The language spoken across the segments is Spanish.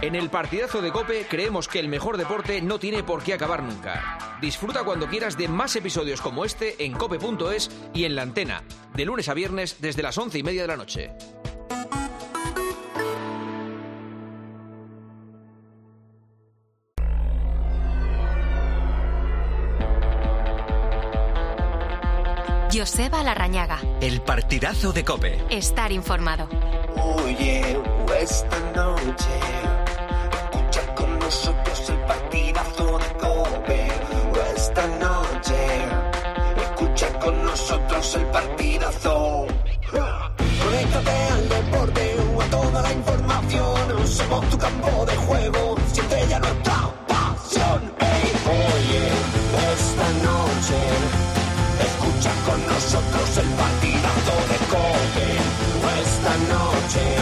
En el partidazo de Cope creemos que el mejor deporte no tiene por qué acabar nunca. Disfruta cuando quieras de más episodios como este en cope.es y en la antena, de lunes a viernes desde las once y media de la noche. Joseba Larrañaga. El partidazo de Cope. Estar informado. Oye, esta noche, escucha con nosotros el partidazo de Cope. Esta noche, escucha con nosotros el partidazo. Conéctate al deporte o a toda la información. Somos tu campo de juego, siente ya nuestra pasión. Ey, oye, esta noche, escucha con nosotros el partidazo de Cope. Esta noche,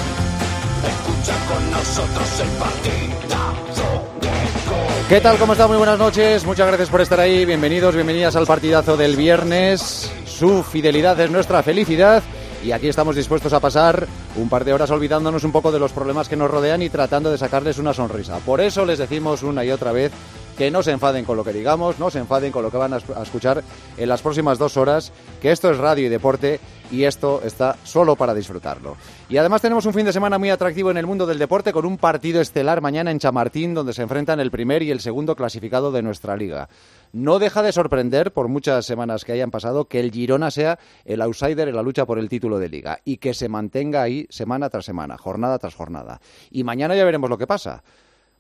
escucha con nosotros el partidazo de Cope. ¿Qué tal? ¿Cómo está? Muy buenas noches. Muchas gracias por estar ahí. Bienvenidos, bienvenidas al partidazo del viernes. Su fidelidad es nuestra felicidad. Y aquí estamos dispuestos a pasar un par de horas olvidándonos un poco de los problemas que nos rodean y tratando de sacarles una sonrisa. Por eso les decimos una y otra vez que no se enfaden con lo que digamos, no se enfaden con lo que van a esc- a escuchar en las próximas dos horas, que esto es radio y deporte y esto está solo para disfrutarlo. Y además tenemos un fin de semana muy atractivo en el mundo del deporte con un partido estelar mañana en Chamartín donde se enfrentan el primer y el segundo clasificado de nuestra liga. No deja de sorprender, por muchas semanas que hayan pasado, que el Girona sea el outsider en la lucha por el título de liga y que se mantenga ahí semana tras semana, jornada tras jornada. Y mañana ya veremos lo que pasa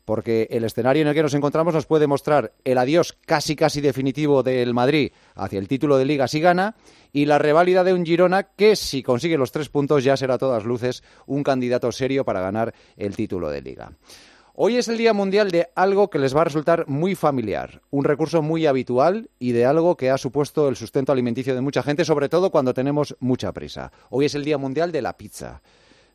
porque el escenario en el que nos encontramos nos puede mostrar el adiós casi casi definitivo del Madrid hacia el título de Liga si gana y la reválida de un Girona que si consigue los tres puntos ya será a todas luces un candidato serio para ganar el título de Liga. Hoy es el Día Mundial de algo que les va a resultar muy familiar, un recurso muy habitual y de algo que ha supuesto el sustento alimenticio de mucha gente, sobre todo cuando tenemos mucha prisa. Hoy es el Día Mundial de la Pizza.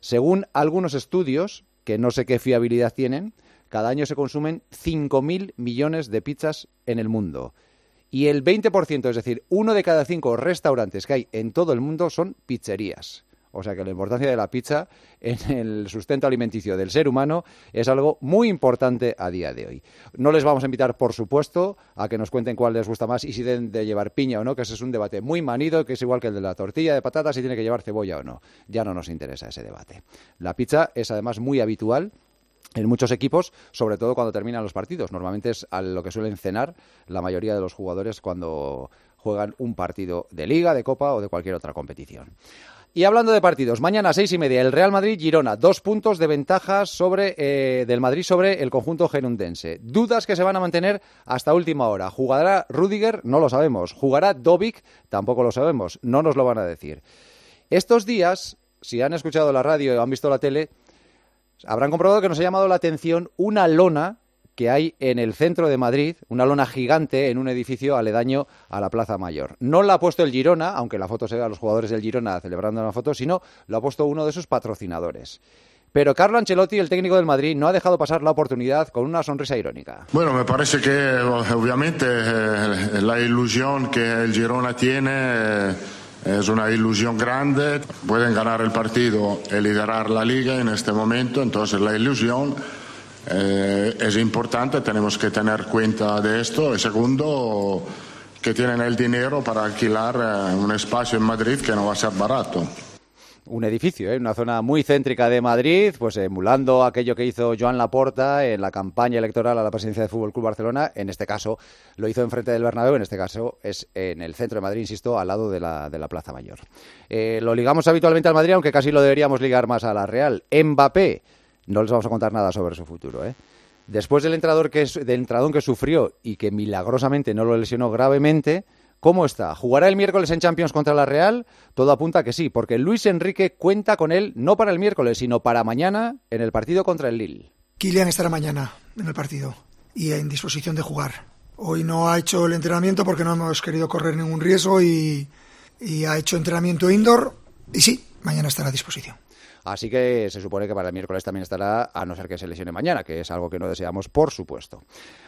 Según algunos estudios, que no sé qué fiabilidad tienen, cada año se consumen 5.000 millones de pizzas en el mundo. Y el 20%, es decir, uno de cada cinco restaurantes que hay en todo el mundo son pizzerías. O sea que la importancia de la pizza en el sustento alimenticio del ser humano es algo muy importante a día de hoy. No les vamos a invitar, por supuesto, a que nos cuenten cuál les gusta más y si deben de llevar piña o no, que ese es un debate muy manido, que es igual que el de la tortilla de patatas, si tiene que llevar cebolla o no. Ya no nos interesa ese debate. La pizza es además muy habitual en muchos equipos, sobre todo cuando terminan los partidos. Normalmente es a lo que suelen cenar la mayoría de los jugadores cuando juegan un partido de liga, de copa o de cualquier otra competición. Y hablando de partidos, mañana a seis y media, el Real Madrid-Girona, dos puntos de ventaja sobre, eh, del Madrid sobre el conjunto gerundense. Dudas que se van a mantener hasta última hora. ¿Jugará Rudiger? No lo sabemos. ¿Jugará Dobic? Tampoco lo sabemos. No nos lo van a decir. Estos días, si han escuchado la radio o han visto la tele, habrán comprobado que nos ha llamado la atención una lona que hay en el centro de Madrid, una lona gigante en un edificio aledaño a la Plaza Mayor. No la ha puesto el Girona, aunque la foto se ve a los jugadores del Girona celebrando una foto, sino lo ha puesto uno de sus patrocinadores. Pero Carlo Ancelotti, el técnico del Madrid, no ha dejado pasar la oportunidad con una sonrisa irónica. Bueno, me parece que obviamente eh, la ilusión que el Girona tiene eh, es una ilusión grande. Pueden ganar el partido y liderar la liga en este momento, entonces la ilusión eh, es importante, tenemos que tener cuenta de esto. Y segundo, que tienen el dinero para alquilar eh, un espacio en Madrid que no va a ser barato. un edificio, en una zona muy céntrica de Madrid, pues emulando aquello que hizo Joan Laporta en la campaña electoral a la presidencia del Fútbol Club Barcelona. En este caso lo hizo enfrente del Bernabéu, en este caso es en el centro de Madrid, insisto, al lado de la, de la Plaza Mayor. Eh, lo ligamos habitualmente al Madrid, aunque casi lo deberíamos ligar más a la Real. Mbappé, no les vamos a contar nada sobre su futuro, ¿eh? Después del, entrador que, su- del entradón que sufrió y que milagrosamente no lo lesionó gravemente, ¿cómo está? ¿Jugará el miércoles en Champions contra la Real? Todo apunta a que sí, porque Luis Enrique cuenta con él no para el miércoles, sino para mañana en el partido contra el Lille. Kylian estará mañana en el partido y en disposición de jugar. Hoy no ha hecho el entrenamiento porque no hemos querido correr ningún riesgo y, y ha hecho entrenamiento indoor. Y sí, mañana estará a disposición. Así que se supone que para el miércoles también estará, a no ser que se lesione mañana, que es algo que no deseamos, por supuesto.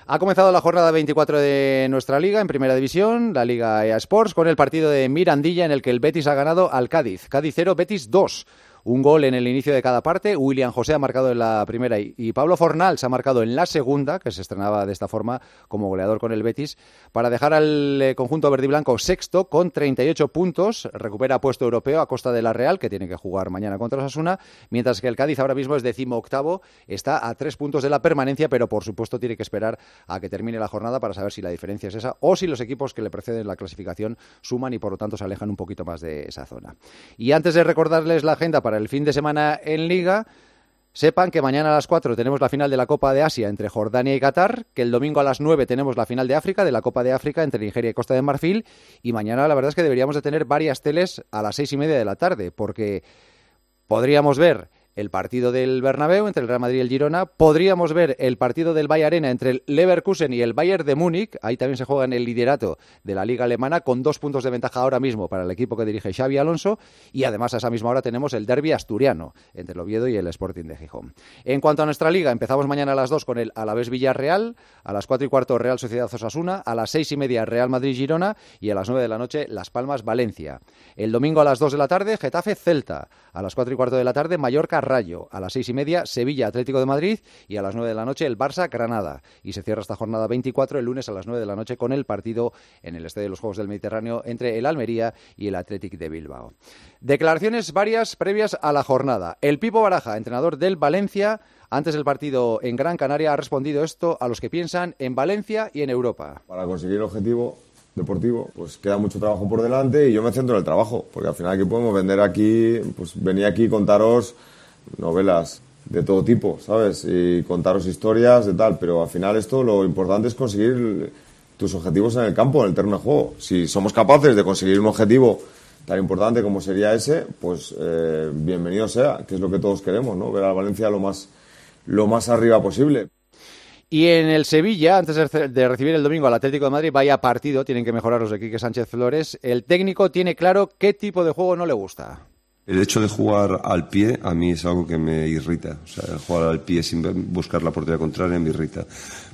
Ha comenzado la jornada 24 de nuestra liga en primera división, la E Liga EA Sports, con el partido de Mirandilla en el que el Betis ha ganado al Cádiz. Cádiz 0, Betis 2. un gol en el inicio de cada parte. William José ha marcado en la primera y, y Pablo Fornal se ha marcado en la segunda, que se estrenaba de esta forma como goleador con el Betis, para dejar al eh, conjunto verde y blanco sexto con 38 puntos. Recupera puesto europeo a costa de la Real, que tiene que jugar mañana contra Osasuna, mientras que el Cádiz ahora mismo es decimoctavo, está a tres puntos de la permanencia, pero por supuesto tiene que esperar a que termine la jornada para saber si la diferencia es esa o si los equipos que le preceden en la clasificación suman y por lo tanto se alejan un poquito más de esa zona. Y antes de recordarles la agenda para el fin de semana en Liga, Sepan que mañana a las 4 tenemos la final de la Copa de Asia entre Jordania y Qatar, que el domingo a las 9 tenemos la final de África, de la Copa de África entre Nigeria y Costa de Marfil, y mañana la verdad es que deberíamos de tener varias teles a las seis y media de la tarde, porque podríamos ver el partido del Bernabéu entre el Real Madrid y el Girona, podríamos ver el partido del Bayern Arena entre el Leverkusen y el Bayern de Múnich, ahí también se juega en el liderato de la Liga Alemana con dos puntos de ventaja ahora mismo para el equipo que dirige Xavi Alonso y además a esa misma hora tenemos el derby asturiano entre el Oviedo y el Sporting de Gijón. En cuanto a nuestra liga, empezamos mañana a las 2 con el Alavés Villarreal, a las 4 y cuarto Real Sociedad Osasuna, a las 6 y media Real Madrid Girona y a las 9 de la noche Las Palmas Valencia. El domingo a las 2 de la tarde Getafe Celta, a las 4 y cuarto de la tarde Mallorca Rayo, a las seis y media Sevilla Atlético de Madrid y a las 9 de la noche el Barça Granada. Y se cierra esta jornada 24 el lunes a las 9 de la noche con el partido en el Estadio de los Juegos del Mediterráneo entre el Almería y el Athletic de Bilbao. Declaraciones varias previas a la jornada. El Pipo Baraja, entrenador del Valencia, antes del partido en Gran Canaria ha respondido esto a los que piensan en Valencia y en Europa. Para conseguir el objetivo deportivo, pues queda mucho trabajo por delante y yo me centro en el trabajo, porque al final que podemos vender aquí, pues venía aquí y contaros novelas de todo tipo, ¿sabes? Y contaros historias de tal, pero al final esto lo importante es conseguir tus objetivos en el campo, en el terreno de juego. Si somos capaces de conseguir un objetivo tan importante como sería ese, pues eh, bienvenido sea, que es lo que todos queremos, ¿no? Ver a Valencia lo más, lo más arriba posible. Y en el Sevilla, antes de- de recibir el domingo al Atlético de Madrid, vaya partido, tienen que mejorar los de Quique Sánchez Flores. El técnico tiene claro qué tipo de juego no le gusta. El hecho de jugar al pie a mí es algo que me irrita. O sea, jugar al pie sin buscar la portería contraria me irrita.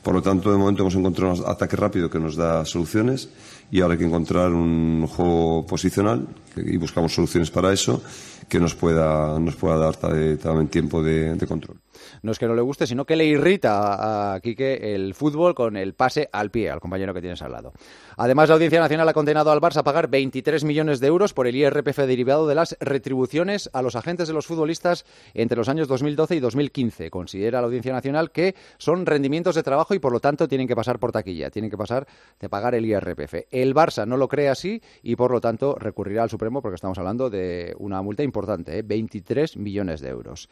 Por lo tanto, de momento hemos encontrado un ataque rápido que nos da soluciones y ahora hay que encontrar un juego posicional que- y buscamos soluciones para eso que nos pueda, nos pueda dar ta- eh, también tiempo de- de control. No es que no le guste, sino que le irrita a- a Quique el fútbol con el pase al pie, al compañero que tienes al lado. Además, la Audiencia Nacional ha condenado al Barça a pagar 23 millones de euros por el IRPF derivado de las retribuciones a los agentes de los futbolistas entre los años 2012 y 2015. Considera la Audiencia Nacional que son rendimientos de trabajo y por lo tanto tienen que pasar por taquilla, tienen que pasar de pagar el IRPF. El Barça no lo cree así y por lo tanto recurrirá al Supremo porque estamos hablando de una multa importante, ¿eh? 23 millones de euros.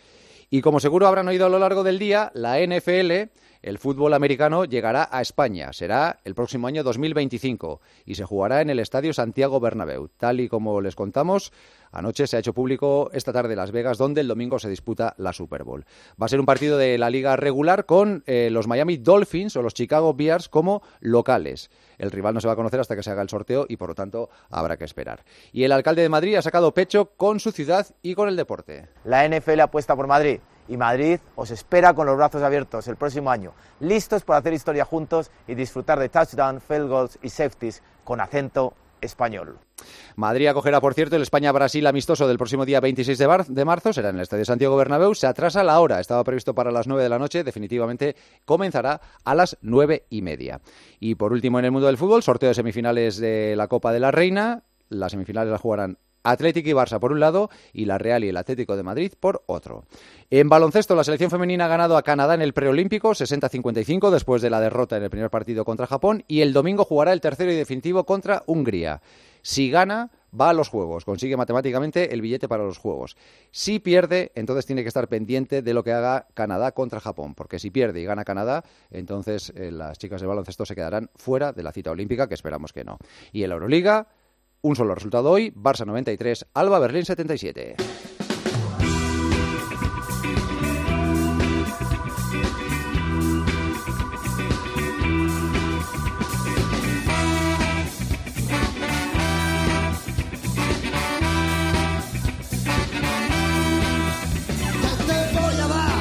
Y como seguro habrán oído a lo largo del día, la NFL, el fútbol americano, llegará a España. Será el próximo año 2025 y se jugará en el Estadio Santiago Bernabéu. Tal y como les contamos, anoche se ha hecho público esta tarde en Las Vegas, donde el domingo se disputa la Super Bowl. Va a ser un partido de la liga regular con eh, los Miami Dolphins o los Chicago Bears como locales. El rival no se va a conocer hasta que se haga el sorteo y, por lo tanto, habrá que esperar. Y el alcalde de Madrid ha sacado pecho con su ciudad y con el deporte. La NFL apuesta por Madrid y Madrid os espera con los brazos abiertos el próximo año, listos para hacer historia juntos y disfrutar de touchdown, field goals y safeties con acento español. Madrid acogerá, por cierto, el España-Brasil amistoso del próximo día 26 de, mar- de marzo. Será en el Estadio Santiago Bernabéu. Se atrasa la hora. Estaba previsto para las 9 de la noche. Definitivamente comenzará a las 9 y media. Y por último, en el mundo del fútbol, sorteo de semifinales de la Copa de la Reina. Las semifinales las jugarán Atlético y Barça por un lado y la Real y el Atlético de Madrid por otro. En baloncesto, la selección femenina ha ganado a Canadá en el preolímpico 60-55 después de la derrota en el primer partido contra Japón y el domingo jugará el tercero y definitivo contra Hungría. Si gana, va a los Juegos, consigue matemáticamente el billete para los Juegos. Si pierde, entonces tiene que estar pendiente de lo que haga Canadá contra Japón, porque si pierde y gana Canadá, entonces eh, las chicas de baloncesto se quedarán fuera de la cita olímpica, que esperamos que no. Y en la Euroliga, un solo resultado hoy, Barça 93, Alba Berlín 77. Te voy a dar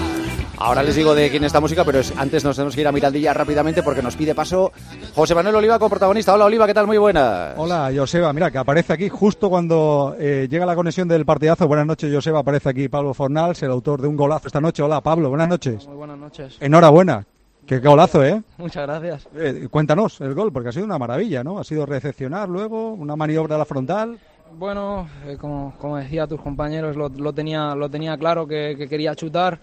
Ahora les digo de quién es esta música, pero es- antes nos tenemos que ir a Mirandilla rápidamente porque nos pide paso José Manuel Oliva, coprotagonista. Hola Oliva, ¿qué tal? Muy buena. Hola, Joseba. Mira, que aparece aquí justo cuando eh, llega la conexión del partidazo. Buenas noches, Joseba. Aparece aquí Pablo Fornals, el autor de un golazo esta noche. Hola, Pablo. Buenas noches. Muy buenas noches. Enhorabuena. Qué golazo, ¿eh? Muchas gracias. Eh, Cuéntanos el gol, porque ha sido una maravilla, ¿no? Ha sido recepcionar luego, una maniobra a la frontal. Bueno, eh, como, como decía tus compañeros, lo, lo tenía, lo tenía claro que, que quería chutar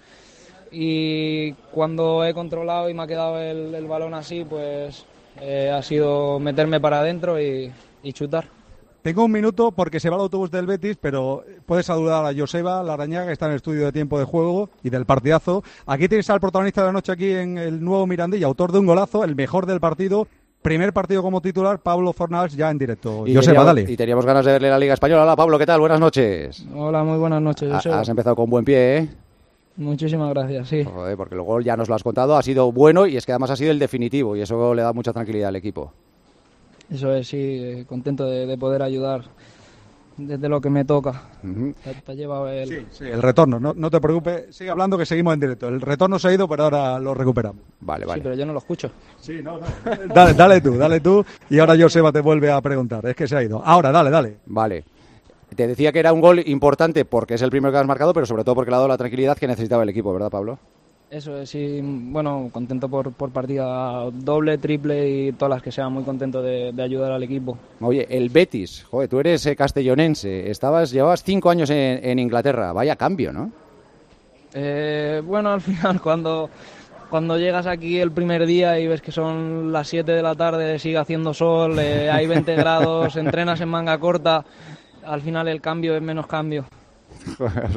y cuando he controlado y me ha quedado el, el balón así, pues eh, ha sido meterme para adentro y, y chutar. Tengo un minuto porque se va el autobús del Betis, pero puedes saludar a Joseba Larañaga, que está en el estudio de tiempo de juego y del partidazo. Aquí tienes al protagonista de la noche aquí en el nuevo Mirandilla, autor de un golazo, el mejor del partido. Primer partido como titular, Pablo Fornals ya en directo. Joseba, teníamos, dale. y teníamos ganas de verle la Liga Española. Hola Pablo, ¿qué tal? Buenas noches. Hola, muy buenas noches, Ha- Joseba. Has empezado con buen pie, ¿eh? Muchísimas gracias, sí. Joder, porque el gol ya nos lo has contado, ha sido bueno y es que además ha sido el definitivo y eso le da mucha tranquilidad al equipo. Eso es, sí, eh, contento de, de poder ayudar desde lo que me toca. Te, te ha llevado el... Sí, el retorno, no, no te preocupes, sigue hablando que seguimos en directo. El retorno se ha ido, pero ahora lo recuperamos. Vale, Sí, pero yo no lo escucho. Sí, no, no. Dale, dale tú, dale tú. Y ahora Joseba te vuelve a preguntar. Es que se ha ido. Ahora, dale, dale. Vale. Te decía que era un gol importante porque es el primero que has marcado, pero sobre todo porque le ha dado la tranquilidad que necesitaba el equipo, ¿verdad, Pablo? Eso es, sí, bueno, contento por, por partida doble, triple y todas las que sean, muy contento de, de ayudar al equipo. Oye, el Betis, joder, tú eres eh, castellonense, estabas, llevabas cinco años en, en Inglaterra, vaya cambio, ¿no? Eh, bueno, al final cuando, cuando llegas aquí el primer día y ves que son las 7 de la tarde, sigue haciendo sol, eh, hay 20 grados, entrenas en manga corta, al final el cambio es menos cambio.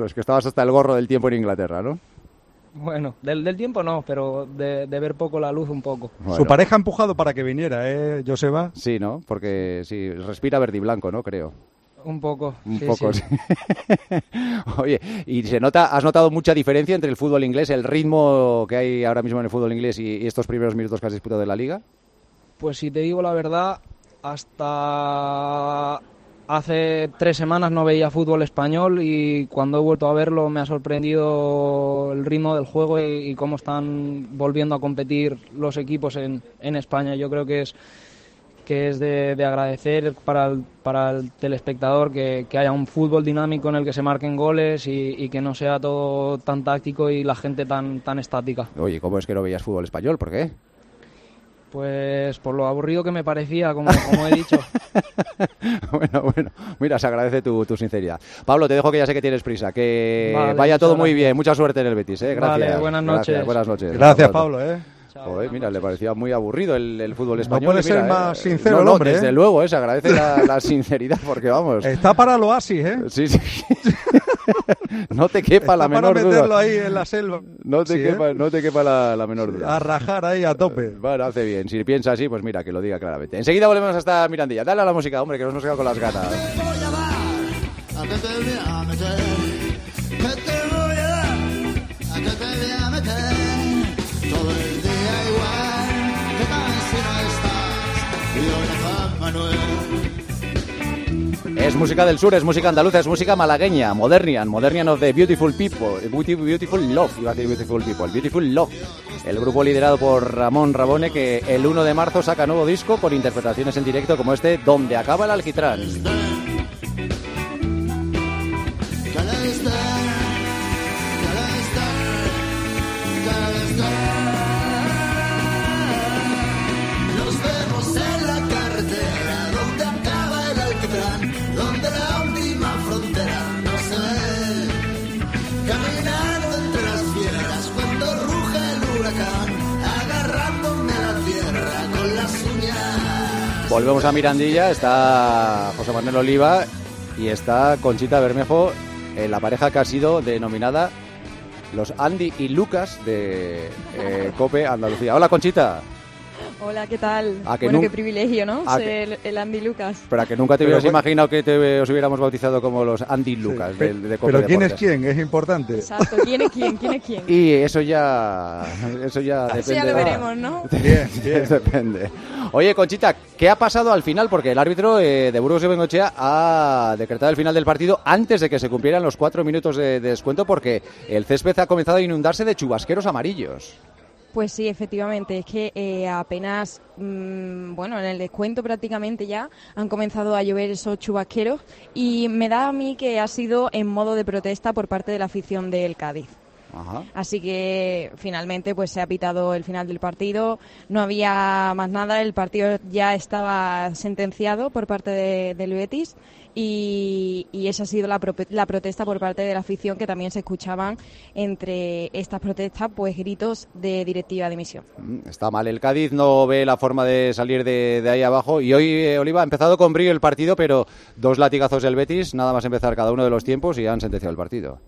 es que estabas hasta el gorro del tiempo en Inglaterra, ¿no? Bueno, del, del tiempo no, pero de, de ver poco la luz un poco. Bueno. Su pareja ha empujado para que viniera, ¿eh, Joseba? Sí, ¿no? Porque sí, respira verde y blanco, ¿no? Creo. Un poco. Un sí, poco, sí. sí. Oye, y se nota, ¿has notado mucha diferencia entre el fútbol inglés, el ritmo que hay ahora mismo en el fútbol inglés y, y estos primeros minutos que has disputado de la liga? Pues si te digo la verdad, hasta hace tres semanas no veía fútbol español y cuando he vuelto a verlo me ha sorprendido el ritmo del juego y, y cómo están volviendo a competir los equipos en, en España. Yo creo que es que es de, de agradecer para el, para el telespectador que, que haya un fútbol dinámico en el que se marquen goles y, y que no sea todo tan táctico y la gente tan, tan estática. Oye, ¿cómo es que no veías fútbol español? ¿Por qué? Pues por lo aburrido que me parecía, como, como he dicho. bueno, bueno, mira, se agradece tu, tu sinceridad. Pablo, te dejo que ya sé que tienes prisa, que Vale, vaya muchas todo muy gracias. bien, mucha suerte en el Betis, ¿eh? Gracias. Vale, buenas gracias, noches. buenas noches. Gracias, Hasta pronto. Pablo, ¿eh. Joder, mira, le parecía muy aburrido el, el fútbol español. puede y mira, ser más eh, sincero no, el no, hombre, Desde ¿eh? luego, ¿eh? se agradece la, la sinceridad porque vamos. Está para el oasis, ¿eh. Sí, sí. no te quepa Está la para menor meterlo duda. ahí en la selva. No te Sí, ¿eh? quepa, no te quepa la, la menor A duda. Eh, rajar ahí a tope. Bueno, hace bien. Si piensa así, pues mira, que lo diga claramente. Enseguida volvemos hasta Mirandilla. Dale a la música, hombre, que nos hemos quedado con las gatas. Es música del sur, es música andaluza, es música malagueña, modernian, modernian of the beautiful people, beauty- beautiful love, iba a decir beautiful people, beautiful love. El grupo liderado por Ramón Rabone que el 1 de marzo saca nuevo disco con interpretaciones en directo como este, Donde acaba el alquitrán. Volvemos a Mirandilla, está José Manuel Oliva y está Conchita Bermejo, eh, la pareja que ha sido denominada los Andy y Lucas de eh, Cope Andalucía. Hola Conchita, Hola, ¿qué tal? Ah, que bueno, nun- qué privilegio, ¿no? Ah, Ser el, el Andy Lucas. para que nunca te Pero hubieras bueno. imaginado que te, eh, os hubiéramos bautizado como los Andy y Lucas de, de Cope Pero quién es Deportes. quién, es importante. Exacto. ¿Quién es quién? ¿Quién es quién? Y eso ya, eso ya depende. Eso ya lo de- veremos, ¿no? Depende. Oye, Conchita, ¿qué ha pasado al final? Porque el árbitro eh, de Burgos y Bengochea ha decretado el final del partido antes de que se cumplieran los cuatro minutos de, de descuento porque el césped ha comenzado a inundarse de chubasqueros amarillos. Pues sí, efectivamente, es que eh, apenas, mm, bueno, en el descuento prácticamente ya han comenzado a llover esos chubasqueros y me da a mí que ha sido en modo de protesta por parte de la afición del Cádiz. Así que finalmente pues se ha pitado el final del partido, no había más nada, el partido ya estaba sentenciado por parte de- del Betis y, y esa ha sido la, prope- la protesta por parte de la afición que también se escuchaban entre estas protestas pues gritos de directiva de misión. Mm, Está mal el Cádiz, no ve la forma de salir de, de ahí abajo. Y hoy, eh, Oliva, ha empezado con brillo el partido, pero dos latigazos del Betis, nada más empezar cada uno de los tiempos y han sentenciado el partido.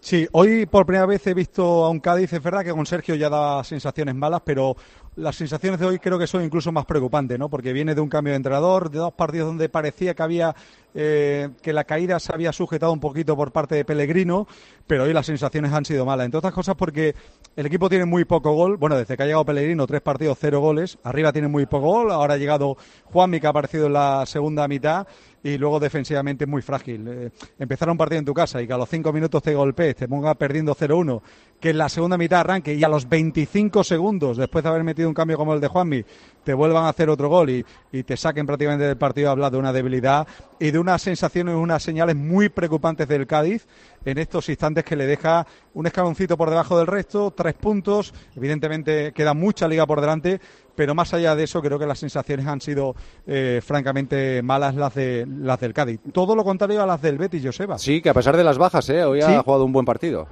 Sí, hoy por primera vez he visto a un Cádiz, es verdad que con Sergio ya da sensaciones malas, pero las sensaciones de hoy creo que son incluso más preocupantes, ¿no? Porque viene de un cambio de entrenador, de dos partidos donde parecía que había eh, que la caída se había sujetado un poquito por parte de Pellegrino, pero hoy las sensaciones han sido malas. Entre otras cosas porque el equipo tiene muy poco gol, bueno, desde que ha llegado Pellegrino, tres partidos, cero goles, arriba tiene muy poco gol, ahora ha llegado Juanmi que ha aparecido en la segunda mitad y luego defensivamente es muy frágil. Eh, empezar un partido en tu casa y que a los 5 minutos te golpees, te ponga perdiendo 0-1, que en la segunda mitad arranque y a los 25 segundos, después de haber metido un cambio como el de Juanmi, te vuelvan a hacer otro gol y, y te saquen prácticamente del partido, hablas de una debilidad y de unas sensaciones, unas señales muy preocupantes del Cádiz en estos instantes que le deja un escaloncito por debajo del resto, tres puntos, evidentemente queda mucha liga por delante, pero más allá de eso creo que las sensaciones han sido eh, francamente malas las de las del Cádiz. Todo lo contrario a las del Betis, Joseba. Sí, que a pesar de las bajas, ¿eh? hoy Sí. ha jugado un buen partido.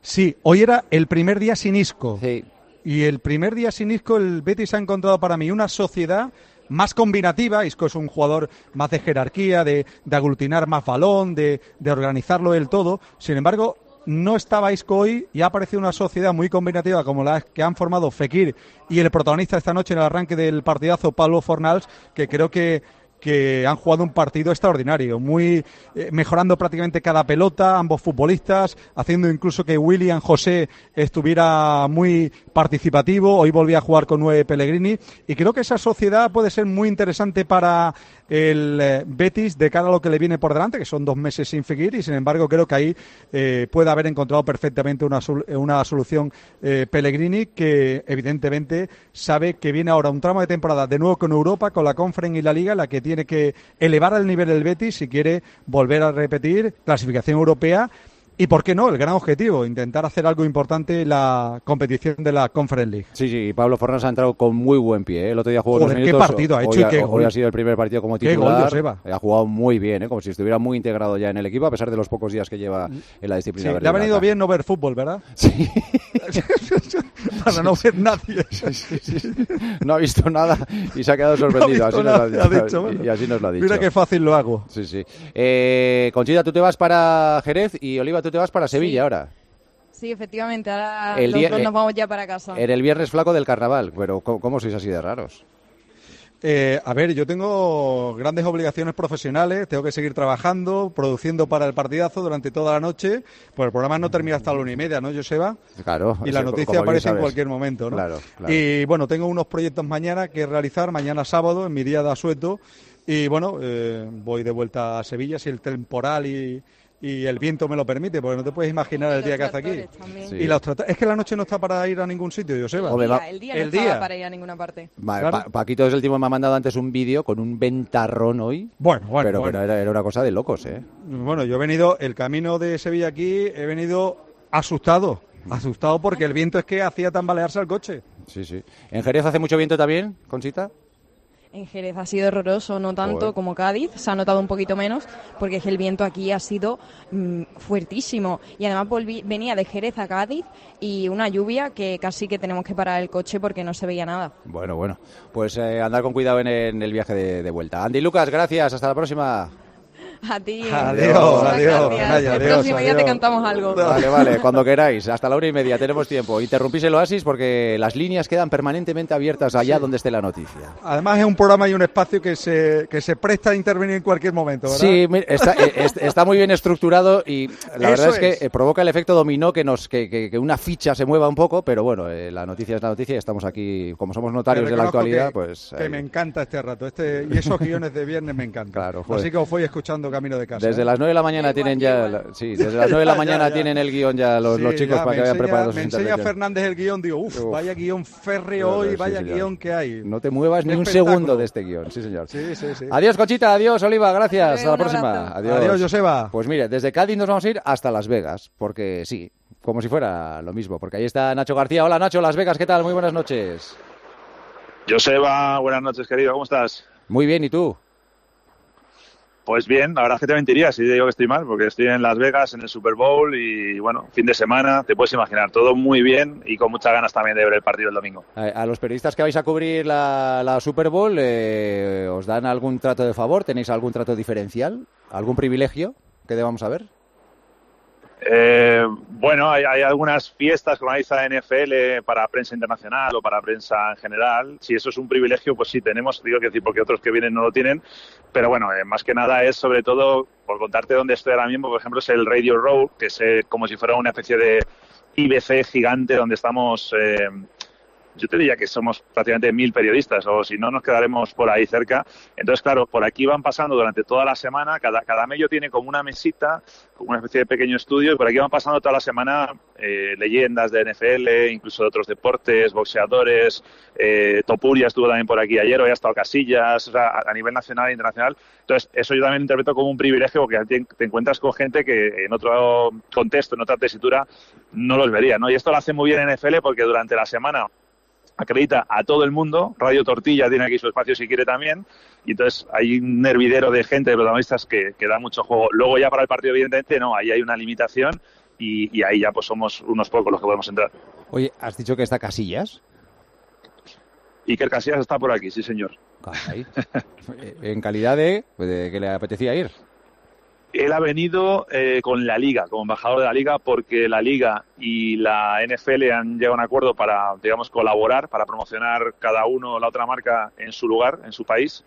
Sí, hoy era el primer día sin Isco. Y el primer día sin Isco, el Betis ha encontrado para mí una sociedad más combinativa. Isco es un jugador más de jerarquía, de, de aglutinar más balón, de, de organizarlo el todo. Sin embargo, no estaba Isco hoy y ha aparecido una sociedad muy combinativa como la que han formado Fekir y el protagonista esta noche en el arranque del partidazo, Pablo Fornals, que creo que que han jugado un partido extraordinario, muy eh, mejorando prácticamente cada pelota, ambos futbolistas, haciendo incluso que William José estuviera muy participativo. Hoy volvía a jugar con nueve Pellegrini y creo que esa sociedad puede ser muy interesante para el eh, Betis de cara a lo que le viene por delante, que son dos meses sin Fekir y sin embargo creo que ahí eh, puede haber encontrado perfectamente una, sol- eh, una solución eh, Pellegrini que evidentemente sabe que viene ahora un tramo de temporada de nuevo con Europa, con la Conference y la Liga, en la que tiene que elevar el nivel del Betis si quiere volver a repetir clasificación europea. Y por qué no, el gran objetivo, intentar hacer algo importante en la competición de la Conference League. Sí, sí, y Pablo Fornals ha entrado con muy buen pie. ¿eh? El otro día jugó unos Joder, qué minutos. partido ha hecho y hoy qué hoy gol. ha sido el primer partido como Qué titular. gol, Joseba. Ha jugado muy bien, ¿eh? como si estuviera muy integrado ya en el equipo, a pesar de los pocos días que lleva en la Mm. Sí, disciplina verde le ha y venido blanca. bien no ver fútbol, ¿verdad? Sí. Para no ver nadie. No ha visto nada y se ha quedado sorprendido. No ha visto así nos lo ha nada, ha dicho, dicho, bueno. y, y así nos lo ha dicho. Mira qué fácil lo hago. Sí, sí. Eh, Conchita, tú te vas para Jerez y Oliva, tú te vas para Sevilla ahora. Sí, efectivamente, ahora El los día- dos eh, nos vamos ya para casa. En el viernes flaco del carnaval, pero ¿cómo, cómo sois así de raros? Eh, a ver, yo tengo grandes obligaciones profesionales, tengo que seguir trabajando, produciendo para el partidazo durante toda la noche, pues el programa no termina hasta la una y media, ¿no, Joseba? Claro. Y la sí, como noticia bien aparece en sabes. cualquier momento, ¿no? Claro, claro. Y bueno, tengo unos proyectos mañana que realizar, mañana sábado, en mi día de asueto. Y bueno, eh, voy de vuelta a Sevilla si el temporal y, y el viento me lo permite, porque no te puedes imaginar el día que hace aquí. también. Sí. Y los tractores- es que la noche no está para ir a ningún sitio, Joseba. Hombre, va- El día no estaba para ir a ninguna parte. Ma- Claro. Pa- Paquito es el tipo que me ha mandado antes un vídeo con un ventarrón hoy. Bueno, bueno. Pero, bueno. pero era, era una cosa de locos, ¿eh? Bueno, yo he venido, el camino de Sevilla aquí, he venido asustado. Asustado porque el viento es que hacía tambalearse al coche. Sí, sí. ¿En Jerez hace mucho viento también, Conchita? En Jerez ha sido horroroso, no tanto Joder. como Cádiz, se ha notado un poquito menos, porque es que el viento aquí ha sido mm, fuertísimo. Y además volví- venía de Jerez a Cádiz y una lluvia que casi que tenemos que parar el coche porque no se veía nada. Bueno, bueno. Pues eh, andar con cuidado en, en el viaje de, de vuelta. Andy Lucas, gracias. Hasta la próxima. A ti. Adiós, Muchas adiós, gracias. Naya, El adiós, próximo día te adiós. cantamos algo. Vale, vale, cuando queráis, hasta la hora y media, tenemos tiempo. Interrumpís el oasis porque las líneas quedan permanentemente abiertas allá donde esté la noticia. Además es un programa y un espacio que se, que se presta a intervenir en cualquier momento, ¿verdad? Sí, mira, está, eh, es- está muy bien estructurado y la Eso verdad es que es. eh, provoca el efecto dominó que nos que, que- que una ficha se mueva un poco, pero bueno, eh, la noticia es la noticia y estamos aquí, como somos notarios Te de la reconozco actualidad, que- pues Que ahí. me encanta este rato. Este, y esos guiones de viernes me encantan. Claro, joder. Así que os voy escuchando camino de casa. desde ¿eh? las 9 de la mañana tienen ya, la- sí, desde las 9 de Ya, la ya, mañana ya. tienen el guión ya los, Sí, los chicos ya, para me que vayan enseña- preparados Me sus enseña intervenciones. Fernández el guión, digo, uff, Uf. vaya guión férreo Sí, hoy, sí, vaya señor. guión que hay. No te muevas Qué ni un espectáculo. segundo de este guión, sí señor. Sí, sí, sí. Adiós, Conchita, adiós, Oliva, gracias. Hasta la próxima. Adiós. Adiós, Joseba. Pues mire, desde Cádiz nos vamos a ir hasta Las Vegas, porque sí, como si fuera lo mismo, porque ahí está Nacho García. Hola Nacho, Las Vegas, ¿qué tal? Muy buenas noches. Joseba, buenas noches, querido. ¿Cómo estás? Muy bien, ¿y tú? Pues bien, la verdad es que te mentiría si te digo que estoy mal, porque estoy en Las Vegas, en el Super Bowl y, bueno, fin de semana, te puedes imaginar, todo muy bien y con muchas ganas también de ver el partido el domingo. A, a los periodistas que vais a cubrir la, la Super Bowl, eh, ¿os dan algún trato de favor? ¿Tenéis algún trato diferencial? ¿Algún privilegio que debamos saber? Eh, bueno, hay, hay algunas fiestas que organiza NFL para prensa internacional o para prensa en general. Si eso es un privilegio, pues sí tenemos, digo que decir, porque otros que vienen no lo tienen. Pero bueno, eh, más que nada es sobre todo, por contarte dónde estoy ahora mismo, por ejemplo, es el Radio Row, que es eh, como si fuera una especie de IBC gigante donde estamos, eh, yo te diría que somos prácticamente mil periodistas, o si no nos quedaremos por ahí cerca. Entonces, claro, por aquí van pasando durante toda la semana, cada, cada medio tiene como una mesita como una especie de pequeño estudio y por aquí van pasando toda la semana eh, leyendas de NFL, incluso de otros deportes, boxeadores, eh, Topuria estuvo también por aquí ayer, hoy ha estado Casillas, o sea, a a nivel nacional e internacional. Entonces, eso yo también lo interpreto como un privilegio porque te, te encuentras con gente que en otro contexto, en otra tesitura, no los vería, ¿no? Y esto lo hace muy bien NFL porque durante la semana acredita a todo el mundo. Radio Tortilla tiene aquí su espacio si quiere también. Y entonces hay un hervidero de gente, de protagonistas que, que da mucho juego. Luego ya para el partido, evidentemente, no, ahí hay una limitación y, y ahí ya pues somos unos pocos los que podemos entrar. Oye, ¿has dicho que está Casillas? Iker Casillas está por aquí, sí señor. Caray. Eh, en calidad de, de que le apetecía ir. Él ha venido eh, con la liga, como embajador de la liga, porque la liga y la NFL han llegado a un acuerdo para, digamos, colaborar, para promocionar cada uno la otra marca en su lugar, en su país,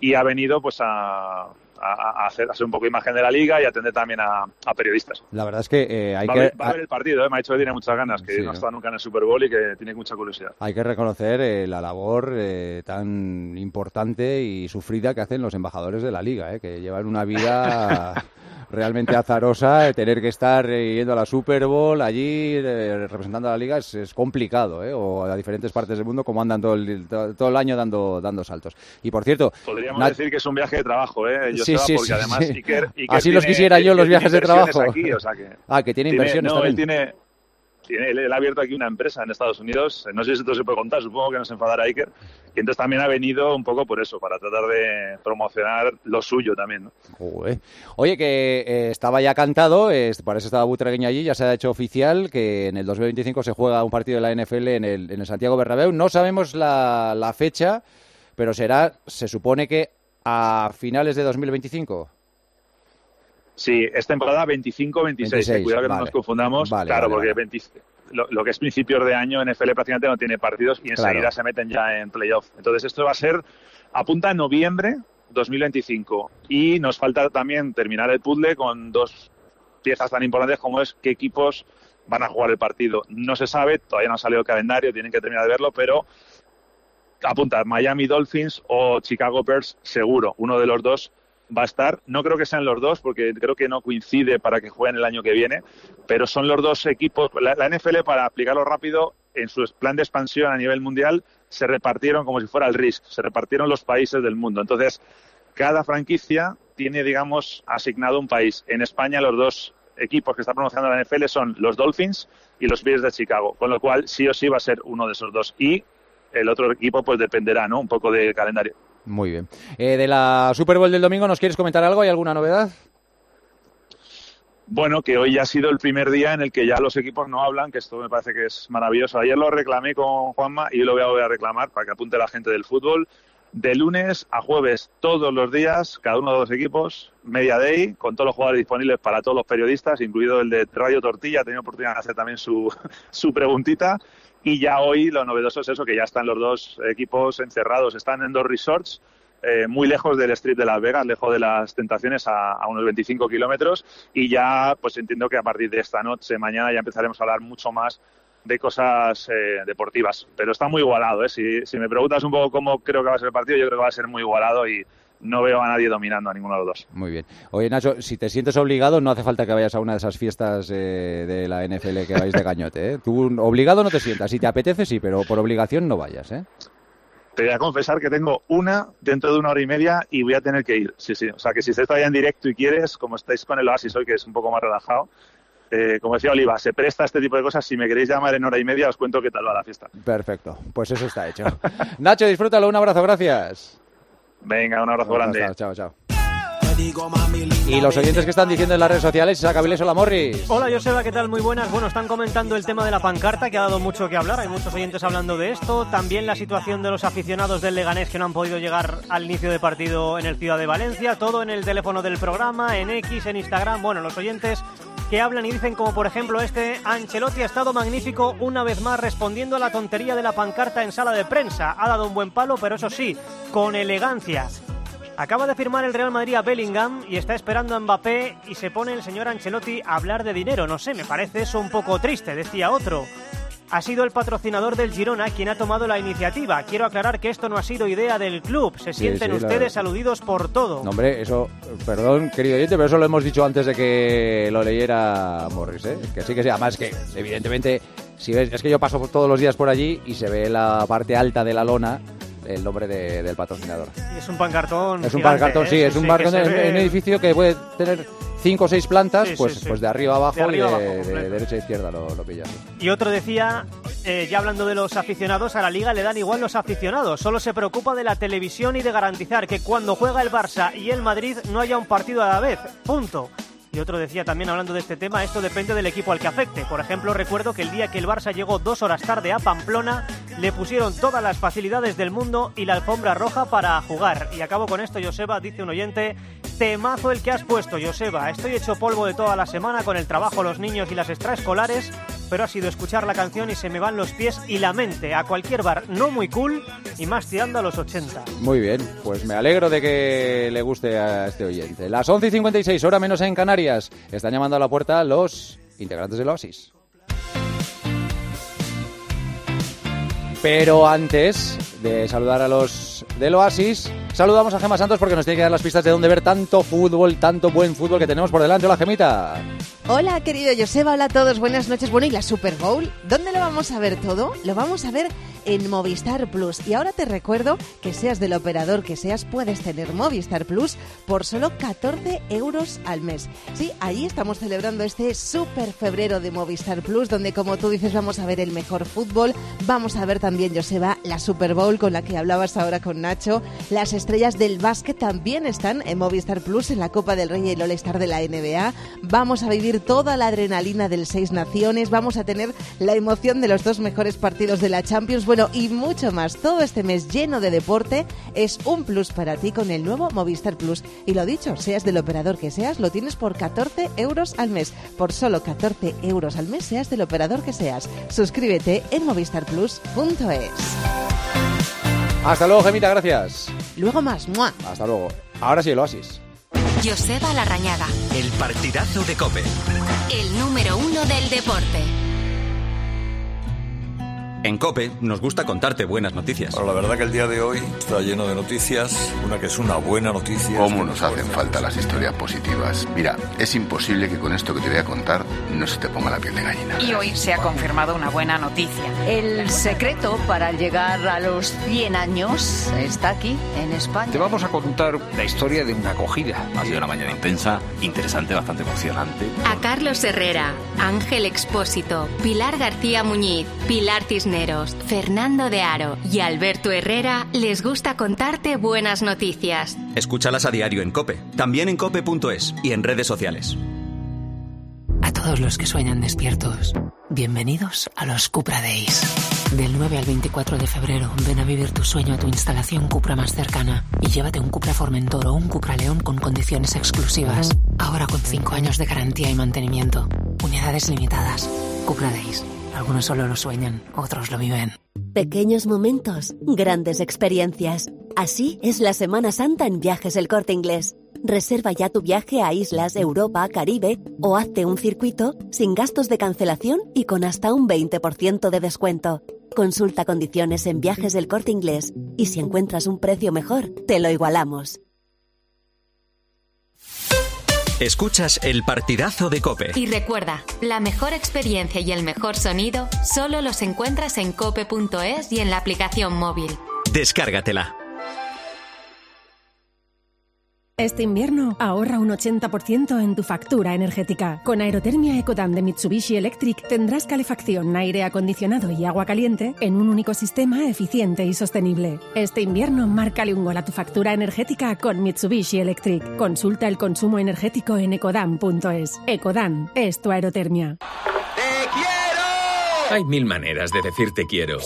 y ha venido pues a, a- a hacer, a hacer un poco imagen de la liga y atender también a, a periodistas. La verdad es que eh, hay va, que... a ver, va a ver el partido, ¿eh? me ha dicho que tiene muchas ganas, que Sí, no ¿no? ha estado nunca en el Super Bowl y que tiene mucha curiosidad. Hay que reconocer eh, la labor eh, tan importante y sufrida que hacen los embajadores de la liga, eh, que llevan una vida realmente azarosa, de tener que estar eh, yendo a la Super Bowl allí eh, representando a la liga es, es complicado, eh, o a diferentes partes del mundo como andan todo el, to- todo el año dando, dando saltos. Y por cierto, Podríamos Nat- decir que es un viaje de trabajo, ¿eh? Yo Sí, sí, porque sí, además sí. Iker- Iker así los tiene- quisiera yo Iker los tiene viajes de inversiones trabajo. aquí, o sea que- ah, que tiene Tiene- inversiones no, él también. tiene, tiene- él, él ha abierto aquí una empresa en Estados Unidos. Eh, No sé si esto se puede contar, supongo que nos enfadará Iker. Y entonces también ha venido un poco por eso, para tratar de promocionar lo suyo también. ¿no? Joder. Oye, que eh, estaba ya cantado, eh, parece que estaba Butragueño allí, ya se ha hecho oficial que en el 2025 se juega un partido de la NFL en el, en el Santiago Bernabéu. No sabemos la, la fecha, pero será, se supone que a finales de 2025. Sí, es temporada 25-26. 26, eh, Cuidado que vale. no nos confundamos. Vale, claro, vale, porque vale. 20 lo, lo que es principios de año en NFL prácticamente no tiene partidos y enseguida Claro. se meten ya en playoff. Entonces esto va a ser, apunta a noviembre 2025 y nos falta también terminar el puzzle con dos piezas tan importantes como es qué equipos van a jugar el partido. No se sabe, todavía no ha salido el calendario, tienen que terminar de verlo, pero apuntar Miami Dolphins o Chicago Bears seguro, uno de los dos va a estar, no creo que sean los dos porque creo que no coincide para que jueguen el año que viene, pero son los dos equipos, la, la NFL para aplicarlo rápido en su plan de expansión a nivel mundial se repartieron como si fuera el RISC, se repartieron los países del mundo, entonces cada franquicia tiene digamos asignado un país, en España los dos equipos que está pronunciando la NFL son los Dolphins y los Bears de Chicago, con lo cual sí o sí va a ser uno de esos dos y el otro equipo pues dependerá, ¿no? Un poco del calendario. Muy bien. Eh, de la Super Bowl del domingo, ¿nos quieres comentar algo? ¿Hay alguna novedad? Bueno, que hoy ya ha sido el primer día en el que ya los equipos no hablan, que esto me parece que es maravilloso. Ayer lo reclamé con Juanma y hoy lo voy a volver a reclamar para que apunte la gente del fútbol. de lunes a jueves, todos los días, cada uno de los equipos, media day, con todos los jugadores disponibles para todos los periodistas, incluido el de Radio Tortilla, tenía oportunidad de hacer también su, su preguntita. Y ya hoy lo novedoso es eso, que ya están los dos equipos encerrados, están en dos resorts, eh, muy lejos del strip de Las Vegas, lejos de las tentaciones, a, a unos 25 kilómetros. Y ya, pues entiendo que a partir de esta noche, mañana, ya empezaremos a hablar mucho más de cosas eh, deportivas. Pero está muy igualado, ¿eh? Si, si me preguntas un poco cómo creo que va a ser el partido, yo creo que va a ser muy igualado y no veo a nadie dominando a ninguno de los dos. Muy bien. Oye, Nacho, si te sientes obligado, no hace falta que vayas a una de esas fiestas eh, de la NFL que vais de cañote. ¿eh? Tú obligado no te sientas. Si te apetece, sí, pero por obligación no vayas. ¿eh? Te voy a confesar que tengo una dentro de una hora y media y voy a tener que ir. Sí, sí. O sea, que si estáis todavía en directo y quieres, como estáis con el Oasis hoy, que es un poco más relajado, eh, como decía Oliva, se presta este tipo de cosas. Si me queréis llamar en hora y media, os cuento qué tal va la fiesta. Perfecto. Pues eso está hecho. Nacho, disfrútalo. Un abrazo. Gracias. Venga, un abrazo grande. Chao, chao. Y los oyentes que están diciendo en las redes sociales, Isaac Avilés, hola Morris. Hola Joseba, ¿qué tal? Muy buenas. Bueno, están comentando el tema de la pancarta, que ha dado mucho que hablar. Hay muchos oyentes hablando de esto. También la situación de los aficionados del Leganés que no han podido llegar al inicio de partido en el Ciudad de Valencia. Todo en el teléfono del programa, en X, en Instagram. Bueno, los oyentes que hablan y dicen como por ejemplo este Ancelotti ha estado magnífico una vez más respondiendo a la tontería de la pancarta en sala de prensa. Ha dado un buen palo, pero eso sí, con elegancia. Acaba de firmar el Real Madrid a Bellingham y está esperando a Mbappé y se pone el señor Ancelotti a hablar de dinero. No sé, me parece eso un poco triste, decía otro. Ha sido el patrocinador del Girona quien ha tomado la iniciativa. Quiero aclarar que esto no ha sido idea del club. Se Sí, sienten sí, la- ustedes aludidos por todo. No, hombre, eso, perdón, querido oyente, pero eso lo hemos dicho antes de que lo leyera Morris, ¿eh? Que sí que sí, además que, evidentemente, si ves, es que yo paso todos los días por allí y se ve la parte alta de la lona el nombre de- del patrocinador. Y Es un pancartón. Es un Mm, gigante, parcartón, ¿eh? sí, es un que parcartón se en, ve- en un edificio que puede tener cinco o seis plantas, Sí, sí, pues, sí. pues de arriba a abajo De arriba y de, abajo, de completo. derecha a izquierda lo, lo pillas. Y otro decía, eh, ya hablando de los aficionados, a la liga le dan igual los aficionados, solo se preocupa de la televisión y de garantizar que cuando juega el Barça y el Madrid no haya un partido a la vez, punto. Y otro decía también hablando de este tema, esto depende del equipo al que afecte. Por ejemplo, recuerdo que el día que el Barça llegó dos horas tarde a Pamplona, le pusieron todas las facilidades del mundo y la alfombra roja para jugar. Y acabo con esto, Joseba, dice un oyente, temazo el que has puesto, Joseba. Estoy hecho polvo de toda la semana con el trabajo, los niños y las extraescolares, pero ha sido escuchar la canción y se me van los pies y la mente a cualquier bar no muy cool y más tirando a los 80. Muy bien, pues me alegro de que le guste a este oyente. Las 11 y 56, hora menos en Canarias, están llamando a la puerta los integrantes del Oasis. Pero antes de saludar a los del Oasis, saludamos a Gema Santos porque nos tiene que dar las pistas de dónde ver tanto fútbol, tanto buen fútbol que tenemos por delante. Hola, Gemita. Hola, querido Joseba, hola a todos, buenas noches. Bueno, ¿y la Super Bowl? ¿Dónde lo vamos a ver todo? Lo vamos a ver en Movistar Plus. Y ahora te recuerdo que seas del operador que seas, puedes tener Movistar Plus por solo 14 euros al mes. Sí, ahí estamos celebrando este super febrero de Movistar Plus, donde como tú dices vamos a ver el mejor fútbol, vamos a ver también, Joseba, la Super Bowl con la que hablabas ahora con Nacho. Las estrellas del básquet también están en Movistar Plus, en la Copa del Rey y el All-Star de la NBA. Vamos a vivir toda la adrenalina del Seis Naciones, vamos a tener la emoción de los dos mejores partidos de la Champions, bueno, y mucho más. Todo este mes lleno de deporte es un plus para ti con el nuevo Movistar Plus. Y lo dicho, seas del operador que seas, lo tienes por 14 euros al mes. Por solo 14 euros al mes, seas del operador que seas. Suscríbete en movistarplus.es. Hasta luego, Gemita, gracias. Luego más, muah. Hasta luego. Ahora sí, el Oasis. Joseba Larrañaga, El partidazo de Cope. el número uno del deporte. En Cope nos gusta contarte buenas noticias. Bueno, la verdad que el día de hoy está lleno de noticias, una que es una buena noticia. ¿Cómo nos hacen falta las historias positivas? Mira, es imposible que con esto que te voy a contar no se te ponga la piel de gallina. Y hoy se ha confirmado una buena noticia. El secreto para llegar a los 100 años está aquí, en España. Te vamos a contar la historia de una acogida. Ha sido una mañana intensa, interesante, bastante emocionante. A Carlos Herrera, Ángel Expósito, Pilar García Muñiz, Pilar Cisneros, Fernando de Aro y Alberto Herrera les gusta contarte buenas noticias. Escúchalas a diario en Cope, también en cope.es y en redes sociales. A todos los que sueñan despiertos, Bienvenidos a los Cupra Days. Del 9 al 24 de febrero, ven a vivir tu sueño a tu instalación Cupra más cercana y llévate un Cupra Formentor o un Cupra León con condiciones exclusivas. Ahora con 5 años de garantía y mantenimiento. Unidades limitadas. Cupra Days. Algunos solo lo sueñan, otros lo viven. Pequeños momentos, grandes experiencias. Así es la Semana Santa en Viajes El Corte Inglés. Reserva ya tu viaje a islas, Europa, Caribe o hazte un circuito sin gastos de cancelación y con hasta un 20% de descuento. Consulta condiciones en Viajes del Corte Inglés y si encuentras un precio mejor, te lo igualamos. Escuchas el partidazo de Cope. Y recuerda, la mejor experiencia y el mejor sonido solo los encuentras en cope.es y en la aplicación móvil. Descárgatela. Este invierno ahorra un 80% en tu factura energética. Con Aerotermia Ecodan de Mitsubishi Electric tendrás calefacción, aire acondicionado y agua caliente en un único sistema eficiente y sostenible. Este invierno márcale un gol a tu factura energética con Mitsubishi Electric. Consulta el consumo energético en ecodan.es. Ecodan es tu aerotermia. Hay mil maneras de decirte quiero,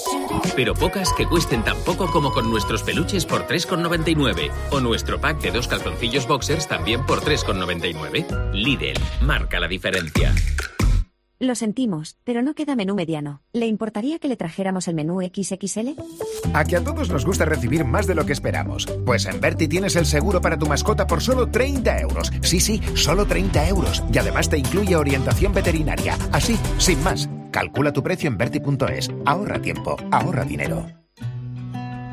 pero pocas que cuesten tan poco como con nuestros peluches por 3,99 o nuestro pack de dos calzoncillos boxers también por 3,99. Lidl, marca la diferencia. Lo sentimos, pero no queda menú mediano. ¿Le importaría que le trajéramos el menú XXL? A que a todos nos gusta recibir más de lo que esperamos. Pues en Berti tienes el seguro para tu mascota por solo 30 euros. Sí, sí, solo 30 euros. Y además te incluye orientación veterinaria. Así, sin más. Calcula tu precio en Berti.es. Ahorra tiempo, ahorra dinero.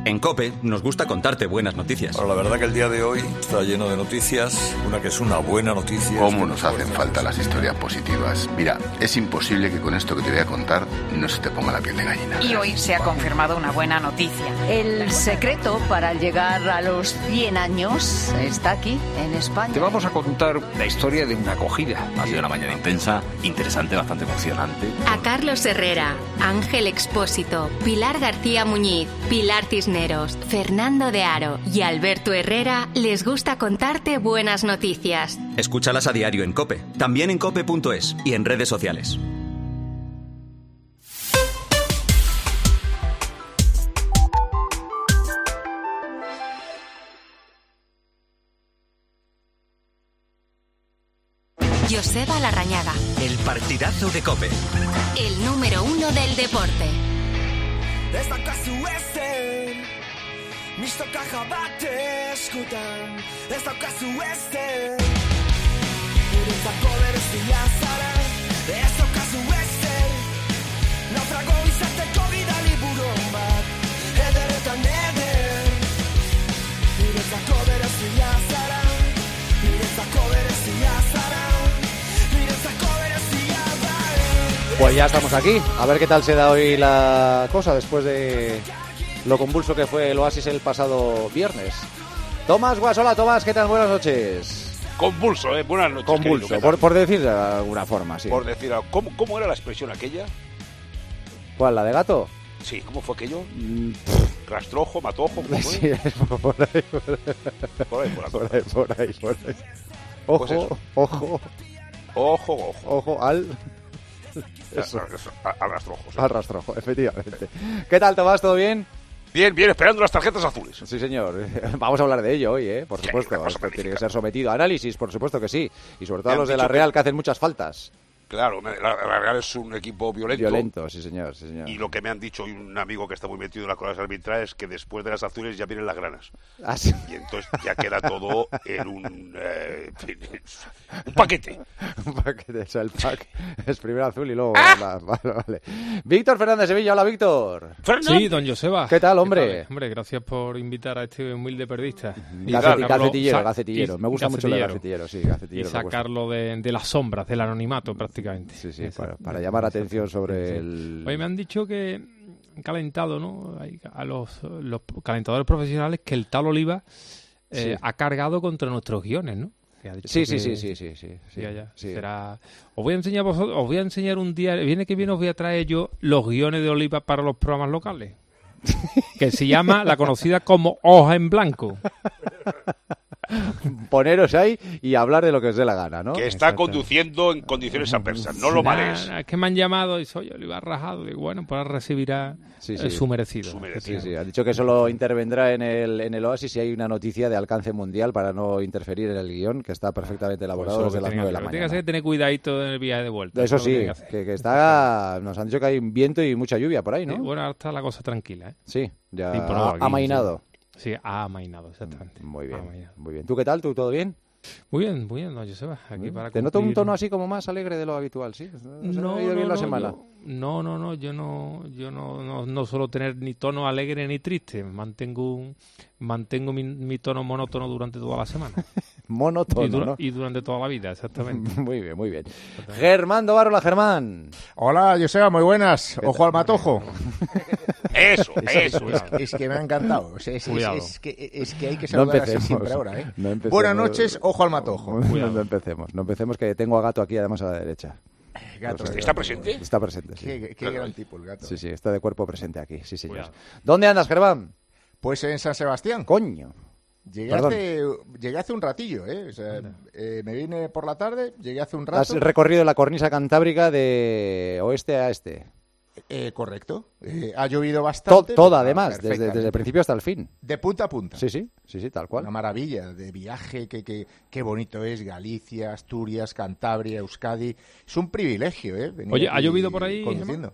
En Cope nos gusta contarte buenas noticias. Ahora, la verdad que el día de hoy está lleno de noticias, una que es una buena noticia. ¿Cómo nos hacen falta las historias positivas? Mira, es imposible que con esto que te voy a contar no se te ponga la piel de gallina. Y hoy se ha confirmado una buena noticia. El secreto para llegar a los 100 años está aquí, en España. Te vamos a contar la historia de una acogida. Ha sido una mañana intensa, interesante, bastante emocionante. A Carlos Herrera, Ángel Expósito, Pilar García Muñiz, Pilar Cisneros, Fernando de Aro y Alberto Herrera les gusta contarte buenas noticias. Escúchalas a diario en Cope, también en cope.es y en redes sociales. Joseba Larrañaga, El partidazo de Cope. el número uno del deporte. Ez daukazu ezer Mistoka jabate eskutan Ez daukazu ezer Guretzako berezia zara Ez daukazu ezer Naufrago izateko bidali buron bat Ederretan eder Guretzako berezia zara Guretzako berezia zara Guretzako berezia da Pues ya estamos aquí. A ver qué tal se da hoy la cosa después de lo convulso que fue el Oasis el pasado viernes. Tomás Guas, hola Tomás, ¿qué tal? Buenas noches. Convulso, ¿eh? Buenas noches. querido, Convulso, ¿qué tal? por, por decir de alguna forma, sí. Por decir algo. ¿Cómo, ¿Cómo era la expresión aquella? ¿Cuál, la de gato? Sí, ¿cómo fue aquello? Rastrojo, matojo, ¿cómo Sí, fue? es por- por ahí, por Por ahí, ahí. por Por ahí. ahí, por ahí, por ahí. Ojo, Pues eso. ojo, Ojo, ojo. ojo al... Eso. A- a- a rastrojo, sí. Pues Al rastrojo, efectivamente. ¿Qué tal, Tomás? ¿Todo bien? Bien, bien, esperando las tarjetas azules. Sí, señor. Vamos a hablar de ello hoy, ¿eh? Por supuesto. Esto tiene que ser sometido a análisis, por supuesto que sí. Y sobre todo Me a han los de dicho la que- Real, que hacen muchas faltas. Claro, me- la, la Real es un equipo violento. Violento, sí, señor. Sí, señor. Y lo que me han dicho hoy un amigo que está muy metido en las cosas arbitrales es que después de las azules ya vienen las granas. Ah, sí. Y entonces ya queda todo en un, eh, en fin, un paquete. Un paquete, o sea, el pack es primero azul y luego... ¡Ah! la- Vale, vale. Víctor Fernández Sevilla, hola, Víctor. Sí, don Joseba. eh? ¿Qué tal, hombre? Hombre, gracias por invitar a este humilde periodista. Y Gacet- sacarlo- gacetillero, sa- gacetillero. y- Me gusta mucho el gacetillero. gacetillero, sí, gacetillero. Y me gusta. sacarlo de, de las sombras, del anonimato Mm. prácticamente. Sí, sí, para, para llamar atención sobre el... Oye, me han dicho que han calentado, ¿no? Hay a los, los calentadores profesionales que el tal Oliva eh, Sí. ha cargado contra nuestros guiones, ¿no? Que ha dicho Sí, sí, que- sí, sí, sí, sí, sí, Ya, ya. sí. Será... Os voy a enseñar vosotros, os voy a enseñar un día, el viene que viene os voy a traer yo los guiones de Oliva para los programas locales. que se llama la conocida como hoja en blanco. poneros ahí y hablar de lo que os dé la gana, ¿no? Que está conduciendo en condiciones adversas. No lo Nah, males. Es que me han llamado y soy Oliva Rajado. Digo, bueno, pues ahora recibirá eh, su merecido. Sí, sí, Ha dicho que solo intervendrá en el, en el Oasis si hay una noticia de alcance mundial para no interferir en el guión, que está perfectamente Pues elaborado eso es desde lo que las tiene 9 de que la hacer. Tiene que mañana. hacer tener cuidadito en el viaje de vuelta. Eso es lo que sí, tiene que hacer. que, que está. Nos han dicho que hay un viento y mucha lluvia por ahí, ¿no? Sí, bueno, ahora está la cosa tranquila. ¿eh? Sí, ya Y por ha- aquí, ha amainado. Sí, Sí, ha amainado, exactamente. Muy bien, muy bien. ¿Tú qué tal? ¿Tú todo bien? Muy bien, muy bien, no, Joseba. Aquí para Te noto un cumplir- tono así como más alegre de lo habitual, ¿sí? No, se me ha ido bien la semana. yo- no, no, no, yo no, yo no, no, no suelo tener ni tono alegre ni triste. Mantengo un- mantengo mi, mi tono monótono durante toda la semana. Monótono, y, dura- ¿no? y durante toda la vida, exactamente. muy bien, muy bien. Germán Dovaro, hola Germán. Hola, Joseba, muy buenas. Ojo al matojo. Eso, eso. eso. Es que me ha encantado. O sea, es, es- Cuidado. es que, es que hay que No saludar así empecemos. siempre ahora. ¿eh? No empecemos. Buenas noches, ojo al matojo. No, no empecemos, no empecemos que tengo a gato aquí además a la derecha. Eh, Gato. Por si- ¿Está presente? Está presente, sí. Qué, qué gran tipo el gato. eh. Sí, sí, está de cuerpo presente aquí, sí, señor. ¿Dónde andas, Germán? Pues en San Sebastián. Coño. Llegué Perdón. hace, llegué hace un ratillo, ¿eh? O sea, eh, me vine por la tarde, llegué hace un rato. Has recorrido la cornisa cantábrica de oeste a este. Eh, correcto. Eh, ha llovido To- bastante. toda, Ah, además, desde, perfectamente. desde el principio hasta el fin. De punta a punta. Sí, sí, sí, sí, tal cual. Una maravilla de viaje, que, que- qué bonito es Galicia, Asturias, Cantabria, Euskadi. Es un privilegio, ¿eh? Venir Oye, ¿ha aquí llovido por ahí? conduciendo.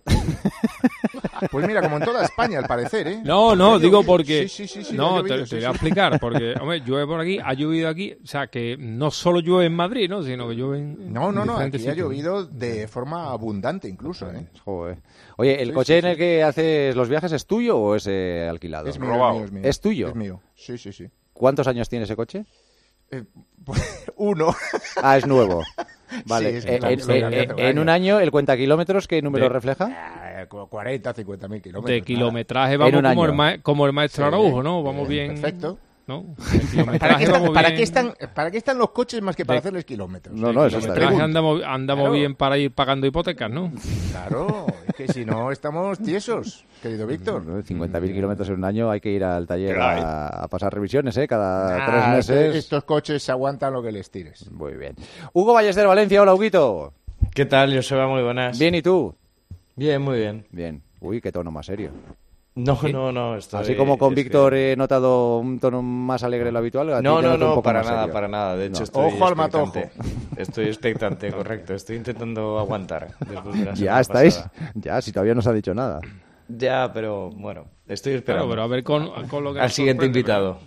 Pues mira, como en toda España, al parecer, ¿eh? No, no, Ha digo llovido. porque. Sí, sí, sí, sí, ha no, llovido, te, sí, sí. te voy a explicar. Porque, hombre, llueve por aquí, ha llovido aquí. O sea, que no solo llueve en Madrid, ¿no? Sino que llueve en. No, Oh, no, en no, diferentes aquí ha sitios. llovido de forma abundante incluso, ¿eh? Joder. Oye, ¿el Sí, coche sí, en el que haces los viajes es tuyo o es eh, alquilado? Es mío, es mío, es mío. ¿Es tuyo? Es mío, sí, sí, sí. ¿Cuántos años tiene ese coche? Eh, pues, Uno. Ah, es nuevo. Vale. Sí, es Eh, en, nuevo, lo eh, cambié hace eh, varios. en un año, ¿el cuenta kilómetros qué número De- refleja? Ah, cu- 40, 50 mil kilómetros. De nada. kilometraje En vamos un como año. el, ma- como el maestro Sí, Araujo, ¿no? Vamos sí, bien. perfecto. ¿No? ¿Para, qué Kilometraje están, vamos para bien. qué están, para qué están los coches más que para De- hacerles kilómetros? No, no, eso está Kilometraje bien. andamos, andamos Claro. bien para ir pagando hipotecas, ¿no? Claro, es que si no estamos tiesos, querido Víctor. 50.000 Mm, kilómetros en un año, hay que ir al taller Claro. a, a pasar revisiones, ¿eh? Cada Ah, tres meses. este- Estos coches se aguantan lo que les tires. Muy bien. Hugo Ballester Valencia, hola Huguito. ¿Qué tal, Joseba? Muy buenas. Bien, ¿y tú? Bien, muy bien. Bien. Uy, qué tono más serio. No, no, no. estoy- Así como con estoy- Víctor he notado un tono más alegre de lo habitual. a ti No, te no, noto un no, poco para más nada, serio. para nada. De hecho, No. estoy Ojo al expectante. matojo. Estoy expectante, correcto. Estoy intentando aguantar. después de la Ya semana estáis. pasada. Ya, si todavía no os ha dicho nada. Ya, pero bueno, estoy esperando. Claro, pero a ver con, con lo que Al nos siguiente sorprende, invitado.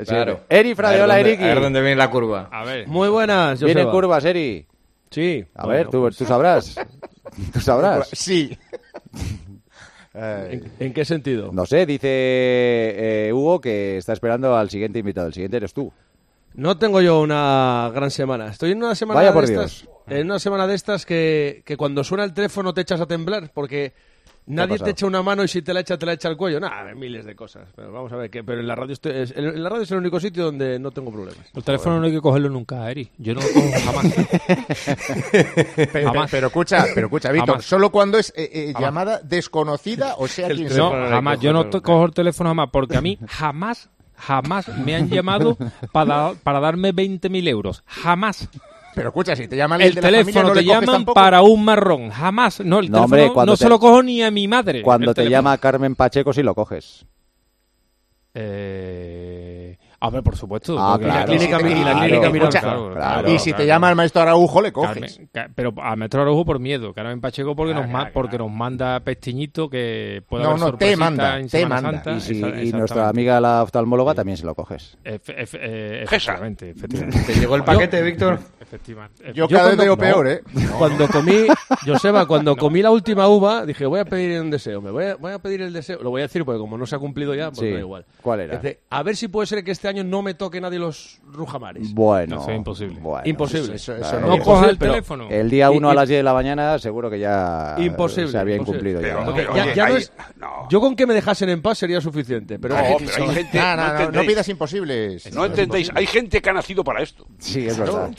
Sí, Claro. Eri Frade, A ver hola, dónde- Eriki. A ver dónde viene la curva. A ver. Muy buenas, Joseba. Vienen curvas, Eri. Sí. A ver, tú, tú sabrás. Tú sabrás. Eh, Sí. ¿En, en qué sentido? No sé, dice eh, Hugo que está esperando al siguiente invitado. El siguiente eres tú. No tengo yo una gran semana. Estoy en una semana Vaya de por estas. En una semana de estas que, que cuando suena el teléfono te echas a temblar porque nadie pasado? te echa una mano y si te la echa, te la echa al cuello. Nada, miles de cosas. Pero vamos a ver, que, pero en la radio este, eh, estoy- es, en la radio es el único sitio donde no tengo problemas. El teléfono no hay que cogerlo nunca, Eri. Yo no lo cojo jamás. Pero, Jamás. pero escucha, pero escucha, Víctor, Jamás. solo cuando es eh, eh, Jamás. llamada desconocida o sea quien sea. No, jamás. Yo no to- cojo el teléfono jamás, porque a mí jamás, jamás me han llamado para, para darme 20.000 euros. Jamás. Pero escucha, si te llaman el de la familia, teléfono, no te le coges llaman tampoco. para un marrón. Jamás. No, el No, teléfono hombre, cuando no te- se lo cojo ni a mi madre. Cuando el te teléfono. llama Carmen Pacheco, si lo coges. Eh... Hombre, por supuesto. Ah, porque- claro. Y la clínica- y la claro, clínica Mironca. Y si te llama el maestro Araujo, le coges. Carmen- ca- pero al maestro Araujo por miedo. Carmen Pacheco porque, nos, ma- porque nos manda pestiñito que puede No, haber no, te sorpresita manda, Ah, en te Semana manda. Santa. Y, si- Esa- y nuestra exactamente. amiga la oftalmóloga también se lo coges. Efe- efe- eh, efectivamente, efectivamente. ¿Te llegó el Yo- paquete, Víctor? Efectivamente. Yo cada vez cuando- veo peor, ¿eh? Cuando comí, Joseba, cuando comí la última uva, dije, voy a pedir un deseo. Me voy a, voy a pedir el deseo. Lo voy a decir porque como no se ha cumplido ya, pues Sí. da igual. ¿Cuál era? Dice, a ver si puede ser que este año no me toque nadie los rujamares. Bueno. Eso es imposible. bueno. Imposible. Eso- Claro. eso No es coja el imposible. teléfono. El día Y- 1 a y- las 10 de la mañana seguro que ya Imposible. se había imposible. incumplido. ya. Porque ya- ya no es- Yo con que me dejasen en paz sería suficiente. Pero Ah, No, es que- pero hay gente- Nah, no nah, no, no, entendéis. pidas imposibles. No entendéis, hay gente que ha nacido para esto. Sí, es Claro. verdad.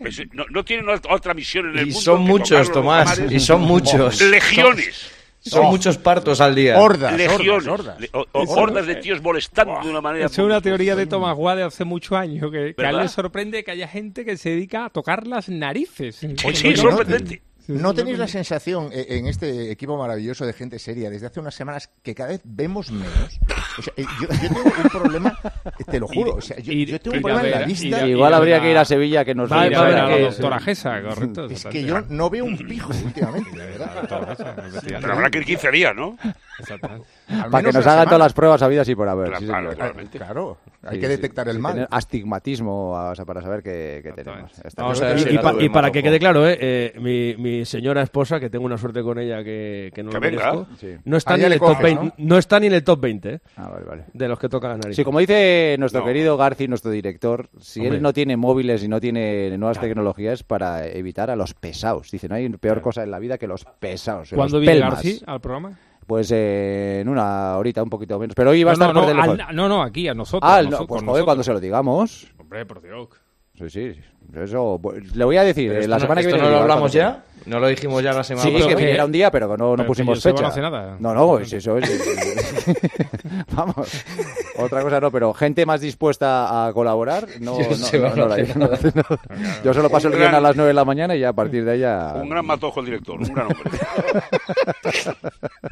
Pues, no, no tienen otra misión en el Y mundo. son que muchos, tocar los Tomás, lugares. y son muchos. Legiones. Son Oh. muchos partos al día. legiones, hordas. le- o- o- Eso, hordas de eso. tíos molestando de una ¿eh? manera. Es una teoría de Thomas Wade de hace muchos años que, que a él ¿Verdad? le sorprende que haya gente que se dedica a tocar las narices. Oye, ¿no- Sí, ¿No sí, tenéis la sorprendente. sensación eh, en este equipo maravilloso de gente seria desde hace unas semanas que cada vez vemos menos? O sea, eh, yo, yo tengo un problema, eh, te lo juro, o sea, yo, yo tengo un problema en la vista. Igual habría que ir a Sevilla que nos Va- diga va a ver ahora que- lo doctora Gesa, correcto, Es que exactamente. yo no veo un pijo últimamente, de doctora Gesa, verdad. efectivamente. Pero habrá que ir 15 días, ¿no? Al Para que menos nos una hagan todas semana. las pruebas habidas y por haber. sí, Claro, señor. claramente. Claro, hay Sí, que sí. detectar el Sí, mal. tener astigmatismo o sea, para saber qué, qué tenemos. Está Vamos bien. a ver Y, si y la pa- y tuvimos, para que ojo. quede claro, eh, eh, mi, mi señora esposa, que tengo una suerte con ella que, que no Que lo venga. merezco, Sí. no, está Ah, ni ya en le el top coges, 20, ¿no? está ni en el top 20 eh, de los que tocan la nariz. Sí, como dice nuestro No. querido Garci, nuestro director, si Hombre. él no tiene móviles y no tiene nuevas tecnologías para evitar a los pesados. Dice, no hay peor cosa en la vida que los pesados. que ¿Cuándo los viene pelmas. Garci al programa? Pues eh, en una horita, un poquito menos. Pero hoy iba a estar no, por no, al- teléfono. no, no, aquí, a nosotros. Ah, no, nosotros, pues joder, nosotros. cuando se lo digamos. Hombre, por Dios. Sí, sí. Eso, pues, le voy a decir, Pero eh, esto la no- semana que ¿esto viene. no lo le digo, hablamos ahora ya? ¿No lo dijimos ya la semana Sí, pasada? Eh, que era un día, pero que no, no Pero pusimos que yo sepa fecha. no hace nada. No, no, pues es eso es. Vamos. Otra cosa no, pero gente más dispuesta a colaborar. No, Yo no, sepa no, no no, hace no, nada. no. Yo solo paso Un el guión a gran- las 9 de la mañana y ya a partir de allá. Un gran matojo el director, un gran hombre.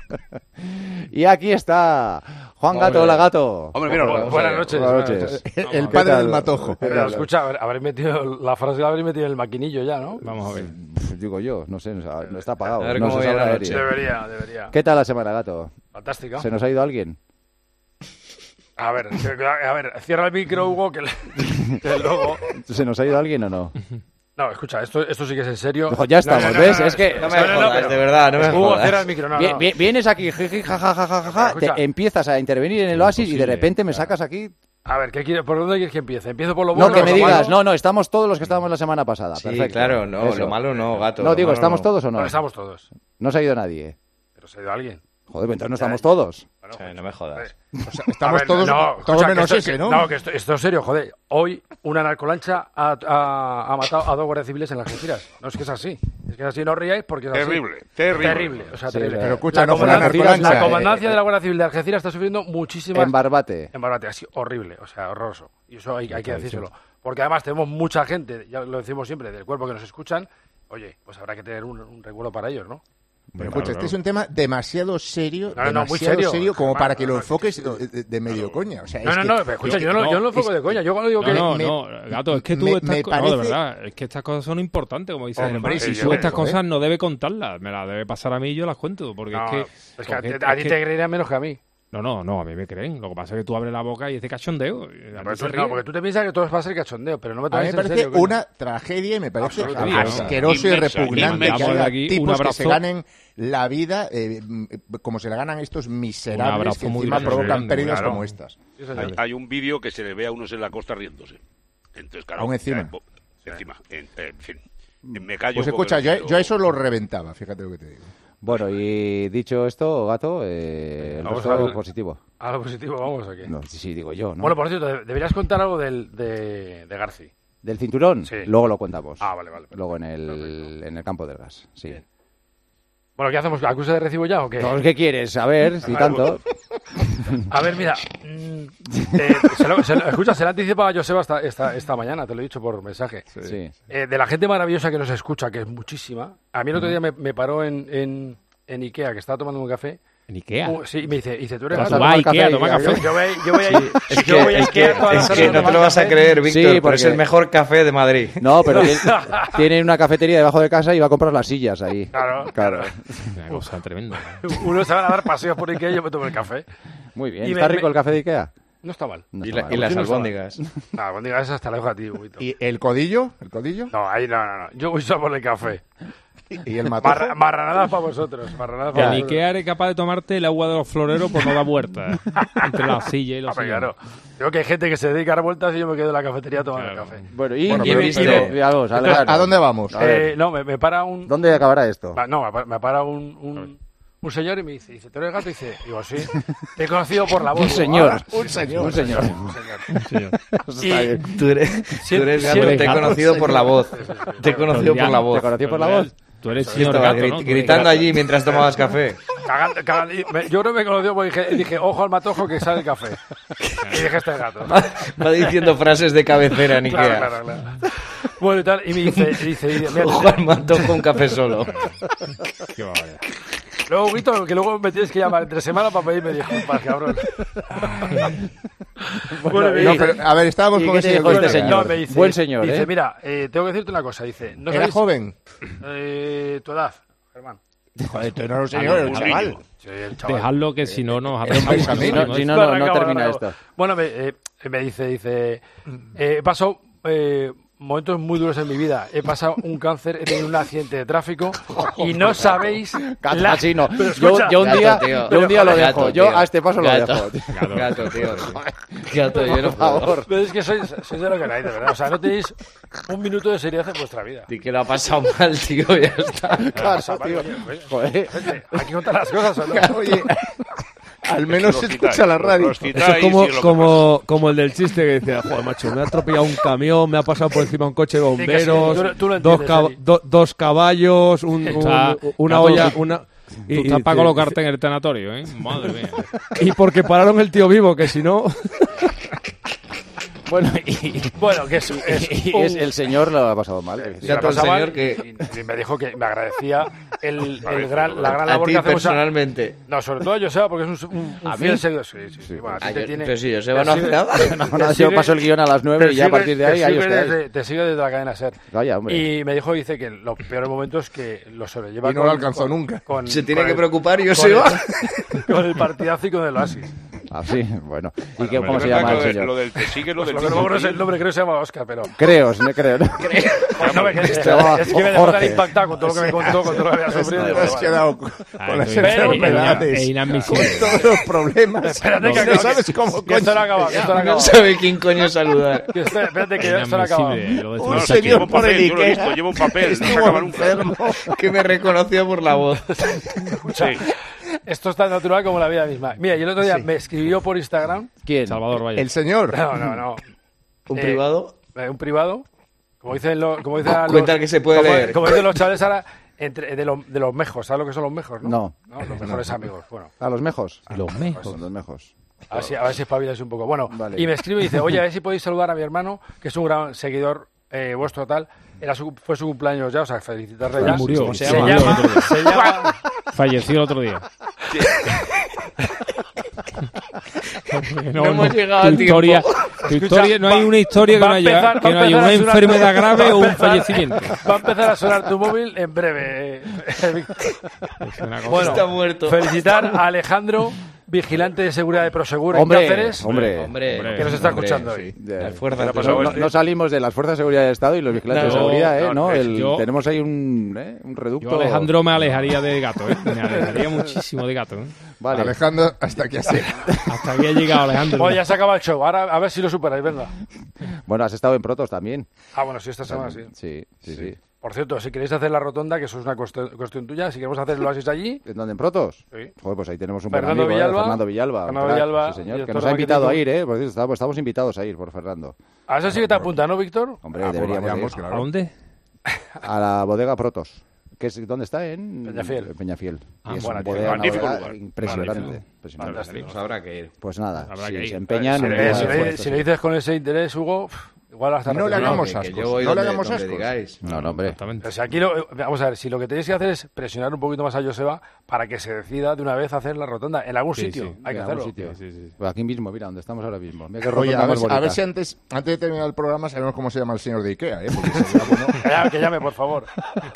Y aquí está Juan Hombre. pues, Gato, hola Gato. Hombre, mira, bu- buenas noches. Buenas noches. El ¿Qué padre tal? del matojo. ¿Qué Pero tal? escucha, haber- habréis metido la frase la habréis metido en el maquinillo ya, ¿no? Vamos a ver. Digo yo, no sé, no sa- no está pagado. A ver no cómo se viene sabe la la noche. hora. Debería, debería. ¿Qué tal la semana, Gato? Fantástica. ¿Se nos ha ido alguien? A ver, que- que- a ver, cierra el micro, Hugo, que, le- que luego. ¿Se nos ha ido alguien o no? No, escucha, esto, esto sí que es en serio. Ojo, ya estamos, ¿ves? es que... pero- Hugo, cierra el micro, no, Vie- no. vie- Vienes aquí, jiji, jajajajaja, Escucha. te eh, empiezas a intervenir en el oasis y de repente Ah. me sacas aquí... A ver, ¿qué quiere- ¿por dónde quieres que empiece? ¿Empiezo por lo bueno? No, que por me lo digas, malo? no, no, estamos todos los que estábamos la semana pasada. Sí, Perfecto. claro, no, Eso. lo malo no, gato. No, lo digo, malo ¿estamos no. todos o no? No, estamos todos. No se ha ido nadie. ¿eh? Pero se ha ido alguien. Joder, pues entonces no estamos todos. O sea, no me jodas. pues, A ver, todos menos que esto, ese, que- ¿no? No, que esto, esto es serio, joder. Hoy una narcolancha ha, ha- ha matado a dos guardias civiles en las Algeciras. No es que es así. Es que es así, no os riáis porque es así. Terrible, terrible. Terrible, o sea, Sí, terrible. pero escucha, La no fue la comandancia- narcolancha, La eh, comandancia eh, de la Guardia Civil de Algeciras está sufriendo muchísimas... En Barbate. En Barbate, así horrible, o sea, horroroso. Y eso hay, hay que Tradición. decírselo. Porque además tenemos mucha gente, ya lo decimos siempre, del cuerpo que nos escuchan. Oye, pues habrá que tener un, un recuerdo para ellos, ¿no? Pero escucha, este es un tema demasiado serio, No, no, no, muy demasiado serio. como para que lo Bueno, enfoques de, de- de medio coña. O sea, No, es no, que- no, pero escucha, yo no, yo no lo es- foco de coña. Yo cuando digo No, que... no, me- No, gato, es que tú me- estas me co- no, de parece- verdad, es que estas cosas son importantes, como dice Hombre, Germán. sí, tú sí, joder. estas cosas no debe contarlas, me las debe pasar a mí y yo las cuento, porque No, es que... es que a, porque ti- a es ti que- te creerían menos que a mí. No, no, no, a mí me creen. Lo que pasa es que tú abres la boca y es de cachondeo. No, pero tú- no, porque tú te piensas que todo va a ser cachondeo, pero no me A mí tomes me en parece serio, coño. una tragedia y me parece Absolutamente. asqueroso y Inmensa, repugnante inmensa. que Vamos de haya aquí, un tipos que se abrazo. ganen la vida eh, mm, como se la ganan estos Un miserables abrazo que muy encima grande, provocan grande, pérdidas claro. como estas. Hay, hay un vídeo que se le ve a unos en la costa riéndose. Entonces, claro, Aún encima. eh, bo- encima, en, en fin. Me callo. Pues porque- escucha, yo, yo a eso lo reventaba, fíjate lo que te digo. Bueno, y dicho esto, Gato, eh, el Vamos resto a ver. positivo. A lo positivo vamos aquí. No, sí, sí, digo yo, ¿no? Bueno, pues por cierto, de- deberías contar algo del, de, de Garci. ¿Del cinturón? Sí. Luego lo contamos. Ah, vale, vale, Luego en el, en el campo del gas, sí. Bueno, ¿qué hacemos? ¿Acusa de recibo ya o qué? No, ¿Qué quieres? A ver, si tanto. A ver, mira. mm, eh, se lo- se lo- escucha, se lo anticipaba a Joseba esta, esta, esta mañana, te lo he dicho por mensaje. Sí. Eh, de la gente maravillosa que nos escucha, que es muchísima. A mí el otro día me, me paró en, en, en Ikea, que estaba tomando un café. ¿En Ikea? Uh, sí, me dice, dice tú eres Vas gato? a tomar Tú vas a Ikea, café. toma Yo- café. Yo, voy, yo voy a ir. Es yo voy que, a es que, Ikea todas las es tardes que no te tomar lo vas a café. creer, Sí, Víctor, pero es porque- el mejor café de Madrid. No, pero él tiene una cafetería debajo de casa y va a comprar las sillas ahí. Claro. Claro. Una cosa tremenda. Uno se van a dar paseos por Ikea y yo me tomo el café. Muy bien. Y ¿Está me- rico me- el café de Ikea? No está mal. No Y está la- mal. y Sí, las no está mal. albóndigas. No, albóndigas esas te las dejo a ti, Huguito. ¿Y el codillo? ¿El codillo? No, ahí no, no, no. Yo voy solo por el café. ¿Y el matojo? Marra- marranadas para vosotros. Marranadas para Ya, ni vosotros. que eres capaz de tomarte el agua de los floreros por no dar vueltas entre la silla y los Hombre, sillones. Ah, pues claro. Creo que hay gente que se dedica a dar vueltas y yo me quedo en la cafetería tomando el café. Bueno, y, Bueno, y- pero- y- pero- y- vamos, al Entonces, grano. ¿a dónde vamos? A ver, Eh, no, me, me para un. ¿Dónde acabará esto? Va, No, me para, me para un, un, un señor y me dice, dice, ¿tú eres gato? Y dice, digo, sí. Te he conocido por la voz. Un Digo, señor. "Ah, Un señor. Un señor. Un señor. Está bien. Y- Tú eres, Sí, tú eres sí, gato, eres te he gato, conocido sí. por la voz. Te he conocido por la voz. ¿Te conocí por la voz? Tú eres Sí, señor estaba gato, gri- ¿no? Tú eres Gritando gato. allí mientras tomabas café. Cagando, cagando. Y me- Yo creo que me conoció porque dije, dije, ojo al matojo que sale el café. Y dije, este es gato. Va diciendo frases de cabecera en Claro, Ikea. claro, claro. Bueno, y tal, y me dice, y dice, y dice, mira, Ojo al matojo, un café solo. Qué barbaridad. Luego, Guito, que luego me tienes que llamar entre semana para pedirme disculpas, cabrón. Bueno, me no, dice- pero, a ver, estábamos ¿Y con qué ese te dijo señor. este señor? No, me dice, Buen señor, dice, ¿eh? mira, eh, tengo que decirte una cosa. Dice, ¿no ¿Era sabéis- joven? Eh, tu edad, Germán. Joder, tú no Ah, eres un señor, eres un chaval. Sí, el chaval. Dejadlo que si no nos un Pues apretamos. país muchísimo, amigo. ¿eh? Si no, Bueno, acabo, termina acabo. esto. Bueno, me, eh, me dice, dice, eh, he pasado eh, momentos muy duros en mi vida. He pasado un cáncer, he tenido un accidente de tráfico y no sabéis... Gato, la- así no. Pero Yo- escucha- yo un día- Gato, tío. yo un día lo Pero, dejo. Yo a este paso lo dejo, tío. Gato, gato, tío. Gato, Gato, yo por no puedo. favor. Pero es que sois, sois de lo que hay, de verdad. O sea, no tenéis un minuto de seriedad en vuestra vida. Y que lo ha pasado mal, tío, ya está. Claro, tío. Joder. Aquí contar las cosas, ¿o no? Oye, al menos Los se citáis, escucha la radio. los citáis Eso es como, como, como el del chiste que decía, joder, macho, me ha atropellado un camión, me ha pasado por encima un coche de bomberos, Sí, que sí, tú lo- tú lo dos, entiendes, cab- Ari. do- dos caballos, un- un- Está- una está olla, todo- una... Tú estás para colocarte en el tanatorio, ¿eh? Madre mía. Y porque pararon el tío vivo, que si no... Bueno, Bueno, que es, es y un- es- el señor lo ha pasado mal. Se la pasaban señor y- y me dijo que me agradecía el, A ver, el gran, la gran a labor ti que hacemos. a- personalmente. no, sobre todo a Joseba, porque es un, un, un ¿A fiel mí? seguidor. Sí, sí, sí. Bueno, a ti Ah, te yo- tiene- pero sí, Joseba te no hace sigue- nada. te No, no, yo sigue- paso el guión a las nueve te y ya a sigue- partir de te ahí, ahí os sigue quedáis. desde- Te sigue desde la cadena SER. Vaya, hombre. Y me dijo, dice que los peores momentos que lo sobrelleva Y no lo alcanzó nunca. Se tiene que el- preocupar, con Joseba. el- Con el partidazo y con el oasis. Ah, sí, bueno. ¿Y qué, Bueno, cómo es se llama verdad que el lo de- señor? lo del que sigue, lo Pues del lo que no me acuerdo es que el nombre, creo que se llama Oscar, pero... Creos, me creo. ¿no? Pues no me crees, Este va- es que me dejó tan Jorge. impactado con todo lo que me contó, con todo lo que había sufrido. Te digo, has vale. quedado con Ay, las pero- enfermedades. es inadmisible. Con todos los problemas. Espérate, que no sabes cómo que esto coño no acaba, que esto no No acaba. sabe quién coño saludar. Que espera- Espérate, que esto no acaba. No, es que lleva un papel, yo lo he visto, lleva un papel, no se Estuvo acaba nunca. enfermo, que me reconoció por la voz. Sí. Esto es tan natural como la vida misma. Mira, y el otro día me escribió por Instagram. ¿Quién? Salvador Valle. El señor. No, no, no. ¿Un Eh, privado? eh, un privado. Como dicen, lo- como dicen a los, Cuenta que se puede como, leer. como dicen los chavales ahora, entre, de, los- de los mejos. ¿Sabes lo que son los mejos? No. No. Los mejores amigos. Bueno, A los mejos. Los mejos. Los mejos. a ver si, a ver si espabiláis un poco. Bueno, Vale. y me escribe y dice, oye, a ver si podéis saludar a mi hermano, que es un gran seguidor eh, vuestro tal. Era su- fue su cumpleaños ya, o sea, felicitarle ya. Ah, murió. Se, Se murió llama, el otro día. se llama... Falleció el otro día. No hemos llegado a tu tiempo. historia, tu Escucha, historia- no hay una historia que va no a haya, empezar- va que a no haya empezar una a sonar- enfermedad grave va a o un empezar- fallecimiento. Va a empezar a sonar tu móvil en breve. eh, Víctor. cosa- bueno, Está muerto. felicitar a Alejandro, vigilante de seguridad de Prosegur Hombre, en Cáceres, hombre. Hombre, que nos está hombre, escuchando sí. hoy. Ya. Las fuerzas No, de no- seguridad. no salimos de las fuerzas de seguridad del Estado y los vigilantes de No, seguridad, ¿eh? no, ¿no? es- El- yo- tenemos ahí un, ¿eh? un reducto. Yo, Alejandro, me alejaría de gato, ¿eh? Me alejaría muchísimo de gato, ¿eh? Vale. Alejandro, hasta que así. Hasta había llegado Alejandro. Bueno, ya se acaba el show. Ahora a ver si lo superáis, venga. Bueno, has estado en Protos también. Ah, bueno, sí, esta semana sí. Sí, sí, sí. Por cierto, si queréis hacer la rotonda, que eso es una cuestión, cuestión tuya, si queremos hacerlo así allí, ¿En dónde? ¿En Protos? Sí. Joder, pues ahí tenemos un Fernando buen amigo, ¿eh? Villalba. Fernando Villalba. un Fernando crack, Villalba, sí, señor, que director nos ha magnífico. invitado a ir, ¿eh? Por cierto, estamos, estamos invitados a ir por Fernando. a eso sí que te apunta, ¿no, Víctor? Hombre, Ah, pues deberíamos vayamos, ir claro. ¿A dónde? a la bodega Protos. Que es, ¿Dónde está? En Peñafiel. en Peñafiel. Ah, Y es buena una tierra. bodega, una Magnífico bodega lugar. Impresionante. Magnífico. impresionante. Pues habrá que ir. Pues nada, Habrá que si ir. se empeñan... Pues Si no le, hay si le- esfuerzo, si sí. le dices con ese interés, Hugo, pff, igual hasta No le arrepientes. hagamos que- que ascos, yo voy no le donde- hagamos donde ascos. digáis. No, no, hombre. Exactamente. O sea, aquí lo- eh, vamos a ver, si lo que tenéis que hacer es presionar un poquito más a Joseba para que se decida de una vez hacer la rotonda en algún Sí, sitio. sí, Hay que en algún hacerlo. sitio. Sí, sí, sí. Pues aquí mismo, mira, donde estamos ahora mismo. Mira qué Oye, rotonda a ver, más si- a bonita. ver si antes, antes de terminar el programa sabemos cómo se llama el señor de Ikea, ¿eh? Porque sería bueno. Que llame, que llame, por favor.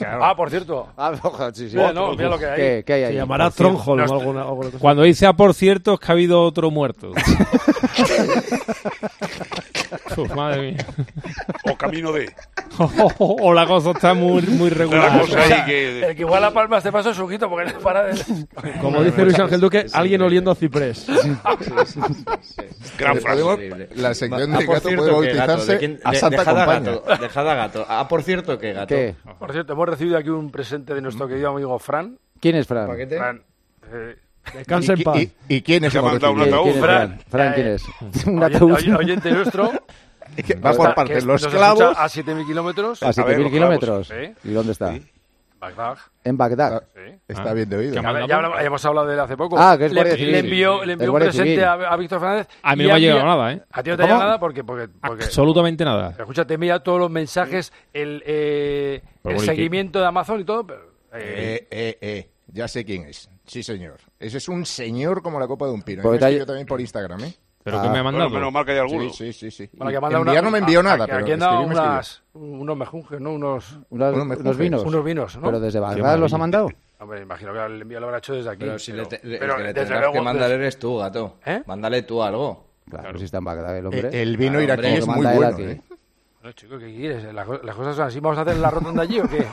Ah, por cierto. Ah, ojo, sí, sí. Mira, no, mira lo que hay. ¿Qué, qué hay ahí? Se llamará Tronjol o alguna, alguna cosa. Cuando dice a por cierto es que ha habido otro muerto. Uf, madre mía. O camino de. o la cosa está muy, muy La regular. cosa ahí que. El que igual la palma este paso es su hijito porque no para de... Como dice Luis Ángel Duque, alguien oliendo a ciprés. Gran Le frase. podemos- la Ah, sección Ah, de gato puede bautizarse a Santa Compañía. Dejad a gato. Ah, por cierto, que gato. ¿Qué? Por cierto, hemos recibido aquí un presente de nuestro querido amigo Fran. ¿Quién es Fran? ¿Paquete? Fran, eh, Descansa en paz. ¿Y, y, y quién es Te ha el mandado un ¿Quién- ataúd, quién es Fran. Fran? Fran, ¿quién Eh, es? Un oyen- ataúd. oyen- oyente nuestro. Va está- por que partes. es- Los nos escucha clavos. A 7.000 kilómetros. A A ver, 7.000 los clavos, kilómetros. ¿eh? ¿Y dónde está? Bagdad. En Bagdad. Sí. Está bien de oído. Ya, ya hablamos- ya hemos hablado de él hace poco. Ah, que es le, Guardia Civil. le envió, le envió Es un Guardia presente Civil. a, a Víctor Fernández. A mí y no me ha llegado envía- nada, ¿eh? A ti no te ha llegado ¿Cómo? nada porque. porque, porque Absolutamente nada. Escucha, te envía todos los mensajes, el, eh, Pero el bueno, ¿y qué? seguimiento de Amazon y todo. pero- Eh, eh, eh, ya sé quién es. Sí, señor. Ese es un señor como la copa de un pino. Porque Porque te ha- yo también por Instagram, ¿eh? Pero que me ha mandado. Ah, Bueno, menos mal que hay alguno. Sí, sí, sí. sí. Bueno, que manda una- Enviar no me envió a- nada, a- pero Este aquí han dado escribí, me escribió. unas- unos mejunjes, ¿no? Unos, Unos, Unos mejunjes. unos vinos. Unos vinos, ¿no? Pero desde Bagdad maravilla. los ha mandado. Hombre, imagino que el envío lo habrá hecho desde aquí. Pero si le, te- le- pero el que le desde tendrás luego, que mandar pues, desde- eres tú, gato. ¿eh? Mándale tú algo. Claro, si está en Bagdad el hombre. Eh, el vino Claro, iraquí hombre, es que muy manda él bueno. aquí. ¿eh? No, chico, ¿qué quieres? Las, co- las cosas son así. ¿Vamos a hacer la rotonda allí o qué?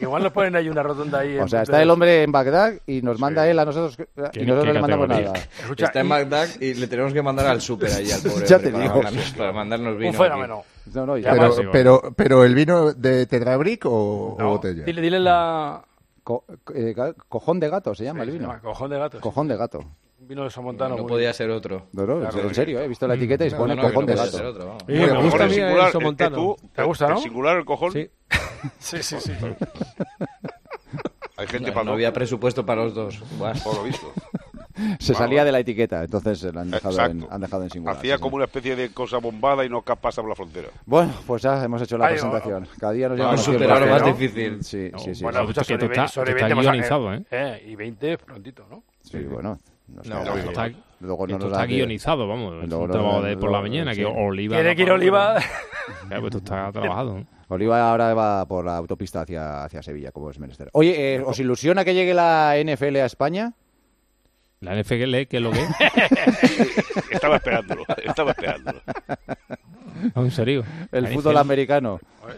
Igual nos ponen ahí una rotonda ahí. O en sea, punto está de- el hombre en Bagdad y nos manda él a nosotros y nosotros qué le mandamos categoría? nada. Escucha, Está en y- Bagdad y le tenemos que mandar al súper ahí al pobre. Ya te hombre, para, digo. mandarnos- para mandarnos vino. Un fenómeno. No, no, y- Ya Pero, vas, pero, pero, el vino de Tetrabric o, o No, botella. Dile, dile la. Co- eh, ga- cojón de gato se llama se el vino. llama Cojón de gatos. Cojón de gato. Un vino de Somontano. No muy- podía ser otro. No, no, Claro, en serio, eh, he visto la etiqueta y se No, pone no, cojón que de no puede ser gato. otro, vamos. Eh, me gusta a mí singular, el el- el, Somontano. tú, ¿Te gusta, el no? singular, el cojón. Sí. Sí, sí, sí. Hay gente No, para no había presupuesto para los dos. Buah. por lo visto. Se Vamos. salía de la etiqueta, entonces se la han dejado, en, Exacto. han dejado en singular. Hacía sí, como sí. una especie de cosa bombada y no ca- pasaba la frontera. Bueno, pues ya hemos hecho la Ay, presentación. Cada día nos Vamos llevamos a superar lo tiempo, más ¿no? difícil. Sí, sí, sí. Bueno, sí, escucha, que tú sobre, estás- sobre tú 20 estás más- guionizado, ¿eh? eh, Y 20 prontito, ¿no? sí, bueno. nos No, queda- no, Está, Luego no esto nos está da que- guionizado, vamos. Es Luego un no trabajo da- de por la luego- mañana que sí. Oliva. Tiene que ir no- Oliva. Claro, pues tú estás trabajado. ¿no? Oliva ahora va por la autopista hacia, hacia Sevilla, como es menester. Oye, eh, ¿os ilusiona que llegue la NFL a España? La NFL, que es lo que es? Estaba esperándolo, estaba esperándolo. No, en serio. El La fútbol NFL. americano. Fútbol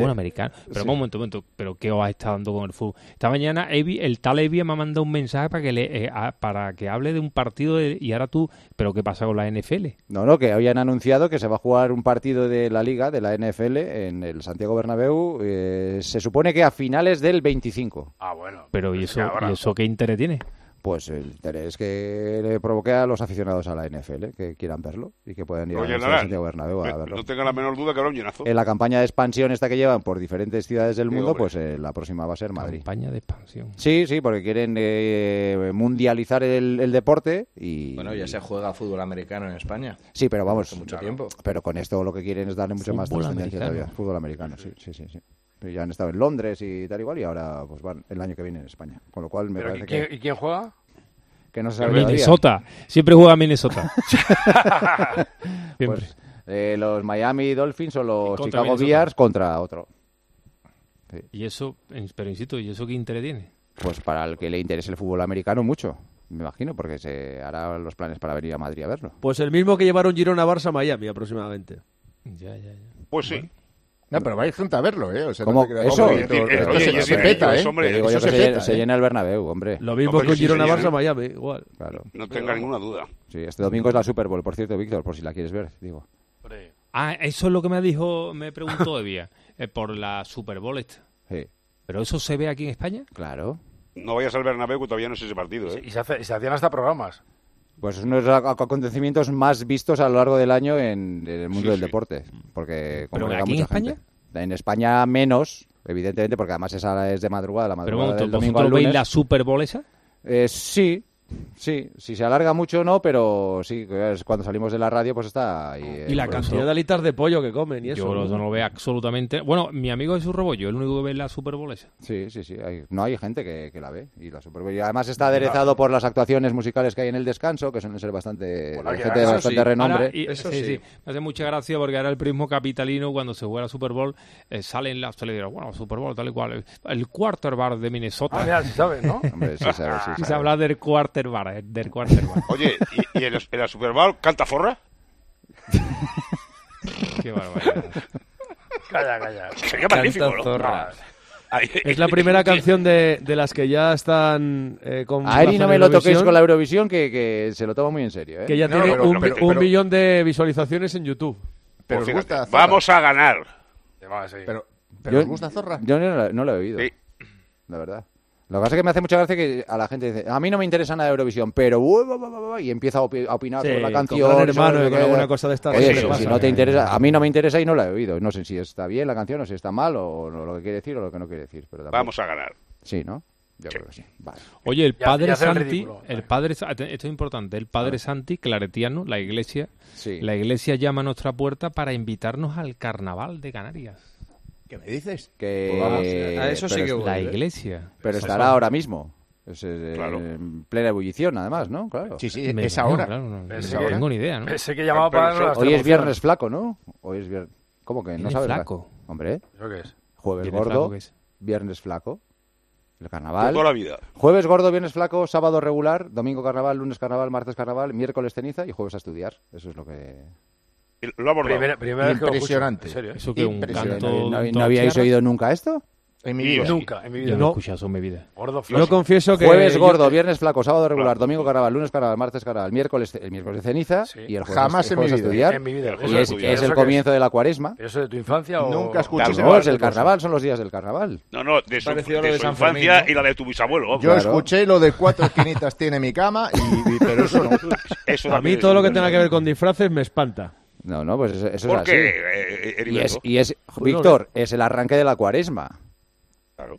Pues americano. Pero un momento, un momento. ¿Pero qué os está dando con el fútbol? Esta mañana Evi- el tal Evi me ha mandado un mensaje para que, le, eh, a- para que hable de un partido de- y ahora tú, ¿pero qué pasa con la NFL? No, no, que habían anunciado que se va a jugar un partido de la Liga, de la NFL, en el Santiago Bernabéu. eh, se supone que a finales del 25. Ah, bueno. Pero ¿y es que eso, ahora- ¿y eso qué interés tiene? Pues el interés que le provoque a los aficionados a la NFL, que quieran verlo y que puedan ir Lo al estadio llenarán. Santiago Bernabéu a verlo. eh, No tenga la menor duda que habrá un llenazo. En la campaña de expansión esta que llevan por diferentes ciudades del Sí, mundo, hombre. pues eh, la próxima va a ser Madrid. Campaña de expansión. Sí, sí, porque quieren eh, mundializar el, el deporte y... Bueno, ya se juega fútbol americano en España. Sí, pero vamos... Hace mucho tiempo. Pero con esto lo que quieren es darle mucho más Fútbol trascendencia americano. todavía. Fútbol americano, sí, sí, sí. sí. Pero Ya han estado en Londres y tal igual y ahora pues van el año que viene en España. Con lo cual me Pero parece ¿y quién- que, ¿Y quién juega? que no se sabe todavía. Minnesota. Siempre juega Minnesota. Siempre. Pues, eh, los Miami Dolphins o los Contra Chicago Minnesota. Bears contra otro. y eso, eh, pero insisto, ¿y eso qué interés tiene? Pues para el que le interese el fútbol americano mucho, me imagino, porque se hará los planes para venir a Madrid a verlo. Pues el mismo que llevaron Girona Barça a Miami aproximadamente. Ya, ya, ya. Pues sí. No, pero vais junto a verlo, ¿eh? O sea, ¿Cómo? no te creas- Eso. Hombre, Oye, esto oye, se- oye, se oye, peta, ¿eh? Te hombre, digo yo Eso que se se, peta, llena, se ¿eh? llena el Bernabéu, hombre. Lo mismo No, que pero un sí, Girona señor. ¿eh? Barça a Miami, igual. Claro. No tenga ninguna duda. Sí, este domingo es la Super Bowl, por cierto, Víctor, por si la quieres ver, digo. Hombre, Ah, eso es lo que me dijo, me preguntó Evia, eh, por la Super Bowl esta. Sí, ¿Pero eso se ve aquí en España? claro. No vayas al Bernabéu que todavía no es ese partido, ¿eh? Y se, hace- y se hacían hasta programas. Pues es uno de los ac- acontecimientos más vistos a lo largo del año en, en el mundo Sí, del sí. deporte. Porque ¿Pero congrega aquí en mucha gente. En España menos, evidentemente, porque además esa es de madrugada, la Pero madrugada un momento, del domingo al ¿vosotros veis lunes. la Super Bowl esa? Eh, sí, sí. Si se alarga mucho no, pero sí, que es cuando salimos de la radio pues está ahí. eh, Y la por cantidad eso. de alitas de pollo que comen y eso. Yo no lo veo absolutamente. Bueno, mi amigo Jesús Rebollo, el único que ve la Super Bowl esa. Sí, sí, sí. hay- no hay gente que, que la ve. Y la Super Bowl. Y además está aderezado por las actuaciones musicales que hay en el descanso, que suelen ser bastante... Bueno, de que gente de eso bastante renombre. Ahora, y- sí, sí. Me hace mucha gracia porque ahora el prismo capitalino, cuando se juega la Super Bowl, eh, salen las televisoras. Bueno, Super Bowl, tal y cual. El quarterback de Ah, Minnesota. mira, sí sabes, ¿no? Hombre, sí sabe, sí Y se sabe. habla del quarterback, eh, del quarterback. Oye, ¿y, y en, la, en la Super Bowl canta Forra? Qué barbaridad. Calla, calla. Sería magnífico, ¿no? Zorra. Ay, Es la primera canción de, de las que ya están eh, con. A Eri no razón me en lo toquéis Eurovisión, con la Eurovisión, que, que se lo toma muy en serio. ¿eh? Que ya No, tiene pero- un, pero- un pero- millón de visualizaciones en YouTube. Pero os Pues gusta fíjate, Zorra. Vamos a ganar. Te vas, sí. Pero, pero Yo- os gusta Zorra. Yo no, la- no lo he oído, Sí. la verdad. Lo que pasa es que me hace mucha gracia que a la gente dice, a mí no me interesa nada de Eurovisión, pero... uh, bu, bu, bu, bu", Y empieza a opi- a opinar Sí, sobre la con canción. Gran Hermano sobre y con qué- alguna cosa de estas Oye, que si, le pasa, si no te que- interesa, a mí no me interesa y no la he oído. No sé si está bien la canción o si está mal o no- lo que quiere decir o lo que no quiere decir. Pero tampoco- Vamos a ganar. Sí, ¿no? Yo creo que sí. Vale. Oye, el Ya- padre ya hacer el Santi, ridículo, el padre, Sa- te- esto es importante, el padre Santi, claretiano, la iglesia, Sí. la iglesia llama a nuestra puerta para invitarnos al carnaval de Canarias. ¿Qué me dices? Que... Pues vamos, a eso sí pero que es- voy, La ¿eh? iglesia. Pero Eso estará sí. ahora mismo. Es, eh, En plena ebullición, además, ¿no? Claro. Sí, sí, Me es imagino, ahora. claro, no- no Es tengo ahora. ni idea, ¿no? Pensé que llamaba Pero para eso- nuestras Hoy es emociones. viernes flaco, ¿no? Hoy es viernes... ¿Cómo que no Viernes sabes? la- flaco. Hombre. ¿Eso qué es? Jueves Viernes gordo, flaco, ¿qué es? viernes flaco. El carnaval. Toda la vida. Jueves gordo, viernes flaco, sábado regular, domingo carnaval, lunes carnaval, martes carnaval, miércoles ceniza y jueves a estudiar. Eso es lo que... Lo abordado. Primera- primera vez que lo escucho, Impresionante. en serio. Eso que un Impresionante. canto- ¿No, en no todas habíais tierras? oído nunca esto? En mi vida. Nunca, en mi vida. Yo no he No. escuchado eso en mi vida. Gordo Yo confieso que Jueves yo- gordo, viernes flaco, sábado regular, domingo carnaval, lunes carnaval, martes carnaval, miércoles, el miércoles de ceniza y el jueves, Jamás el en mi jueves a vida. estudiar. En mi vida. Y es, Eso es el que comienzo es. de la cuaresma. ¿Eso de tu infancia o...? Nunca escuché Claro, ese no, es tipo de el cosas. carnaval, son los días del carnaval. No, no, de su, Parecido a lo de de su San Fermín, infancia ¿no? y la de tu bisabuelo. vamos. Yo escuché lo de cuatro esquinitas tiene mi cama, y, y- pero eso no. Eso A mí también todo es lo que verdad. tenga que ver con disfraces me espanta. No, no, pues eso, eso ¿Por es así. qué, eh, eh, y es, Heriberto? y es- Pues no, Víctor, es el arranque de la cuaresma.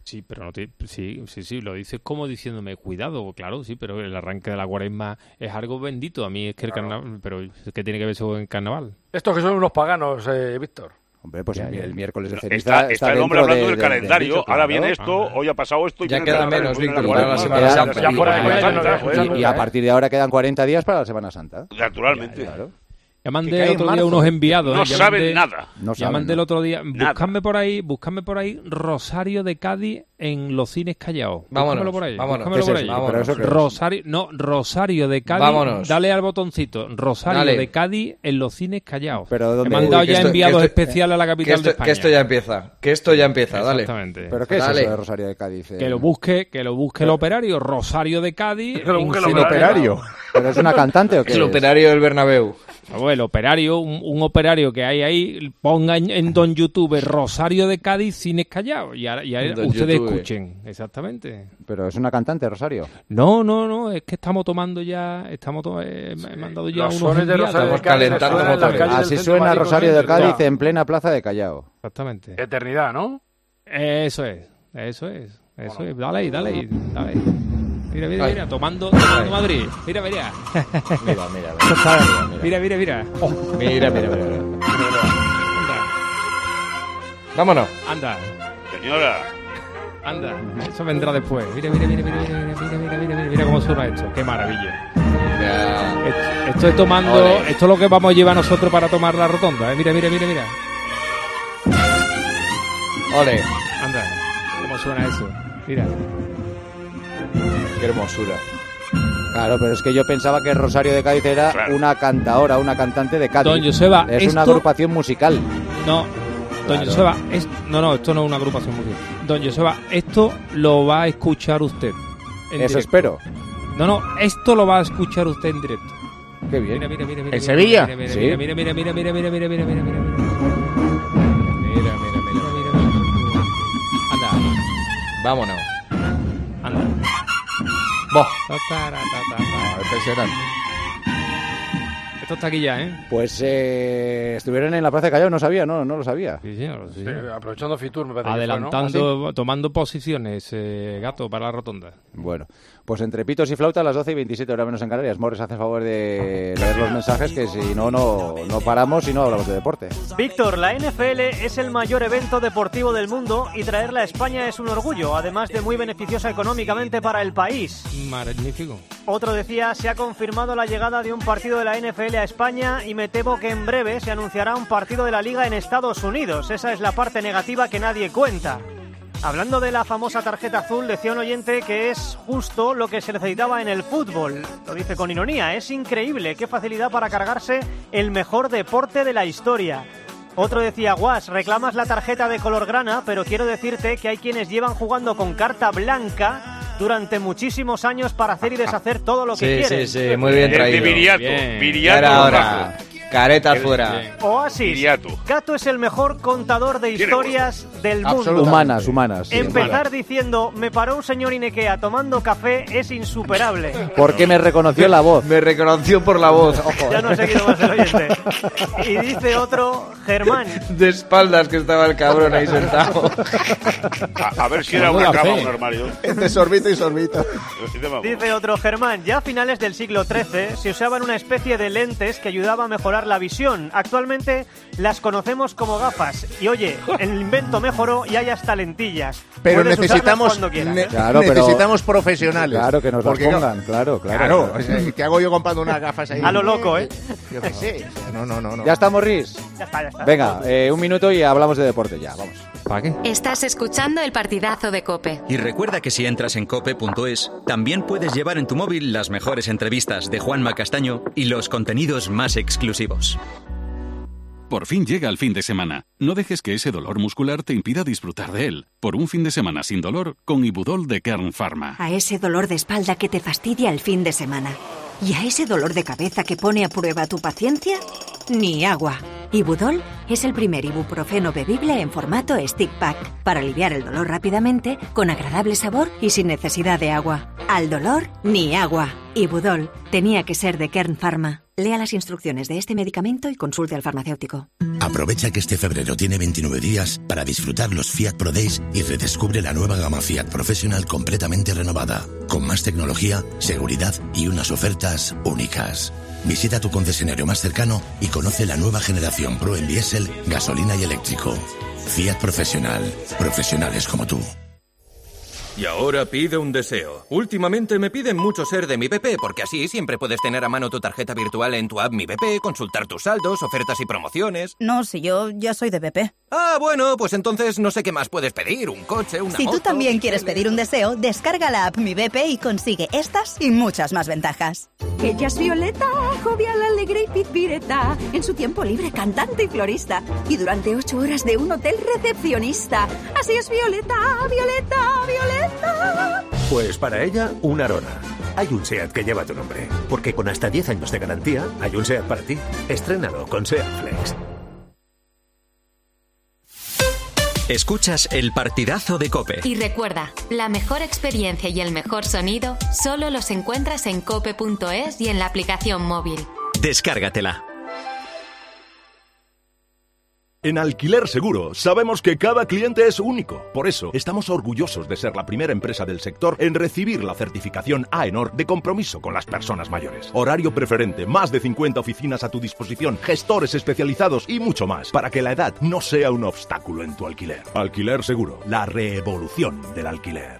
Sí, pero no te- sí, sí, sí, lo dices como diciéndome, cuidado, claro, sí, pero el arranque de la cuaresma es algo bendito. A mí es que el carnaval, pero ¿qué tiene que ver eso en carnaval? Estos que son unos paganos, eh, Víctor. Hombre, pues el, el miércoles de No, ceniza Está, Ah, está el hombre dentro hablando de- del de- calendario. dicho, Ahora claro. viene esto, hoy ha pasado esto. y Ya tiene queda que haber menos, una Víctor, cuarta. para la Semana Santa. Ya fuera de cuenta, no, no, ¿eh? Y- no, y, a partir de ahora quedan 40 días para la Semana Santa. Pues Naturalmente. Ya Que mandé cae en otro día marzo. unos enviados. No ¿eh? Ya saben mandé- nada. No ya saben, mandé el no. otro día. Buscadme por ahí, buscadme por ahí Rosario de Cádiz en los cines Callao. Vámonos, Búscamelo por ahí. vámonos. búscamelo ¿Qué es por ahí. eso? Pero eso qué es. Rosario, no, Rosario de Cádiz. Vámonos. Dale al botoncito. Rosario Dale. de Cádiz en los cines Callao. Pero ¿dónde- He mandado Uy, que ya esto- enviados que esto- especiales a la que capital esto, de España. Que esto ya empieza, que esto ya empieza, dale. Exactamente. ¿Pero qué es Dale. eso de Rosario de Cádiz? eh? Que lo busque, que lo busque el operario. Rosario de Cádiz. Que lo en busque el cine operario. Callao. ¿Pero es una cantante o qué? El es? operario del Bernabéu. el operario, un, un operario que hay ahí, ponga en, en Don YouTube Rosario de Cádiz, Cines Callao. Y ahora, y ahora Don ustedes YouTube. escuchen, exactamente. ¿Pero es una cantante, Rosario? No, no, no, es que estamos tomando ya, estamos to- eh, me he mandado ya los unos sones de enviados. Rosario de Cádiz Estamos calentando suenan en las motores. calles del Así centro suena mágico Rosario de centro. Cádiz Ya. en plena plaza de Callao. Exactamente. Eternidad, ¿no? Eso es, eso es, eso es. Dale ahí, dale ahí, dale ahí. Mira, mira, Ay. mira, tomando, tomando Ay. Madrid. Mira, mira. Mira, mira, Esto está- mira. Mira, mira, mira. Mira, mira, mira. Vámonos. Anda, Señora, anda. Eso vendrá después. Mira, mira, mira, mira, mira, mira, mira, mira, mira, mira cómo suena esto. Qué maravilla. Esto, esto es tomando, Ole. esto es lo que vamos a llevar nosotros para tomar la rotonda. ¿eh? Mira, mira, mira, mira. Ole, Anda, cómo suena eso. Mira. qué hermosura. Claro, pero es que yo pensaba que Rosario de Cádiz era una cantadora, una cantante de Cádiz. Don Joseba, es una esto- agrupación musical. No, don Claro. Joseba, es- no, no, esto no es una agrupación musical. Don Joseba, esto lo va a escuchar usted. en Eso directo. espero. No, no, esto lo va a escuchar usted en directo. Qué bien. Mira, mira, mira, mira, ¿En mira, Sevilla? Mira, mira, Sí. mira, mira, mira, mira, mira, mira, mira, mira, mira. Mira, mira, mira. Anda, Vámonos. anda. Bo. Ta, ta, ra, ta, ta, ta. Esto está aquí ya, ¿eh? Pues eh, estuvieron en la plaza de Callao, no sabía, no, no lo sabía. Sí, señor, sí, Sí, señor. aprovechando Fitur, me parece que fue, Pues ¿no? Adelantando, tomando posiciones, eh, gato, para la rotonda. Bueno, pues entre pitos y flauta a las 12 y 27 horas menos en Canarias. Morris, hace favor de leer los mensajes que si no, no, no paramos y no hablamos de deporte. Víctor, la NFL es el mayor evento deportivo del mundo y traerla a España es un orgullo, además de muy beneficiosa económicamente para el país. Magnífico. Otro decía, se ha confirmado la llegada de un partido de la NFL a España y me temo que en breve se anunciará un partido de la liga en Estados Unidos. Esa es la parte negativa que nadie cuenta. Hablando de la famosa tarjeta azul, decía un oyente que es justo lo que se necesitaba en el fútbol. Lo dice con ironía, es increíble, qué facilidad para cargarse el mejor deporte de la historia. Otro decía, Guas, reclamas la tarjeta de color grana, pero quiero decirte que hay quienes llevan jugando con carta blanca durante muchísimos años para hacer y deshacer todo lo que Sí, quieren. sí, sí, muy bien El de traído. Viriato, Bien. Viriato Ya era lo hora. trajo. Careta fuera. Oasis. Gato es el mejor contador de historias del mundo. Humanas, humanas. sí. Empezar diciendo, me paró un señor Inequea tomando café es insuperable. ¿Por qué me reconoció la voz? Me reconoció por la voz. Ya eh. no he seguido más el oyente. Y dice otro, Germán, De espaldas que estaba el cabrón ahí sentado. A, a ver si era una cama o un armario. Entre sorbito y sorbito. Dice otro Germán, ya a finales del siglo XIII se usaban una especie de lentes que ayudaba a mejorar la visión. Actualmente las conocemos como gafas. Y oye, el invento mejoró y hay hasta lentillas. Pero Puedes usarlas necesitamos, cuando quieras. ne- Claro, pero- necesitamos profesionales. Claro, que nos las Porque, Pues, eh, claro, pongan, claro, claro. Claro, o sea, ¿qué hago yo comprando unas gafas ahí? A lo loco, ¿eh? Yo qué sé. o sea, No, no, no. no. ¿Ya estamos, Riz? Ya está, ya está. Venga, eh, un minuto y hablamos de deporte ya, vamos. ¿Para qué? Estás escuchando el partidazo de Cope. Y recuerda que si entras en cope.es, también puedes llevar en tu móvil las mejores entrevistas de Juanma Castaño y los contenidos más exclusivos. Por fin llega el fin de semana. No dejes que ese dolor muscular te impida disfrutar de él. Por un fin de semana sin dolor, con Ibudol de Kern Pharma. A ese dolor de espalda que te fastidia el fin de semana. Y a ese dolor de cabeza que pone a prueba tu paciencia, ni agua. Ibudol es el primer ibuprofeno bebible en formato stick pack para aliviar el dolor rápidamente, con agradable sabor y sin necesidad de agua. Al dolor, ni agua. Ibudol tenía que ser de Kern Pharma. Lea las instrucciones de este medicamento y consulte al farmacéutico. Aprovecha que este febrero tiene 29 días para disfrutar los Fiat Pro Days y redescubre la nueva gama Fiat Professional completamente renovada, con más tecnología, seguridad y unas ofertas únicas. Visita tu concesionario más cercano y conoce la nueva generación Pro en diésel, gasolina y eléctrico. Fiat Professional, profesionales como tú. Y ahora pide un deseo. Últimamente me piden mucho ser de mi BP porque así siempre puedes tener a mano tu tarjeta virtual en tu app Mi BP, consultar tus saldos, ofertas y promociones. No, si yo ya soy de BP. Ah, bueno, pues entonces no sé qué más puedes pedir, un coche, una si tú moto. también quieres pedir un deseo, descarga la app Mi BP y consigue estas y muchas más ventajas. Ella es Violeta, jovial, alegre y pipireta. En su tiempo libre, cantante y florista. Y durante ocho horas de un hotel recepcionista. Así es Violeta, Violeta, Violeta. Pues para ella, una Arona. Hay un SEAT que lleva tu nombre. Porque con hasta 10 años de garantía, hay un SEAT para ti. Estrenado con SEAT Flex. Escuchas el partidazo de cope. Y recuerda, la mejor experiencia y el mejor sonido solo los encuentras en cope.es y en la aplicación móvil. Descárgatela. En Alquiler Seguro sabemos que cada cliente es único. Por eso estamos orgullosos de ser la primera empresa del sector en recibir la certificación AENOR de compromiso con las personas mayores. Horario preferente, más de 50 oficinas a tu disposición, gestores especializados y mucho más para que la edad no sea un obstáculo en tu alquiler. Alquiler Seguro, la revolución del alquiler.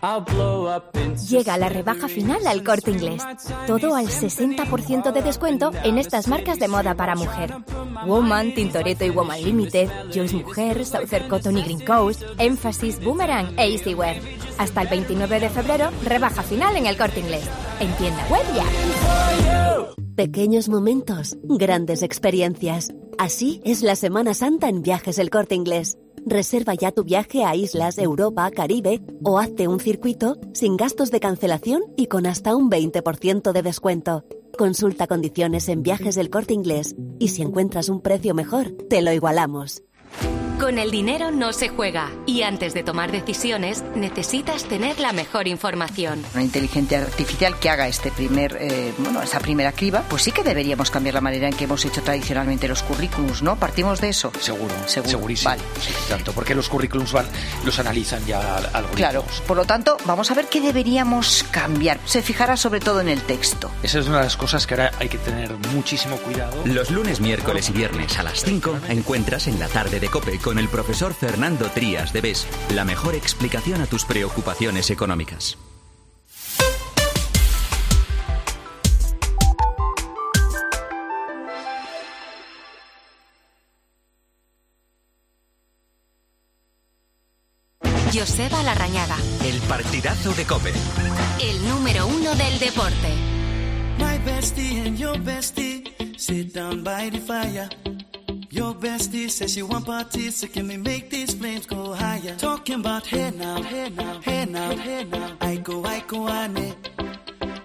Llega la rebaja final al corte inglés. Todo al 60% de descuento en estas marcas de moda para mujer. Woman, Tintoretto y Woman Limited, Juice Mujer, Southern Cotton y Green Coast, Emphasis, Boomerang e Easywear. Hasta el 29 de febrero, rebaja final en el corte inglés. En tienda web ya. Pequeños momentos, grandes experiencias. Así es la Semana Santa en Viajes El Corte Inglés. Reserva ya tu viaje a islas, Europa, Caribe o hazte un circuito sin gastos de cancelación y con hasta un 20% de descuento. Consulta condiciones en Viajes El Corte Inglés y si encuentras un precio mejor, te lo igualamos. Con el dinero no se juega y antes de tomar decisiones necesitas tener la mejor información. Una inteligencia artificial que haga este primer, eh, bueno, esa primera criba, pues sí que deberíamos cambiar la manera en que hemos hecho tradicionalmente los currículums, ¿no? Partimos de eso. Seguro, Seguro. segurísimo. Tanto porque los currículums van, los analizan ya algoritmos. Claro, por lo tanto, vamos a ver qué deberíamos cambiar. Se fijará sobre todo en el texto. Esa es una de las cosas que ahora hay que tener muchísimo cuidado. Los lunes, miércoles y viernes a las 5 encuentras en la tarde de Cope con el profesor Fernando Trías de Bes la mejor explicación a tus preocupaciones económicas. Joseba Larrañaga, El partidazo de Cope. el número uno del deporte. My bestie and your bestie sit down by the fire. Your bestie says she want parties, so can we make these flames go higher? Talking about hey now, hey now, hey now, hey now. I go, I go, ane.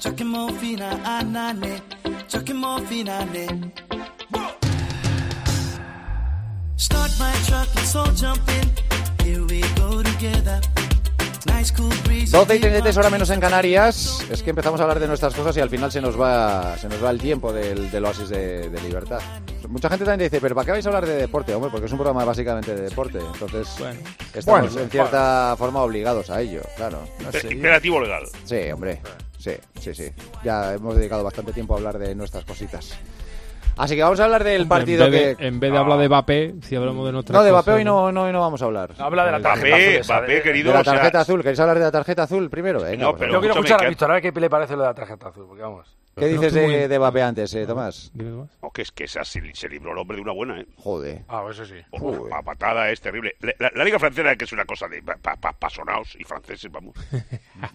Chucking more fina, anane. Chucking more fina, ane. Start my truck, let's all jump in. Here we go together. Nice cool breeze. 12 y 33 horas menos en Canarias. Es que empezamos a hablar de nuestras cosas y al final se nos va, se nos va el tiempo del, del oasis de, de libertad. Mucha gente también dice, pero ¿para qué vais a hablar de deporte, hombre? Porque es un programa básicamente de deporte. Entonces, estamos Bueno, en cierta forma obligados a ello, claro. Impe- imperativo legal. Sí, hombre. Sí, sí, sí. Ya hemos dedicado bastante tiempo a hablar de nuestras cositas. Así que vamos a hablar del partido en vez que... Ah. de, en vez de hablar de Mbappé, si hablamos de nuestra No, de Vapeo hoy no, no, hoy no vamos a hablar. Eh, Habla de la tarjeta Mbappé, azul esa, Mbappé, de- querido, de la o sea, tarjeta azul. ¿Queréis hablar de la tarjeta azul primero? Venga, pues Yo vamos. quiero escuchar a Víctor, a ver qué le parece lo de la tarjeta azul, porque vamos. ¿Qué dices de, de Mbappé antes, eh, Tomás? No, que es que esa se, li- se libró el hombre de una buena, ¿eh? Joder. Ah, eso sí. Oh. Joder. La patada es terrible. La, la- la Liga Francesa, que es una cosa de pasonaos y franceses, vamos.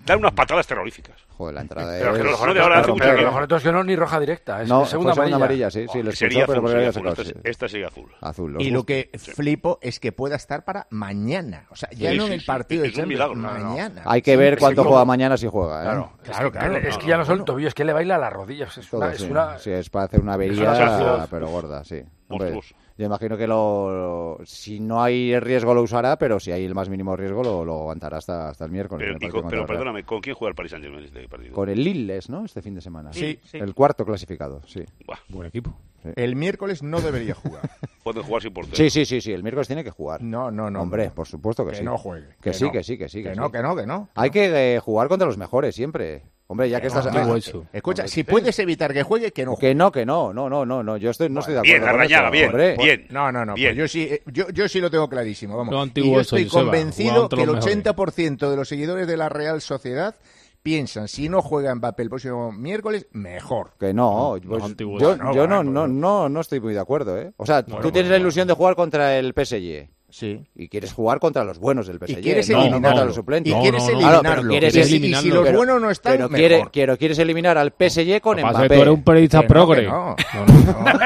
Dan unas patadas terroríficas. Joder, la entrada Pero es- que los no de ahora hace mucho Pero que lo no. mejor de todo es que no es ni roja directa, es No, segunda, fue segunda amarilla. amarilla, sí, sí, Oh, lo escuchó, sería pero azul, por ahí sería lo azul, sacó, esta, sí. es- esta sigue azul. Azul, los Y lo gustos. que flipo es que pueda estar para mañana. O sea, ya Sí, no sí, en el sí. partido Es de un Champions, milagro, no, no. mañana. Hay que ver cuánto juega mañana si juega, ¿eh? Claro. Claro, claro. Es que ya no son tobillos, es que le baila las rodillas. Es Todo, una, es sí. una- Sí, es para hacer una una avería, salsa. pero gorda, sí. Hombre, Monstruoso. yo imagino que lo, si no hay riesgo lo usará, pero si hay el más mínimo riesgo lo, lo aguantará hasta, hasta el miércoles. en el Pero, y partido con- contra pero el Real. perdóname, ¿con quién juega el Paris Saint-Germain este partido? Con el Lille, ¿no? Este fin de semana. Sí, sí. El cuarto clasificado, sí. Buen equipo. El miércoles no debería jugar. Pueden jugar sin portero. Sí, sí, sí, sí. El miércoles tiene que jugar. No, no, no. Hombre, por supuesto que, Que sí. no juegue. Que, Que sí, no. que sí, que sí. Que no, sí. que no, que no. Hay que eh, jugar contra los mejores siempre. Hombre, ya que, no, estás... no, ah, no, eso. Escucha, si puedes evitar que juegue, que no Que no, que no, no, no, no, no. Yo estoy, no estoy de acuerdo. bien, con Larrañaga, eso, bien, hombre. bien. No, no, no. Bien. pues Yo sí, eh, yo, yo sí lo tengo clarísimo. Vamos. Lo antiguo y yo eso, estoy Joseba, jugaba convencido entre que el los mejores. 80% de los seguidores de la Real Sociedad piensan si no juega Mbappé el próximo miércoles, mejor. Que no, pues, yo, No, yo no, bueno, no, no, no estoy muy de acuerdo, ¿eh? O sea, Bueno, tú pues tienes la ilusión de jugar contra el PSG. Sí. Y quieres jugar contra los buenos del PSG. quieres no, eliminarlo. contra los suplentes. Y No, quieres no, no. Claro, pero eliminarlo. Quieres eliminarlo. Y si los pero- buenos no están, pero mejor. quiere- quiero- quieres eliminar al PSG con Lo que pasa es Mbappé. que tú eres un periodista Que no, progre. que no.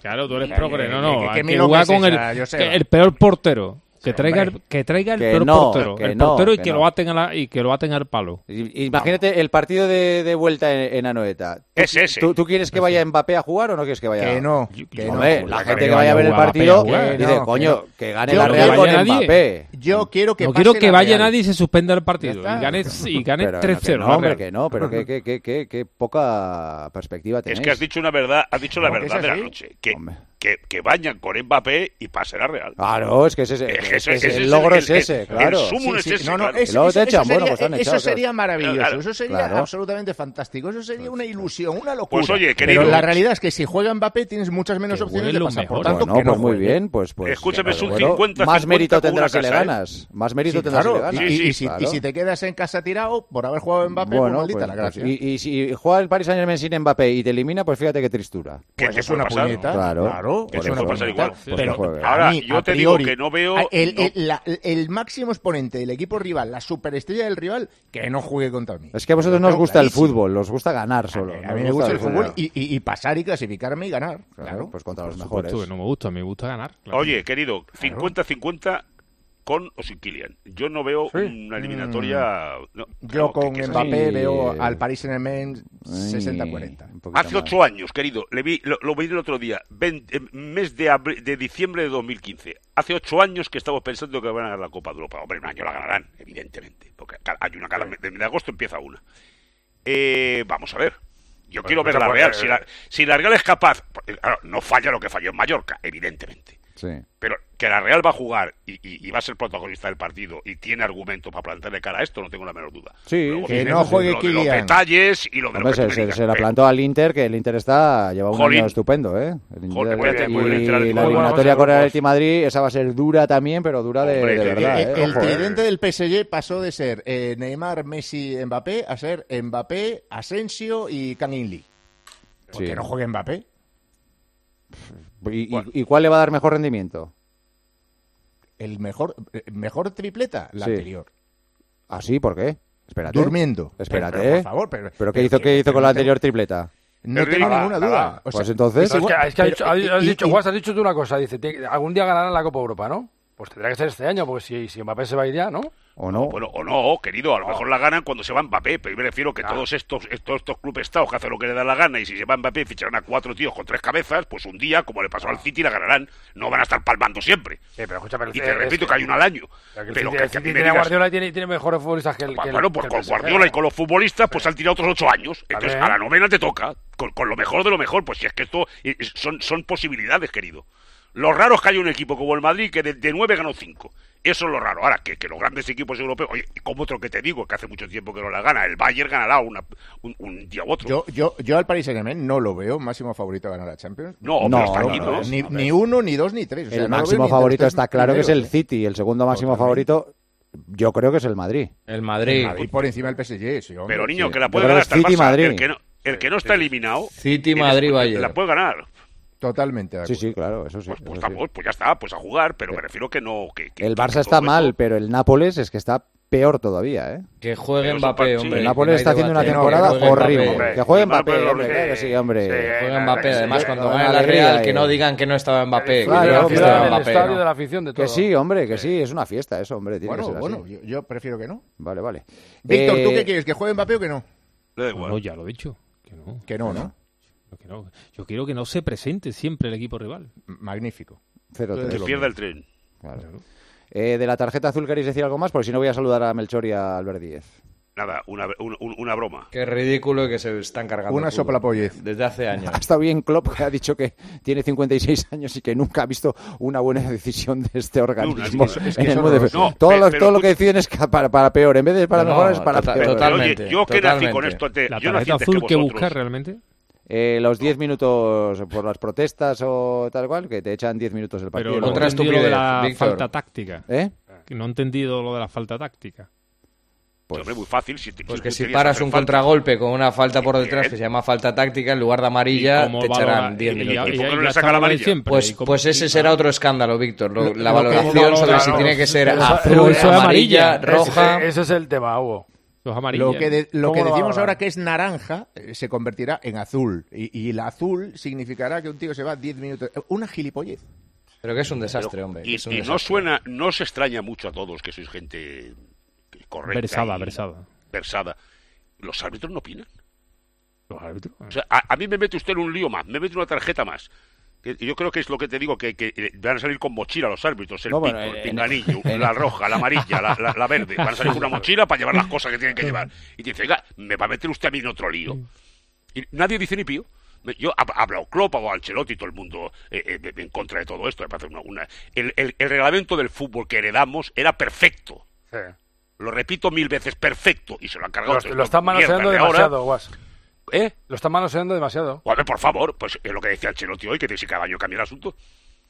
Claro, tú eres Que- progre, no, que- no. que Hay que mil jugar hombres con el, esa, Joseba. que el peor portero. Que traiga, el, que traiga el Que peor no, portero. que el no, portero y que que, no. lo aten a la- y que lo aten al palo. Imagínate el partido de, de vuelta en, en Anoeta. ¿Tú- Es ese. ¿tú, tú quieres que vaya Mbappé a jugar o no quieres que vaya? Que no, que no. Hombre, la Que gente que no, vaya a ver el Mbappé a partido jugar. dice, Que no, coño, que no. que gane Yo la no Real quiero con que vaya Mbappé. Yo quiero que no pase quiero que la vaya Real. nadie y se suspenda el partido. Ya está. Y gane, y gane Pero no, que 3-0. No, la hombre, Real. que no, pero que, que, que, que- que poca perspectiva tenéis. Es que has dicho una verdad, has dicho la No, que es verdad de la así. noche. Que, que, que bañan con Mbappé y pasará real. Claro, es que ese, Eh, es, ese- que ese- el logro el- es ese, el- claro. el sumo es ese, No, no, claro. eso- Y luego te eso echan, bueno, sería- pues te han eso echado, claro. sería maravilloso, Claro, eso sería claro. absolutamente fantástico, eso sería una ilusión, una locura. Pues, oye, querido- Pero la realidad es que si juega Mbappé tienes muchas menos opciones de Bueno, pasar. Por pues tanto, no, que no pues muy juegue. bien, pues pues Escúchame, es un bueno, 50-50 más mérito con una tendrás si le casa, ¿eh? ganas, más mérito Sí, tendrás si le claro, ganas. y, y si, y si te quedas en casa tirado por haber jugado en Mbappé, pues bueno, maldita pues- la pues- gracia. y, y si juega el Paris Saint Germain sin Mbappé y te elimina, pues fíjate qué tristura. Que Pues te es puede una pasar. puñeta, Claro, claro, pues que te una puede pasar puñeta, igual. pues Pero que juegue. ahora, A mí, yo a te digo priori, que no veo- a- Ah, El, no. el- la- el máximo exponente del equipo rival, la superestrella del rival, que no juegue contra mí. Es que a vosotros no os Pero gusta el clarísimo. fútbol, os gusta ganar solo. A mí me gusta el fútbol y, y- y pasar y clasificarme y ganar. Claro, pues contra Por supuesto que no me gusta, a mí me gusta ganar. claro. Oye, querido, 50-50 con o sin Kylian. Yo no veo una eliminatoria... Mm. no, Yo no, que- con que es Mbappé así. veo al Paris Saint-Germain 60-40. Hace ocho años, querido, le vi, lo, lo vi el otro día, 20, eh, mes de, abri- de diciembre de 2015. Hace ocho años que estamos pensando que van a ganar la Copa de Europa. Hombre, un año la ganarán, evidentemente, porque ca- hay una cada mes de, de agosto empieza una. Eh, vamos a ver. Yo Pero quiero no ver se la puede- eh. Real. Si la, si la Real es capaz, porque, claro, no falla lo que falló en Mallorca, evidentemente. Sí. Pero que la Real va a jugar y, y- y va a ser protagonista del partido y tiene argumento para plantarle cara a esto, no tengo la menor duda. Sí, Luego que viene no lo de- juegue lo de los Kylian. detalles y lo de Hombre, lo que tú se, me se- digas. se la plantó al Inter, que el Inter está lleva un Jolín. año estupendo, ¿eh? El Inter- Joder, muy bien, muy y bien, el Atlético. la Muy bueno, eliminatoria vamos a con el ver, Atleti Madrid, esa va a ser dura también, pero dura de, Hombre, de que- verdad, que- ¿eh? El, el Ojo, ¿eh? tridente del PSG pasó de ser eh, Neymar, Messi, Mbappé a ser Mbappé, Asensio y Kang In Lee. Porque Sí. no juegue Mbappé. ¿Y, y- y cuál le va a dar mejor rendimiento? El mejor, eh, mejor tripleta, la Sí. anterior. ¿Ah, sí? ¿por qué? Espérate. Durmiendo. Espérate. Pero, pero, por favor, pero- ¿Pero qué pero hizo, que- qué hizo pero con la no anterior tripleta? No tengo Nada, ninguna nada. duda. O sea, Pues entonces- es Pero igual- Ah, Es que- es que ha pero- dicho- has, has y- dicho, y- Guas, has dicho tú una cosa, dice, "Tiene- algún día ganará la Copa Europa, ¿no? Pues tendrá que ser este año, porque si, si Mbappé se va a ir ya, ¿no? ¿O no? Bueno, o no, querido, a lo mejor la ganan cuando se va Mbappé, pero yo me refiero que todos estos, estos, estos clubes estados que hacen lo que le da la gana y si se va Mbappé ficharán a cuatro tíos con tres cabezas, pues un día, como le pasó al City, la ganarán. No van a estar palmando siempre. Ah. pero escúchame, el- y te eh, repito es- que hay uno al año. Pero que Pero el City- que, el que a City mí me tiene a digas- Guardiola y tiene, tiene mejores futbolistas que el que el- bueno, que pues el con PSG. Guardiola y con los futbolistas, pues han tirado otros ocho años. Entonces, Vale. a la novena te toca. Con, con lo mejor de lo mejor. Pues si es que esto eh, son, son posibilidades, querido. Lo raro es que haya un equipo como el Madrid que de, de nueve ganó cinco. Eso es lo raro. Ahora, que, que los grandes equipos europeos, oye, y como otro que te digo, que hace mucho tiempo que no la gana, el Bayern ganará una, un, un día u otro. Yo, yo, yo al Paris Saint-Germain no lo veo máximo favorito a ganar la Champions. No, No, pero está aquí, ¿no? Ni, ni uno, ni dos, ni tres. O sea, El no lo veo máximo ni entre favorito los tres está claro que es el primeros. City. El segundo máximo favorito, yo creo que es el Madrid. El El Madrid por encima del PSG, sí, hombre. Pero niño, Sí. que la puede Yo creo ganar que hasta es el City, Barça. Madrid. El que no, el que no está eliminado. City, y les- Madrid, Bayern. La puede ganar. Totalmente de Sí, acuerdo. sí, claro, eso sí. eso sí. Pues, pues ya está, pues a jugar, pero me refiero que no. Que, que- El que- Barça que pues está todo mal, pero el Nápoles es que está peor todavía, ¿eh? Que juegue Pero Mbappé, sí. hombre. El Nápoles está haciendo una temporada horrible. Que juegue Mbappé, hombre, claro que sí, hombre. Que juegue Mbappé, además, sí, cuando con gane la alegría Real, que y- no digan que no estaba Mbappé. Claro, que digan que hombre. estaba Del Mbappé, estadio ¿no? de la afición de Que sí, hombre, que sí, es una fiesta eso, hombre. Tiene que Bueno, ser así. bueno, yo, yo prefiero Eh, que no. Vale, vale. Víctor, ¿tú Eh, qué quieres? ¿Que juegue Mbappé o que no? Le da igual. No, ya lo he dicho. Que no. Que no, ¿no? Que no. Yo quiero que no se presente siempre el equipo rival. Magnífico. Cero, Que tres. pierda el tren. Claro. Eh, de la tarjeta azul queréis decir algo más, porque si no voy a saludar a Melchor y a Albert Díez. Nada, una, un- un- una broma. Qué ridículo que se están cargando. Una el fútbol. soplapollez. Desde hace años. Ha estado bien Klopp, que ha dicho que tiene 56 años y que nunca ha visto una buena decisión de este organismo. es que- es que en el es mundo. horroroso. No, Todo, pe- lo, pero todo lo tú- que deciden es ca- para, para peor. En vez de para No, mejor, es para tota- peor. totalmente. Oye, yo que nací totalmente. con esto antes- La yo nací tarjeta antes que azul que vosotros. buscar realmente. Eh, los 10 minutos por las protestas o tal cual, que te echan 10 minutos el partido. Pero no he Luego- entendido lo de la falta táctica. ¿Eh? Que no he entendido lo de la falta táctica. Pues, hombre, muy fácil. Si te- Porque tú si querías paras hacer un falta. contragolpe con una falta por detrás Bien. que se llama falta táctica, en lugar de ¿Y amarilla cómo te valora- echarán 10 y- y- minutos. y- y- ¿Por qué no le y ya saca está la lo de amarilla? siempre? Pues, ¿Y cómo- pues ese será otro escándalo, Víctor. Lo- la valoración valora- sobre si claro. tiene que ser Eso- azul, eso es amarilla, amarilla. roja. Ese, ese es el tema, Hugo. Los amarillos. Lo que, de- lo ¿Cómo que lo va a decimos valorar? ahora que es naranja eh, se convertirá en azul. Y, y el azul significará que un tío se va 10 minutos. Eh, Una gilipollez. Pero que es un desastre, hombre. Y, es un y no desastre. suena, no se extraña mucho a todos que sois gente correcta. Versada, y versada. versada. ¿Los árbitros no opinan? Los árbitros. O sea, a, a mí me mete usted en un lío más, me mete una tarjeta más. Que- Yo creo que es lo que te digo, que, que, eh, van a salir con mochila los árbitros, el No, pico, bueno, el en- pinganillo, la roja, la amarilla, la, la- la verde. Van a salir con una mochila para llevar las cosas que tienen que llevar. Y te dice, oiga, me va a meter usted a mí en otro lío. Y nadie dice ni pío. Me- Yo ha ha hablado Klopp, ha hablado Ancelotti, todo el mundo eh, eh, en contra de todo esto. me parece una- una- El, el- el reglamento del fútbol que heredamos era perfecto. Sí. Lo repito mil veces, perfecto. Y se lo han cargado. Lo, estos- lo están estos mierdas manoseando de ahora. demasiado, Guas. ¿Eh? Lo están manoseando demasiado. Joder, por favor, pues es lo que decía Ancelotti hoy, que dice cada año cambia el asunto.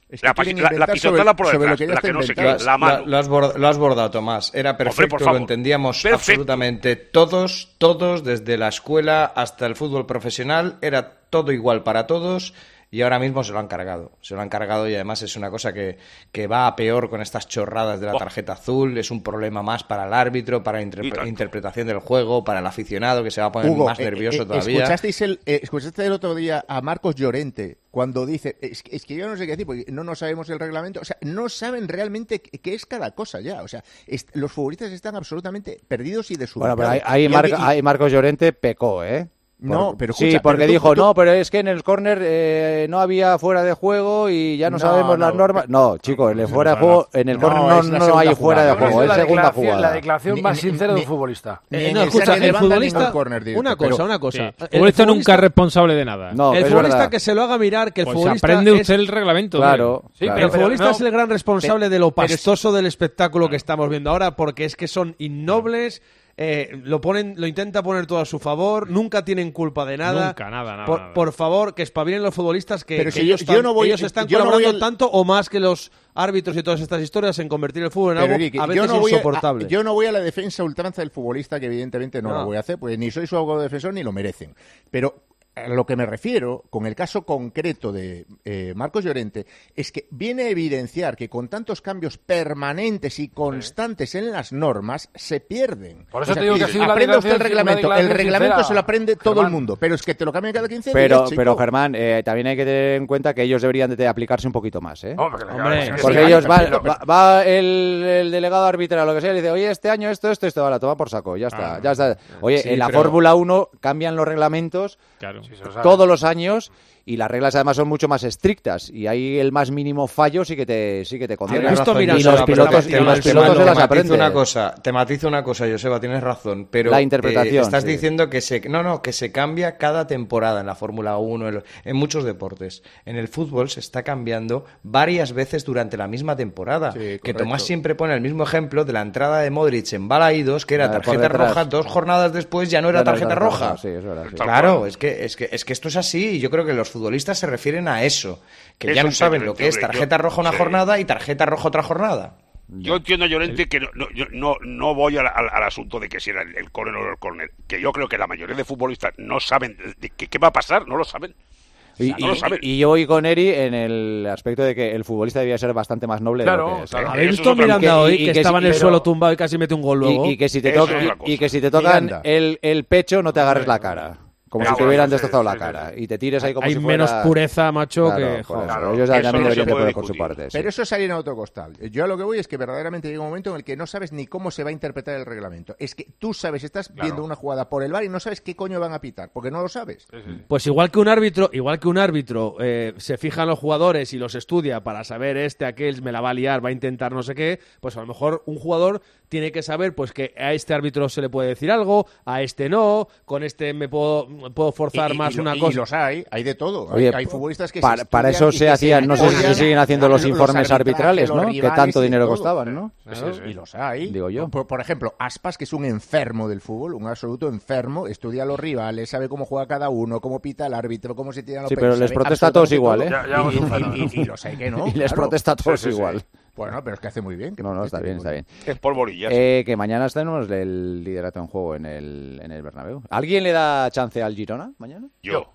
Es que La, quieren pasi- la- la inventar sobre- pisotada por sobre lo detrás, que ya la está que no sé qué, Lo has, la mano. lo- lo has bor- lo has bordado, Tomás. Era perfecto, por favor. lo entendíamos Perfecto. absolutamente todos, todos, desde la escuela hasta el fútbol profesional, era todo igual para todos y ahora mismo se lo han cargado. Se lo han cargado y además es una cosa que, que va a peor con estas chorradas de la tarjeta azul, es un problema más para el árbitro, para la interpre- Y tanto. interpretación del juego, para el aficionado que se va a poner Hugo, más eh, nervioso eh, todavía. ¿escuchasteis el, eh, escuchaste el otro día a Marcos Llorente cuando dice, es, que- es que yo no sé qué decir, porque no nos sabemos el reglamento, o sea, no saben realmente qué qué es cada cosa ya, o sea, est- los futbolistas están absolutamente perdidos y Bueno, desubicados. pero ahí, ahí Y Mar- aunque- y- ahí Marcos Llorente pecó, ¿eh? No, pero sí, escucha, porque pero tú- dijo, tú- no, pero es que en el córner eh, no había fuera de juego y ya no, No, sabemos las no, normas. No, chicos, en el fuera de juego, en el No, córner no, es la no segunda hay fuera de jugada. juego, Pero es es la segunda declaración, jugada. la declaración Ni- más ni- sincera ni- de un futbolista. ni Eh, en no, el escucha, saque de el banda ni en futbolista- el córner directo, una cosa, pero- Pues una cosa. Sí. El El futbolista nunca futbolista- es responsable de nada. No, el es futbolista verdad. que se lo haga mirar, que el Pues futbolista. aprende es- usted el reglamento. hombre. Claro, Sí, claro. pero el futbolista no. es el gran responsable de lo Pero es- pastoso del espectáculo que estamos viendo ahora, porque es que son innobles, eh, lo ponen, lo intenta poner todo a su favor, nunca tienen culpa de nada. Nunca, nada, nada, Por, nada. por favor, que espabilen los futbolistas que, Pero que si ellos, yo- tan- yo no voy- ellos están yo no voy colaborando al- tanto o más que los árbitros y todas estas historias en convertir el fútbol en Pero, algo Ricky, a veces voy insoportable. a- yo no voy a la defensa ultranza del futbolista, que evidentemente no, No. lo voy a hacer, pues ni soy su abogado defensor ni lo merecen. Pero a lo que me refiero con el caso concreto de eh, Marcos Llorente es que viene a evidenciar que con tantos cambios permanentes y constantes en las normas se pierden. Por eso O sea, te digo que ha mire, sido una aprenda usted el declaración- una reglamento. El declaración reglamento sincera, se lo aprende todo Germán. el mundo, pero es que te lo cambian cada 15 Pero, días. chico. pero Germán, eh, también hay que tener en cuenta que ellos deberían de aplicarse un poquito más, ¿eh? Hombre, Hombre, Porque sí, ellos sí, van, sí, va, va el, el delegado arbitral o lo que sea y le dice, oye, este año esto, esto, esto, vale, toma por saco, ya está, ya está. Oye, Sí, en la pero- Fórmula 1 cambian los reglamentos Claro. todos los años y las reglas además son mucho más estrictas y ahí el más mínimo fallo sí que te, sí que te condena. Tienes razón, y Joseba, los pero pilotos, te- y te- los te- pilotos te se las matizo aprenden. Una cosa, te matizo una cosa, Joseba, tienes razón, pero La eh, interpretación, estás sí. diciendo que se no, no, que se cambia cada temporada en la Fórmula 1, en, lo- en muchos deportes. En el fútbol se está cambiando varias veces durante la misma temporada, que Tomás siempre pone el mismo ejemplo de la entrada de Modric en Balaídos, que era Ah, por tarjeta detrás. roja, dos jornadas después ya no era Ya no era tarjeta tarjeta roja. roja, sí, es verdad, sí. Claro, es que, es que es que esto es así y yo creo que los futbolistas se refieren a eso, que Es ya no un saben tema, lo que es hombre, yo- tarjeta roja una sí. jornada y tarjeta roja otra jornada. Yo entiendo, Llorente, que no, no- yo no, no voy al, al- al asunto de que si era el, el córner o el córner. Que yo creo que la mayoría de futbolistas no saben de- de qué qué va a pasar, no lo saben. Y, no lo saben. y- y yo voy con Eri en el aspecto de que el futbolista debía ser bastante más noble de Claro, lo que es. claro. ¿Habéis visto a Miranda hoy que, estaba en el suelo tumbado y casi mete un gol luego? Y, y que si te, toca- y, y que si te tocan Miranda. el, el pecho no te agarres la cara. Como Claro, si te hubieran sí, destrozado sí, la sí, cara. Y te tires ahí como Hay si fuera... menos pureza, macho, Claro, que... por joder. eso. Ellos también deberían de poner por su parte. sí. Pero eso es harina de otro costal. Yo a lo que voy es que verdaderamente llega un momento en el que no sabes ni cómo se va a interpretar el reglamento. Es que tú sabes, estás viendo una jugada por el bar y no sabes qué coño van a pitar, porque no lo sabes. Pues igual que un árbitro, igual que un árbitro eh, se fija en los jugadores y los estudia para saber este, aquel me la va a liar, va a intentar no sé qué, pues a lo mejor un jugador tiene que saber pues que a este árbitro se le puede decir algo, a este no, con este me puedo, puedo forzar Y- y- más y lo- una y cosa. los hay, hay de todo. Oye, hay, hay futbolistas que se para, para estudian eso y se que hacían, no sé si se apoyan siguen haciendo los los informes arbitrajes, arbitrales, los ¿no? Que rivales tanto y dinero todo. costaban, ¿no? Claro, Pues Y los hay. Digo yo. Por, por ejemplo, Aspas, que es un enfermo del fútbol, un absoluto enfermo, estudia a los rivales, sabe cómo juega cada uno, cómo pita el árbitro, cómo se tiran los Sí, pero penaltis, les sabe protesta a todos igual, absolutamente ¿eh? todo. Y, y- y- y- y los hay que no. Y les claro. protesta a todos Sí, sí, sí. igual. Bueno, pero es que hace muy bien. que No, no, está proteste. bien, está bien. Es polvorilla. Eh, que mañana tenemos el liderato en juego en el, en el Bernabéu. ¿Alguien le da chance al Girona mañana? Yo.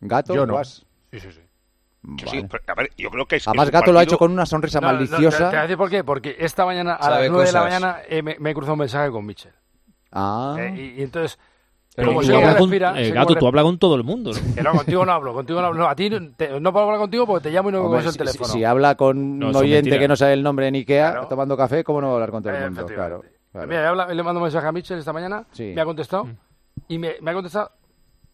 ¿Gato? Yo no. Guas? Sí, sí, sí. Yo, Vale. sí, pero, a ver, yo creo que es. Además, es un Gato lo ha partido- hecho con una sonrisa No, no, no, maliciosa. te- Te voy a decir por qué, porque esta mañana a Sabe las 9 de la cosas. mañana eh, me, me he cruzado un mensaje con Michel. Ah. Eh, y, y entonces, Pero como tú sé cómo hablas con- respira, eh, sé cómo gato, tú re- hablas con todo el mundo. ¿no? Que no, contigo no hablo, contigo no hablo. No, a ti no- te- no puedo hablar contigo porque te llamo y no me Hombre, coges el si- teléfono. Si, si habla con No, un son oyente mentiras. que no sabe el nombre en Ikea tomando café, ¿cómo no va a hablar con todo el Eh, mundo? Claro, claro. Mira, he hablado- le mando un mensaje a Michel esta mañana, Sí. Mm. me ha contestado y me, me ha contestado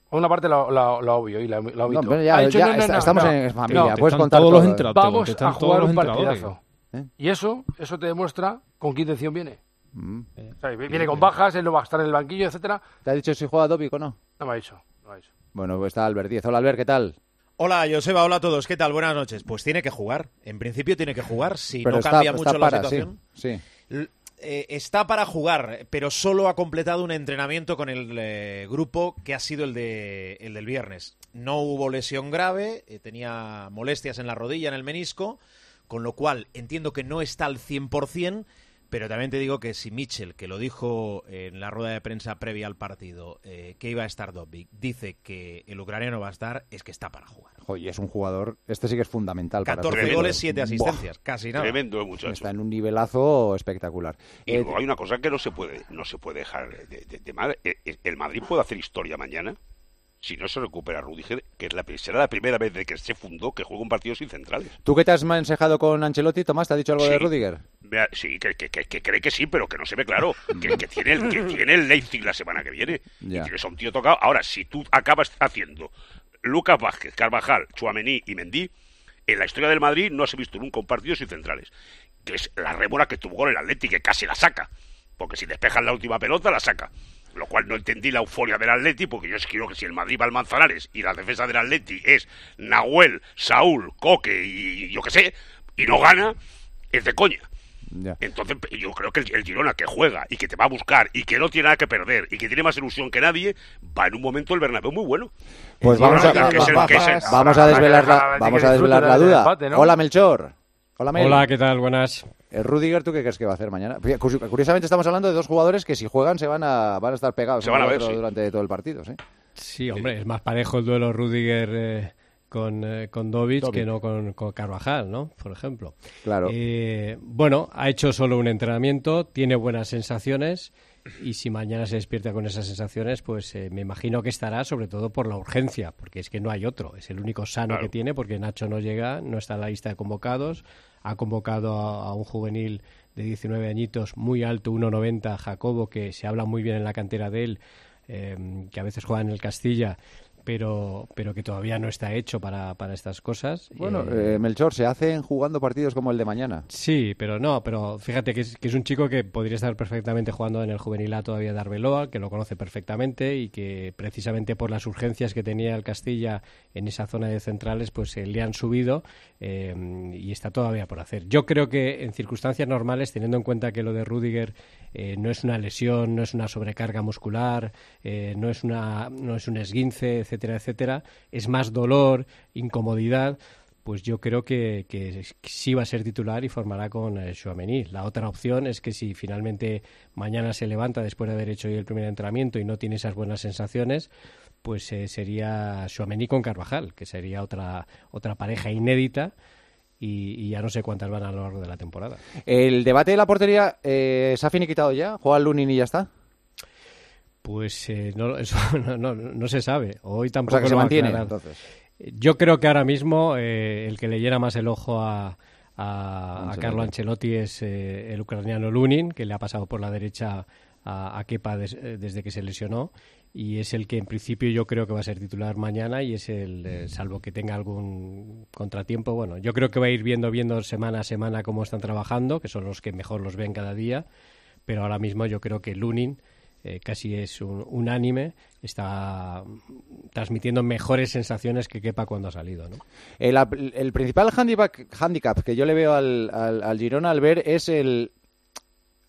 una parte la, la, la obvio y la, la omito. pero ya- Ha dicho, ya está- estamos en familia, Te puedes están contar todos todos los todo, ¿eh? entrados, te Vamos contestan pues, a jugar todos un los ¿Eh? entradores. partidazo. Y eso, eso te demuestra con qué intención viene. Mm. O sea, viene con bajas, él no va a estar en el banquillo, etcétera. ¿Te ha dicho si juega Dopic o no? No me ha dicho, no me ha dicho. Bueno, pues está Albert Díez. Hola, Albert, ¿qué tal? Hola, Joseba, hola a todos. ¿Qué tal? Buenas noches. Pues tiene que jugar. En principio tiene que jugar. Si Pero no está- cambia está mucho para, la situación. Sí, sí. L- eh, está para jugar, pero solo ha completado un entrenamiento con el eh, grupo que ha sido el, de, el del viernes. No hubo lesión grave, eh, tenía molestias en la rodilla, en el menisco, con lo cual entiendo que no está al 100%, pero también te digo que si Mitchell, que lo dijo en la rueda de prensa previa al partido, eh, que iba a estar Dobbik, dice que el ucraniano va a estar, es que está para jugar. Joder, es un jugador. Este sí que es fundamental. para 14 este goles, jugador. 7 asistencias, casi nada. Tremendo, eh, muchacho. Está en un nivelazo espectacular. Y Eh, luego hay una cosa que no se puede, no se puede dejar de, de- de mal. Eh, eh, El Madrid puede hacer historia mañana si no se recupera Rudiger, que es la, pri- será la primera vez de que se fundó que juega un partido sin centrales. ¿Tú qué te has mensajado con Ancelotti, Tomás? ¿Te ha dicho algo de Sí. Rudiger? Vea, Sí, que, que- que- que cree que sí, pero que no se ve claro. Que, que tiene, el, que tiene el Leipzig la semana que viene. Ya. Y tienes a un tío tocado. Ahora, si tú acabas haciendo Lucas Vázquez, Carvajal, Chuamení y Mendí, en la historia del Madrid no se ha visto nunca un partido sin centrales. Que es la rémora que tuvo con el Atlético, que casi la saca. Porque si despejan la última pelota, la saca. Lo cual no entendí la euforia del Atleti, porque yo es que creo que si el Madrid va al Manzanares y la defensa del Atleti es Nahuel, Saúl, Coque y yo qué sé, y no gana, es de coña. Entonces, pe- yo creo que el, el Girona que juega y que te va a buscar y que no tiene nada que perder y que tiene más ilusión que nadie, va en un momento el Bernabéu muy bueno. Pues El vamos a, Girona, que es el- que es el- vamos a desvelar la, que vamos a disfrute desvelar la del duda. empate, ¿no? Hola, Melchor. Hola, Mel. Hola, ¿qué tal? Buenas. Eh, Rudiger, ¿tú qué crees que va a hacer mañana? Cu- Curiosamente estamos hablando de dos jugadores que si juegan se van a, van a estar pegados Se uno van a al ver, otro sí. durante todo el partido, ¿sí? Sí, hombre, es más parejo el duelo Rudiger eh, con, eh, con Dovic Dovic. que no con, con Carvajal, ¿no? Por ejemplo. Claro. Eh, bueno, ha hecho solo un entrenamiento, tiene buenas sensaciones y si mañana se despierta con esas sensaciones, pues eh, me imagino que estará sobre todo por la urgencia, porque es que no hay otro, es el único sano que tiene porque Nacho no llega, no está en la lista de convocados, ha convocado a, a un juvenil de 19 añitos muy alto, 1,90, Jacobo, que se habla muy bien en la cantera de él, eh, que a veces juega en el Castilla. Pero, pero que todavía no está hecho para, para estas cosas. Bueno, Eh, eh, Melchor, se hacen jugando partidos como el de mañana. Sí, pero no, pero fíjate que es, que es un chico que podría estar perfectamente jugando en el juvenil A todavía de Arbeloa, que lo conoce perfectamente y que precisamente por las urgencias que tenía el Castilla en esa zona de centrales, pues eh, le han subido eh, y está todavía por hacer. Yo creo que en circunstancias normales, teniendo en cuenta que lo de Rudiger eh, no es una lesión, no es una sobrecarga muscular, eh, no, es una, no es un esguince, etcétera, etcétera, es más dolor, incomodidad pues yo creo que, que sí va a ser titular y formará con eh, Tchouaméni. La otra opción es que si finalmente mañana se levanta después de haber hecho hoy el primer entrenamiento y no tiene esas buenas sensaciones, pues eh, sería Chouameni con Carvajal, que sería otra, otra pareja inédita y, y ya no sé cuántas van a lo largo de la temporada. El debate de la portería eh, se ha finiquitado ya. Juega Lunin y ya está. Pues eh, no, eso no, no- no se sabe. Hoy tampoco O sea, que se lo va a mantiene, aclarar. entonces. Yo creo que ahora mismo eh, el que le llena más el ojo a, a- a Ancelotti. Carlo Ancelotti es eh, el ucraniano Lunin, que le ha pasado por la derecha a, a Kepa des- eh, desde que se lesionó. Y es el que en principio yo creo que va a ser titular mañana y es el, eh, salvo que tenga algún contratiempo, bueno, yo creo que va a ir viendo, viendo semana a semana cómo están trabajando, que son los que mejor los ven cada día, pero ahora mismo yo creo que Lunin eh, casi es un, unánime, está mm, transmitiendo mejores sensaciones que Kepa cuando ha salido, ¿no? El, ap- el principal handicap, handicap que yo le veo al, al, al Girona al ver es el...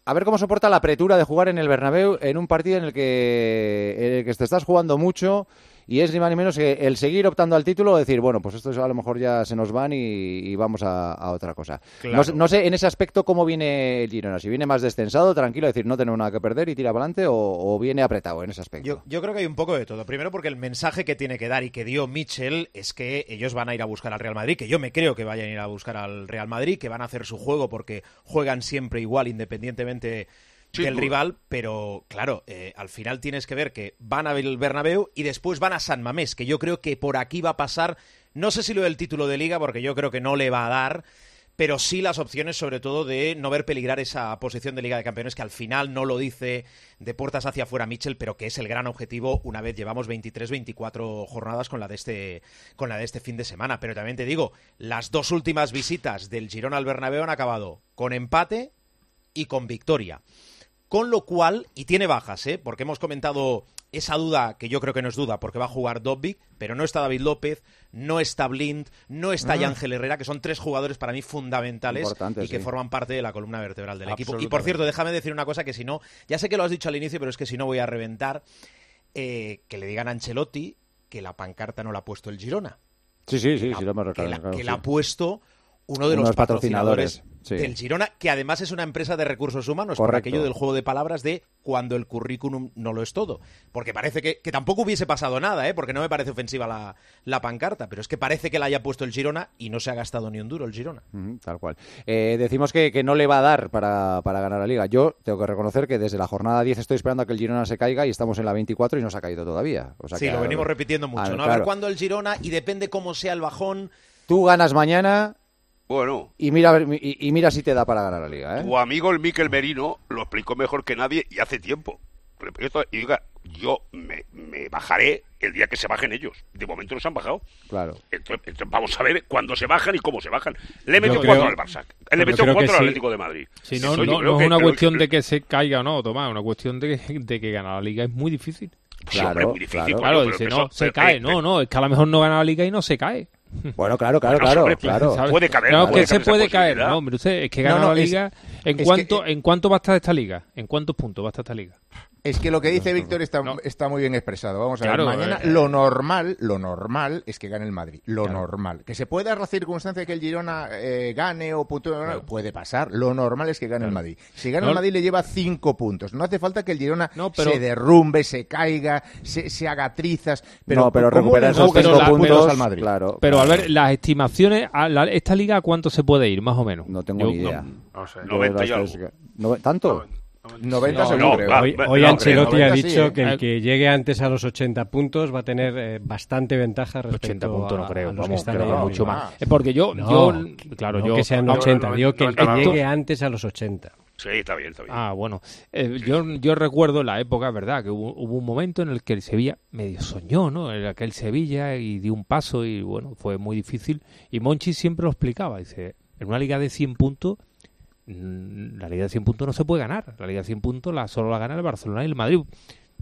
A ver cómo soporta la apretura de jugar en el Bernabéu en un partido en el que, en el que te estás jugando mucho y es ni más ni menos que el seguir optando al título o decir, bueno, pues estos a lo mejor ya se nos van y, y vamos a, a otra cosa. Claro. No, sé- no sé en ese aspecto cómo viene el Girona. Si viene más descensado, tranquilo, decir, no tenemos nada que perder y tira para adelante o, o viene apretado en ese aspecto. Yo, yo creo que hay un poco de todo. Primero porque el mensaje que tiene que dar y que dio Mitchell es que ellos van a ir a buscar al Real Madrid, que yo me creo que vayan a ir a buscar al Real Madrid, que van a hacer su juego porque juegan siempre igual independientemente Sin del duda. rival, pero claro, eh, al final tienes que ver que van al Bernabéu y después van a San Mamés, que yo creo que por aquí va a pasar, no sé si lo del título de liga, porque yo creo que no le va a dar, pero sí las opciones sobre todo de no ver peligrar esa posición de Liga de Campeones que al final no lo dice de puertas hacia afuera Mitchell, pero que es el gran objetivo una vez llevamos 23, 24 jornadas con la de este con la de este fin de semana, pero también te digo, las dos últimas visitas del Girón al Bernabéu han acabado con empate y con victoria. Con lo cual, y tiene bajas, ¿eh? porque hemos comentado esa duda, que yo creo que no es duda, porque va a jugar Dobbik, pero no está David López, no está Blind, no está Ah. Ángel Herrera, que son tres jugadores para mí fundamentales Importante, y que sí. forman parte de la columna vertebral del equipo. Y por Absolutamente. cierto, déjame decir una cosa que si no, ya sé que lo has dicho al inicio, pero es que si no voy a reventar, eh, que le digan a Ancelotti que la pancarta no la ha puesto el Girona Sí, sí, sí, sí, lo hemos que, la, recalcado, que sí. la ha puesto uno de Unos los patrocinadores, patrocinadores, sí. del Girona, que además es una empresa de recursos humanos, por Correcto. aquello del juego de palabras de cuando el currículum no lo es todo. Porque parece que, que tampoco hubiese pasado nada, ¿eh? porque no me parece ofensiva la, la pancarta, pero es que parece que la haya puesto el Girona y no se ha gastado ni un duro el Girona. Ujú, Tal cual. Eh, decimos que, que no le va a dar para, para ganar la liga. Yo tengo que reconocer que desde la jornada 10 estoy esperando a que el Girona se caiga y estamos en la 24 y no se ha caído todavía. O sea sí, que lo a- venimos repitiendo mucho, a- ¿no? A ver claro. cuándo el Girona y depende cómo sea el bajón. Tú ganas mañana Bueno, y mira, a ver- y, y mira si te da para ganar la liga. ¿eh? tu amigo el Miquel Merino lo explicó mejor que nadie y hace tiempo. Esto- Y diga, yo me, me bajaré el día que se bajen ellos. De momento no se han bajado. Claro. Entonces, entonces vamos a ver cuándo se bajan y cómo se bajan. Le Yo metió creo- cuatro al Barça. Le yo metió creo que cuatro al sí. Atlético de Madrid. Si no, Eso yo no, creo no que- es una creo- cuestión de que se caiga o no, Tomás, es una cuestión de, de que ganar la liga es muy difícil. Sí, hombre, Claro, muy difícil, claro. coño, Claro, pero dice, que no, eso- se pero, cae, eh, no, no, es que a lo mejor no gana la liga y no se cae. Bueno, claro, claro, Bueno, claro. hombre, pues, claro. ¿sabes? Puede caber, No, puede que se caber esa puede caer, posibilidad. no, hombre, usted, eh, es que No, gana no, la es- liga. es ¿En que- cuánto, ¿En cuánto va a estar esta liga? ¿En cuánto puntos va a estar esta liga? Es que lo que dice Víctor está, está muy bien expresado. Vamos a Claro, ver, mañana eh, lo normal, lo normal es que gane el Madrid. Lo Claro. normal. Que se puede dar la circunstancia que el Girona eh, gane o puntúe, no, no, puede pasar. Lo normal es que gane el Madrid. Si gana No. el Madrid le lleva cinco puntos. No hace falta que el Girona pero- se derrumbe, se caiga, se, se haga trizas. Pero, No, pero ¿cómo recupera le esos juegas cinco los puntos puntos, al Madrid? Claro. Pero al ver las estimaciones, a la- ¿esta liga a cuánto se puede ir, más o menos? No tengo ni idea. No sé. Yo de las tres que- ¿No- ¿Tanto? 90 No, seguro. no, creo. hoy hoy No, Ancelotti creo. ha 90 sí, dicho ¿eh? que el que llegue antes a los 80 puntos va a tener eh, bastante ventaja respecto 80 puntos, a, no creo, a los que vamos, están creo ahí que arriba. mucho más. Es Eh, porque yo- No, yo- claro, no yo- que sean no, 80, no, digo que el que no, no. llegue antes a los 80. Sí, está bien, está bien. Ah, bueno. Eh, yo, yo recuerdo la época, ¿verdad? Que hubo, hubo un momento en el que el Sevilla medio soñó, ¿no? En aquel Sevilla y dio un paso y, bueno, fue muy difícil. Y Monchi siempre lo explicaba. Dice, en una liga de 100 puntos, mm, la liga de 100 puntos no se puede ganar. La liga de 100 puntos la, solo la gana el Barcelona y el Madrid.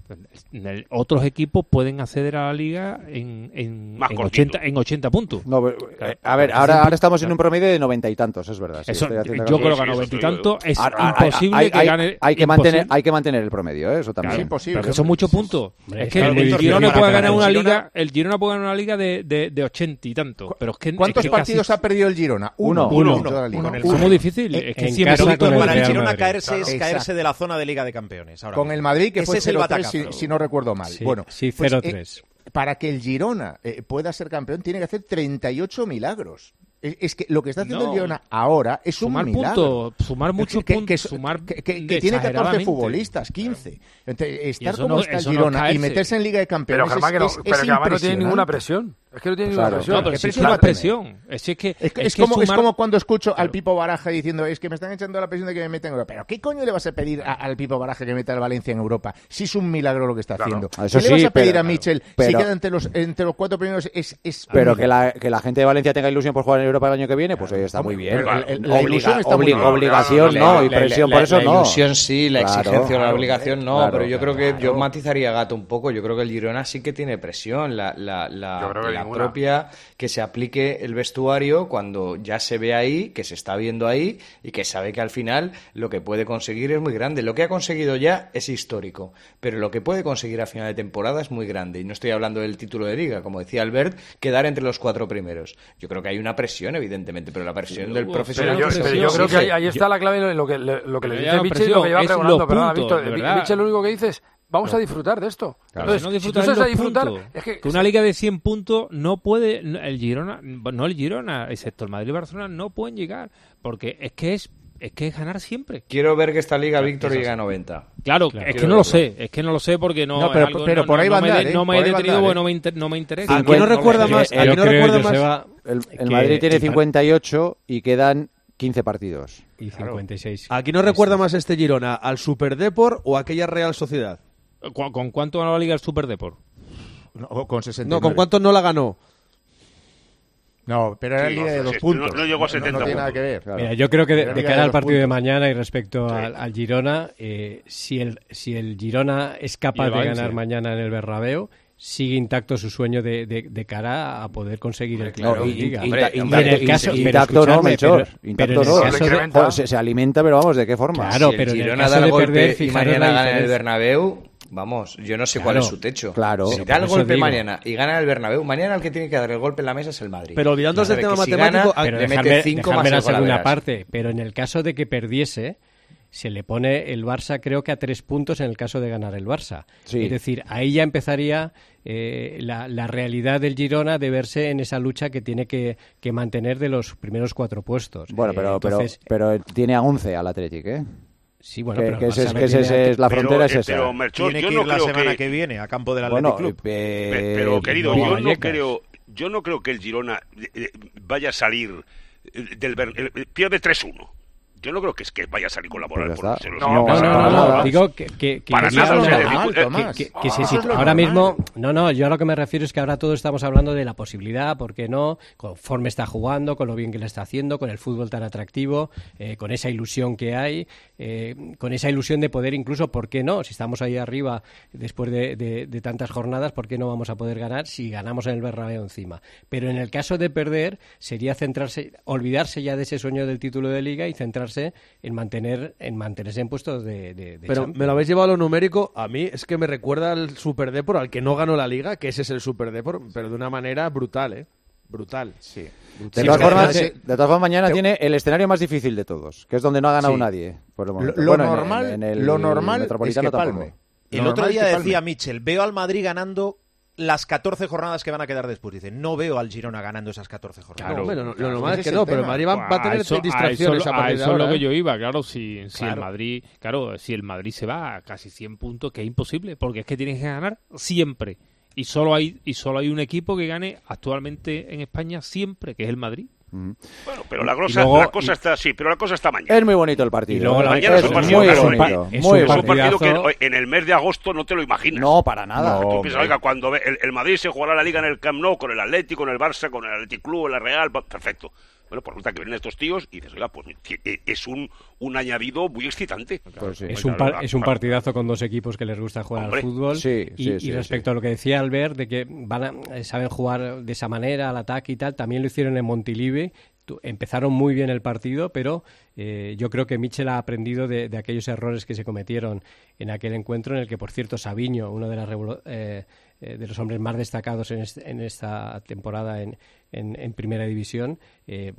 Pues, En el- otros equipos pueden acceder a la liga en, en, Más en cortito. 80, en 80 puntos. No, pero, eh, a ver, ahora, ahora estamos en un promedio de noventa y tantos, es verdad. sí, Eso, estoy haciendo yo calculos. creo que a noventa y tanto es Ahora, ahora, imposible ah, hay- que hay- gane- Hay que, imposible. mantener, hay que mantener el promedio, ¿eh? eso también. Claro, Pero que son muchos puntos. Hombre, Es es que que el, es muy Girona difícil. puede ganar una Girona- liga, el Girona puede ganar una liga de, de, de 80 y tantos. Pero es que es ¿Cuántos que casi- partidos ha perdido el Girona? Uno. Uno. Uno. en toda la liga. Con el- Es muy difícil. Eh, Es que en siempre- casa Pero con Víctor, el Para el Real Girona Madrid. caerse es Exacto. caerse de la zona de Liga de Campeones. ahora Con mismo. el Madrid, que Ese fue es el 0-3, batacazo. si, si no recuerdo mal. Sí, bueno, sí, pues, 0-3. eh, para que el Girona eh, pueda ser campeón, tiene que hacer 38 milagros. Es, es que lo que está haciendo No. el Girona ahora es Sumar un milagro. puntos, sumar muchos que, puntos, que so- sumar que- que- que tiene 14 exageradamente. futbolistas, 15. Entonces, estar eso como no- está el eso no es Girona y caerse. meterse en Liga de Pero, Campeones Germán, que no- es, es- pero es que además no tiene ninguna impresionante. presión. Es que no tiene Claro. ninguna presión. No, pero sí va a tener. presión. Es, es, que, Es, que- es es que como, es sumar- como cuando escucho al Pipo Baraja diciendo es que me están echando la presión de que me meten en Europa. Pero ¿qué coño le vas a pedir a- al Pipo Baraja que meta al Valencia en Europa? Si es un milagro lo que está haciendo. Eso ¿Qué le sí, vas a pedir pero- a Mitchell si pero- queda entre los, entre los cuatro primeros? Es, es Pero un que la, que la gente de Valencia tenga ilusión por jugar en Europa el año que viene, pues oye, está muy bien. Pero el- el- la Obliga- ilusión está muy obli- bien. obligación La- no, la- y la- presión la- por eso la no. ilusión sí, la Claro. exigencia o la Claro, obligación no, claro, pero yo creo que claro. yo matizaría gato un poco. Yo creo que el Girona sí que tiene presión, la, la, la- Yo creo que la ninguna. propia que se aplique el vestuario cuando ya se ve ahí, que se está viendo ahí y que sabe que al final lo que puede conseguir es muy grande. Lo que ha conseguido ya es histórico, pero lo que puede conseguir a final de temporada es muy grande. Y no estoy hablando del título de liga, como decía Albert, quedar entre los cuatro primeros. Yo creo que hay una presión, evidentemente, pero la presión del profesional. Pero yo, que se pero yo creo que ahí, ahí exige. está la clave en lo que, le- lo que le Pero dice ya la Michel y lo que presión lleva es pregonando. los Perdona, puntos, Víctor. de Vi- verdad. Michel lo único que dice es, vamos a disfrutar de esto. Entonces, si no si tú disfrutas sabes a de los disfrutar, puntos, es que... que una liga de 100 puntos no puede no, el Girona, no el Girona, excepto el Madrid y Barcelona no pueden llegar porque es que es es que es ganar siempre. Quiero ver que esta liga, Víctor, es llega a así. 90. Claro, Quiero es que no lo verlo. sé, es que no lo sé porque no No, es pero- algo- pero no- por no- ahí no va a me andar, de- ¿eh? no me Por he ahí va a detenido andar, porque ¿eh? no me inter- no me interesa. Cincuenta- Aquí no recuerda Yo- más, yo aquí no creo, recuerda más Joseba, El, el que- Madrid tiene 58 y quedan 15 partidos. Y 56. Aquí no recuerda más este Girona al Super Depor o a aquella Real Sociedad. ¿Cu- ¿Con cuánto ganó la liga el Superdeport? No, o con 69. No, ¿con cuántos no la ganó? No, pero era Sí, el no, día de sí, dos sí, puntos. no- no llegó a 70 No, tiene nada puntos. que ver. Mira, yo creo que de, Era el de día cara de al los partido puntos. de mañana y respecto al, al Girona, eh, si, el, si el Girona es Y capaz el de Valencia. ganar mañana en el Bernabéu, sigue intacto su sueño de, de- de cara a poder conseguir el No, claro y- Liga. y- Hombre, y- y en intacto- el caso- pero intacto no, escuchadme, Melchor. pero- Intacto pero en el no. caso de- Joder, se, se alimenta, pero vamos, ¿de qué forma? Claro, si pero el en el Girona caso da el de golpe perder, y fijaros mañana la gana el diferencia. Bernabéu, vamos, yo no sé cuál Claro, es su techo. claro. Si Pero da por el eso golpe digo. mañana y gana el Bernabéu, mañana el que tiene que dar el golpe en la mesa es el Madrid. Pero olvidándonos del Sabe que tema si matemático, gana, pero le dejarme, mete 5 dejarme más la el segunda Golaveras. parte. Pero en el caso de que perdiese, se le pone el Barça, creo que a tres puntos en el caso de ganar el Barça. Sí. Es decir, ahí ya empezaría eh, la, la realidad del Girona de verse en esa lucha que tiene que, que mantener de los primeros cuatro puestos. Bueno, Eh, pero, pero, entonces, pero tiene a 11 al Athletic, ¿eh? Sí, bueno, que, pero que el ese es, Barça no que ese tiene es- a- es la Pero, frontera eh, es esa. pero, Melchor, Tiene yo que no ir la creo semana que- que... viene a campo del Athletic Bueno, Club. eh, Pe- Pero querido, no, yo no Vallecas. creo, yo no creo que el Girona eh, eh, vaya a salir eh, del Bern- eh, eh, pierde 3-1. Yo no creo que es que vaya a salir con la moral Pues ya por está. se los- No, no, No, para no, no, nada. digo que, que, que Para yo nada, hablo- o sea, de- Normal, que- Tomás. que- que Ah, si- eso si- es lo ahora normal. mismo, no, no, yo a lo que me refiero es que ahora todos estamos hablando de la posibilidad, por qué no, conforme está jugando, con lo bien que le está haciendo, con el fútbol tan atractivo, eh, con esa ilusión que hay, eh, con esa ilusión de poder incluso, por qué no, si estamos ahí arriba después de, de- de tantas jornadas, por qué no vamos a poder ganar si ganamos en el Bernabéu encima. Pero en el caso de perder, sería centrarse, olvidarse ya de ese sueño del título de liga y centrarse esforzarse en mantener en mantenerse en puestos de, de, de Pero Champions. me lo habéis llevado a lo numérico. A mí es que me recuerda al Super Depor, al que no ganó la liga, que ese es el Super Depor, pero de una manera brutal, ¿eh? Brutal. Sí. De todas, formas, de todas formas, mañana tiene el escenario más difícil de todos, que es donde no ha ganado Sí. nadie. por el Lo- momento. lo Bueno, en- normal- en el lo normal es Metropolitano que tampoco. palme. El otro día decía Mitchell, veo al Madrid ganando las 14 jornadas que van a quedar después. Dice, no veo al Girona ganando esas 14 jornadas. Claro. Pues No, hombre, lo- lo normal es que no, pero el Madrid va- va a tener eso- distracciones eso, a partir de eso es ahora, lo ¿eh? que yo iba, claro, si, si Claro. el Madrid, claro, si el Madrid se va a casi 100 puntos, que es imposible, porque es que tienes que ganar siempre. Y solo hay y solo hay un equipo que gane actualmente en España siempre, que es el Madrid. Bueno, pero la, Y cosa, luego- la cosa y- está así, pero la cosa está mañana. Es muy bonito el partido. Y luego la- Mañana es es un muy partido, claro, bonito, eh, es es un un partido partidazo. que en el mes de agosto no te lo imaginas. No, para nada. Tú No, piensas, hombre. oiga, cuando ve- el, el Madrid se jugará la liga en el Camp Nou con el Atlético, con el Barça, con el Athletic Club, la Real, pa- perfecto. Bueno, pues resulta que vienen estos tíos y dices, oiga, pues que- eh, es un, un añadido muy excitante. Pues Pues Es un, par- es un partidazo con dos equipos que les gusta jugar Hombre. al fútbol. Sí, y, sí, y sí, respecto a lo que decía Albert, de que van a- eh, saben jugar de esa manera, al ataque y tal, también lo hicieron en Montilive. Tu- Empezaron muy bien el partido, pero eh, yo creo que Michel ha aprendido de, de aquellos errores que se cometieron en aquel encuentro, en el que, por cierto, Sabiño, uno de, las revolu- eh, eh, de los hombres más destacados en, est- en esta temporada en, en- en Primera División, eh,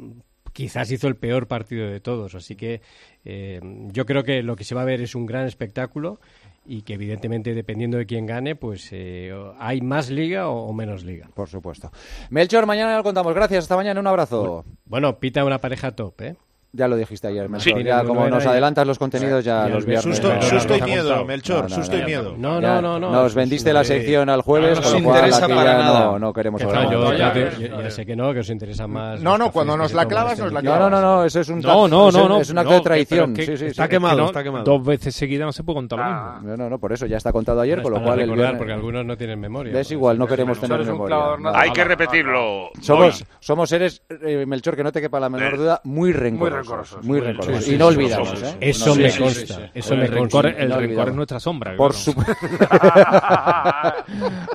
quizás hizo el peor partido de todos. Así que eh, yo creo que lo que se va a ver es un gran espectáculo y que evidentemente dependiendo de quién gane, pues eh, o- hay más liga o, o menos liga. Por supuesto. Melchor, mañana ya lo contamos. Gracias, hasta mañana. Un abrazo. Bueno, pita una pareja top, ¿eh? Ya lo dijiste ayer, Martín Melchor. Ya de como Noguera nos ya- adelantas los contenidos, ya ya los os ve- viernes. Susto- no, no, susto no, y no, miedo, no, Melchor, no, no, susto y no. miedo. No, no, no, no. Nos vendiste la sección al jueves, No con nos lo cual interesa aquí para ya nada. No, no queremos Que hablar. no, de- ya, ya- ya sé que no, que os interesa más. No, los no, cafés cuando que nos se la toman clavas, este nos la tipo de clavas. No, no, no, eso es un acto- No, no, eso no, no. es un acto de que- pero es traición. que- Sí, sí, es sí. que no, Dos veces seguidas no se puede contar lo Ah. mismo. No, no, no, por eso ya está contado ayer, No, es con lo para cual. el recordar, viernes- porque algunos no tienen memoria, Es por igual, eso. no queremos Melchor tener es un memoria. clavador no. Hay que repetirlo. Somos, somos seres, eh, Melchor, que no te quepa la Eh, menor duda, muy rencorosos. Muy rencorosos. Muy rencorosos. Y Sí, no sí, olvidamos. ¿eh? somos, somos. No Eso me olvidamos. consta, eso me El consta. rencor- el No rencor olvidamos. es nuestra sombra. Por supuesto.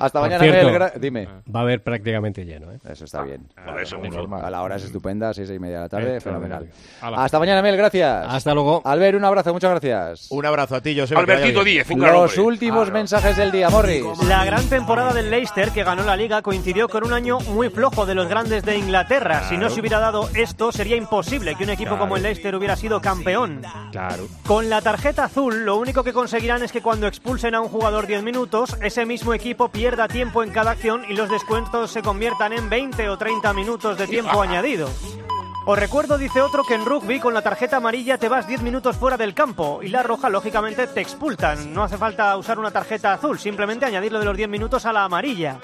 Hasta Por mañana, cierto, Mel, gra- Dime. Va a haber prácticamente lleno, ¿eh? Eso está bien. Ah, eso es muy A la hora es estupenda, seis y media de la tarde, fenomenal. Ala. Hasta mañana, Mel, gracias. Hasta luego. Albert, un abrazo, muchas gracias. Un abrazo a ti, José. Albertito Díez, un gran Los hombre. últimos mensajes del día, Morris. La gran temporada del Leicester que ganó la liga coincidió con un año muy flojo de los grandes de Inglaterra. Si no Claro. se hubiera dado esto, sería imposible que un equipo Claro. como el Leicester hubiera sido campeón. Claro. Con la tarjeta azul, lo único que conseguirán es que cuando expulsen a un jugador 10 minutos, ese mismo equipo pierda tiempo en cada acción y los descuentos se conviertan en 20 o 30 minutos de tiempo añadido. Os recuerdo, dice otro, que en rugby con la tarjeta amarilla te vas 10 minutos fuera del campo y la roja, lógicamente, te expultan. No hace falta usar una tarjeta azul, simplemente añadirlo de los 10 minutos a la amarilla.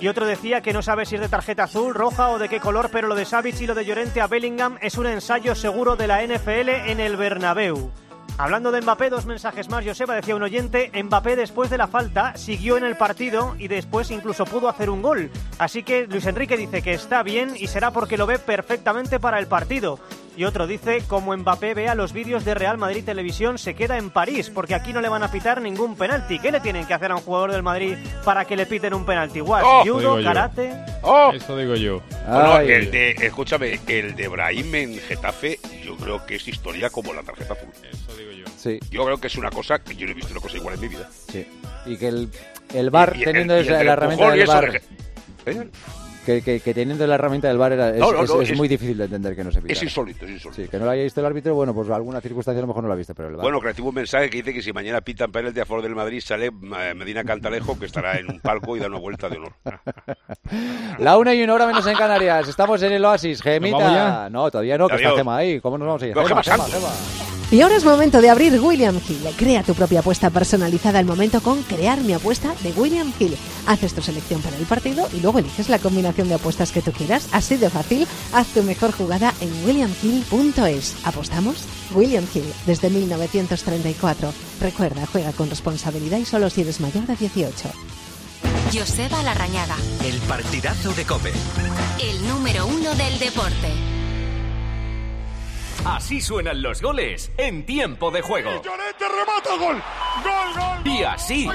Y otro decía que no sabe si es de tarjeta azul, roja o de qué color, pero lo de Savic y lo de Llorente a Bellingham es un ensayo seguro de la NFL en el Bernabéu. Hablando de Mbappé, dos mensajes más. Joseba decía un oyente, Mbappé después de la falta siguió en el partido y después incluso pudo hacer un gol. Así que Luis Enrique dice que está bien y será porque lo ve perfectamente para el partido. Y otro dice, como Mbappé vea los vídeos de Real Madrid Televisión, se queda en París, porque aquí no le van a pitar ningún penalti. ¿Qué le tienen que hacer a un jugador del Madrid para que le piten un penalti? Guas, Oh, digo judo, yo. karate... ¡Oh! Eso digo yo. Bueno, Ay. eh, el de, escúchame, el de Brahim en Getafe, yo creo que es historia como la tarjeta azul. Eso digo yo. Sí. Yo creo que es una cosa que yo no he visto una cosa igual en mi vida. Sí. Y que el, el bar, Y- y el- teniendo y el esa- del la herramienta empujón y del eso bar. de ¿Eh? Que, que- que teniendo la herramienta del bar era- es, No, no, es- no, es es- muy difícil de entender que no se pitara. Es insólito, es insólito. Sí, que no lo haya visto el árbitro, bueno, pues alguna circunstancia a lo mejor no la ha visto, pero el bar. Bueno, creativo un mensaje que dice que si mañana pitan penalti a favor del Madrid sale eh, Medina Cantalejo que estará en un palco y da una vuelta de honor. La una y una hora menos en Canarias. Estamos en el Oasis. Gemita. ¿Nos vamos ya? No, todavía no, que está Adiós. Gema ahí. ¿Cómo nos vamos a ir? No, Gema Santos. Y ahora es momento de abrir William Hill. Crea tu propia apuesta personalizada al momento con Crear mi apuesta de William Hill. Haces tu selección para el partido y luego eliges la combinación de apuestas que tú quieras. Así de fácil, haz tu mejor jugada en williamhill.es. ¿Apostamos? William Hill, desde 1934. Recuerda, juega con responsabilidad y solo si eres mayor de 18. Joseba Larrañaga, El partidazo de Cope. el número uno del deporte. Así suenan los goles en tiempo de juego. remata gol. Gol, gol. Y así.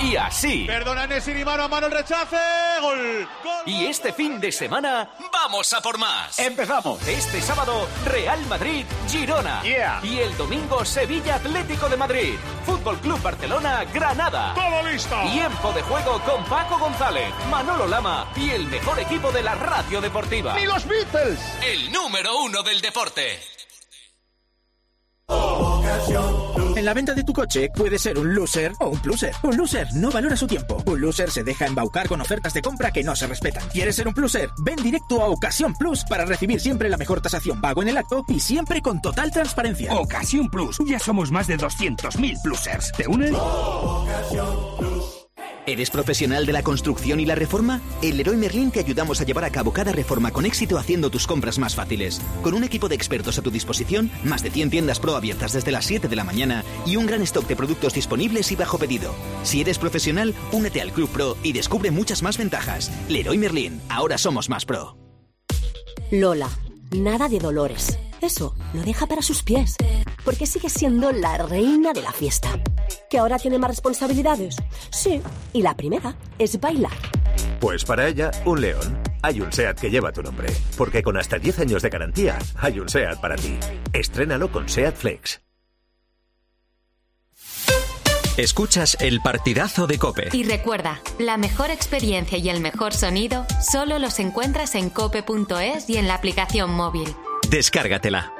Y así. Perdona, Nesiri, mano a mano el rechace. Gol. Gol. Y este fin de semana vamos a por más. Empezamos. Este sábado, Real Madrid, Girona. Y el domingo, Sevilla Atlético de Madrid. Fútbol Club Barcelona, Granada. Todo listo. Tiempo de juego con Paco González, Manolo Lama y el mejor equipo de la radio deportiva. ¡Ni los Beatles! El número uno del deporte. En la venta de tu coche puede ser un loser o un pluser. Un loser no valora su tiempo. Un loser se deja embaucar con ofertas de compra que no se respetan. ¿Quieres ser un pluser? Ven directo a Ocasión Plus para recibir siempre la mejor tasación pago en el acto y siempre con total transparencia. Ocasión Plus. Ya somos más de 200.000 plusers. ¿Te unes? ¿Eres profesional de la construcción y la reforma? En Leroy Merlin te ayudamos a llevar a cabo cada reforma con éxito haciendo tus compras más fáciles. Con un equipo de expertos a tu disposición, más de 100 tiendas pro abiertas desde las 7 de la mañana y un gran stock de productos disponibles y bajo pedido. Si eres profesional, únete al Club Pro y descubre muchas más ventajas. Leroy Merlin, ahora somos más pro. Lola, nada de dolores. Eso lo deja para sus pies, porque sigue siendo la reina de la fiesta. ¿Que ahora tiene más responsabilidades? Sí, y la primera es bailar. Pues para ella, un león. Hay un SEAT que lleva tu nombre. Porque con hasta 10 años de garantía, hay un SEAT para ti. Estrénalo con SEAT Flex. Escuchas el partidazo de Cope. Y recuerda, la mejor experiencia y el mejor sonido solo los encuentras en cope.es y en la aplicación móvil. Descárgatela.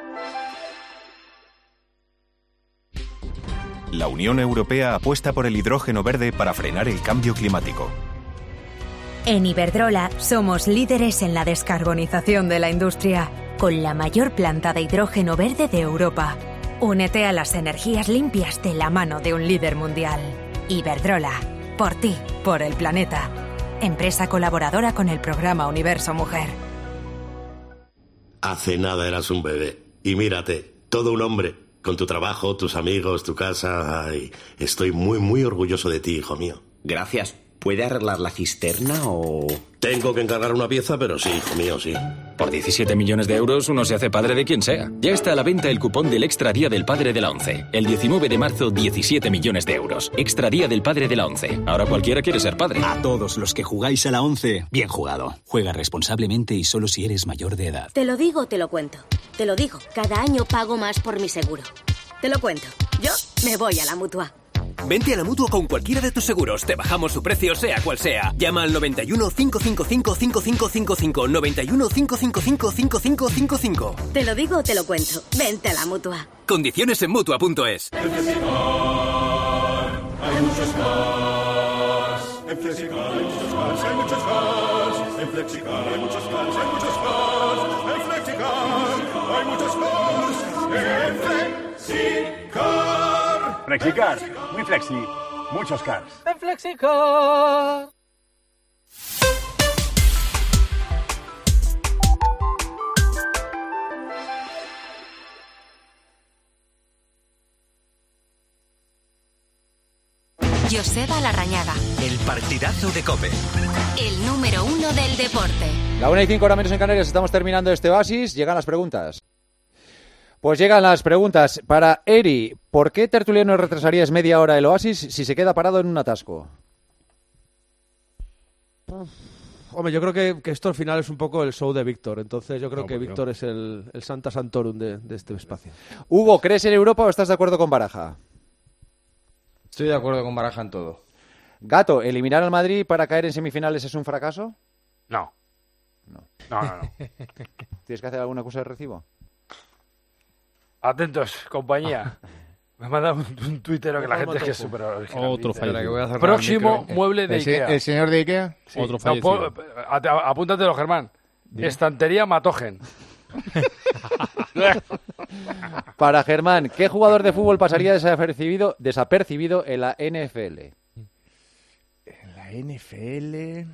La Unión Europea apuesta por el hidrógeno verde para frenar el cambio climático. En Iberdrola somos líderes en la descarbonización de la industria, con la mayor planta de hidrógeno verde de Europa. Únete a las energías limpias de la mano de un líder mundial. Iberdrola, por ti, por el planeta. Empresa colaboradora con el programa Universo Mujer. Hace nada eras un bebé. Y mírate, todo un hombre. Con tu trabajo, tus amigos, tu casa. Ay, estoy muy, muy orgulloso de ti, hijo mío. Gracias. ¿Puede arreglar la cisterna o...? Tengo que encargar una pieza, pero sí, hijo mío, sí. Por 17 millones de euros uno se hace padre de quien sea. Ya está a la venta el cupón del Extra Día del Padre de la ONCE. El 19 de marzo, 17 millones de euros. Extra Día del Padre de la ONCE. Ahora cualquiera quiere ser padre. A todos los que jugáis a la 11, bien jugado. Juega responsablemente y solo si eres mayor de edad. Te lo digo, te lo cuento. Te lo digo, cada año pago más por mi seguro. Te lo cuento. Yo me voy a la mutua. Vente a la mutua con cualquiera de tus seguros. Te bajamos su precio, sea cual sea. Llama al 91 555 5555. 91 555 5555. Te lo digo, te lo cuento. Vente a la mutua. Condiciones en mutua.es. En Flexicar hay muchos más. En Flexicar hay muchos más, hay muchos más. En Flexicar hay muchos más, hay muchos más. En Flexicar hay muchos más. En Flexicar. Flexicar, muy flexi, muchos cars. En Flexicar. Joseba Larrañaga, El partidazo de Cope. el número uno del deporte. La 1 y 5 horas menos en Canarias, estamos terminando este oasis. Llegan las preguntas. Pues llegan las preguntas. Para Eri, ¿por qué Tertuliano retrasarías media hora el oasis si se queda parado en un atasco? Hombre, yo creo que, que esto al final es un poco el show de Víctor. Entonces yo creo No, que pues no. Víctor es el, el Santa Santorum de, de este espacio. Hugo, ¿crees en Europa o estás de acuerdo con Baraja? Estoy de acuerdo con Baraja en todo. Gato, ¿eliminar al Madrid para caer en semifinales es un fracaso? No. No, no, no. ¿Tienes que hacer alguna cosa de recibo? Atentos, compañía. Me ha mandado un, un tuitero que la gente es que es súper original. Otro Dice, fallo. Espera, que voy a Próximo eh. cerrar el mueble de ¿El se- Ikea. el señor de Ikea? Sí. Otro No, fallo, po- a- a- Apúntatelo, Germán. Dime. Estantería Matogen. Para Germán, ¿qué jugador de fútbol pasaría desapercibido, desapercibido en la NFL? La NFL.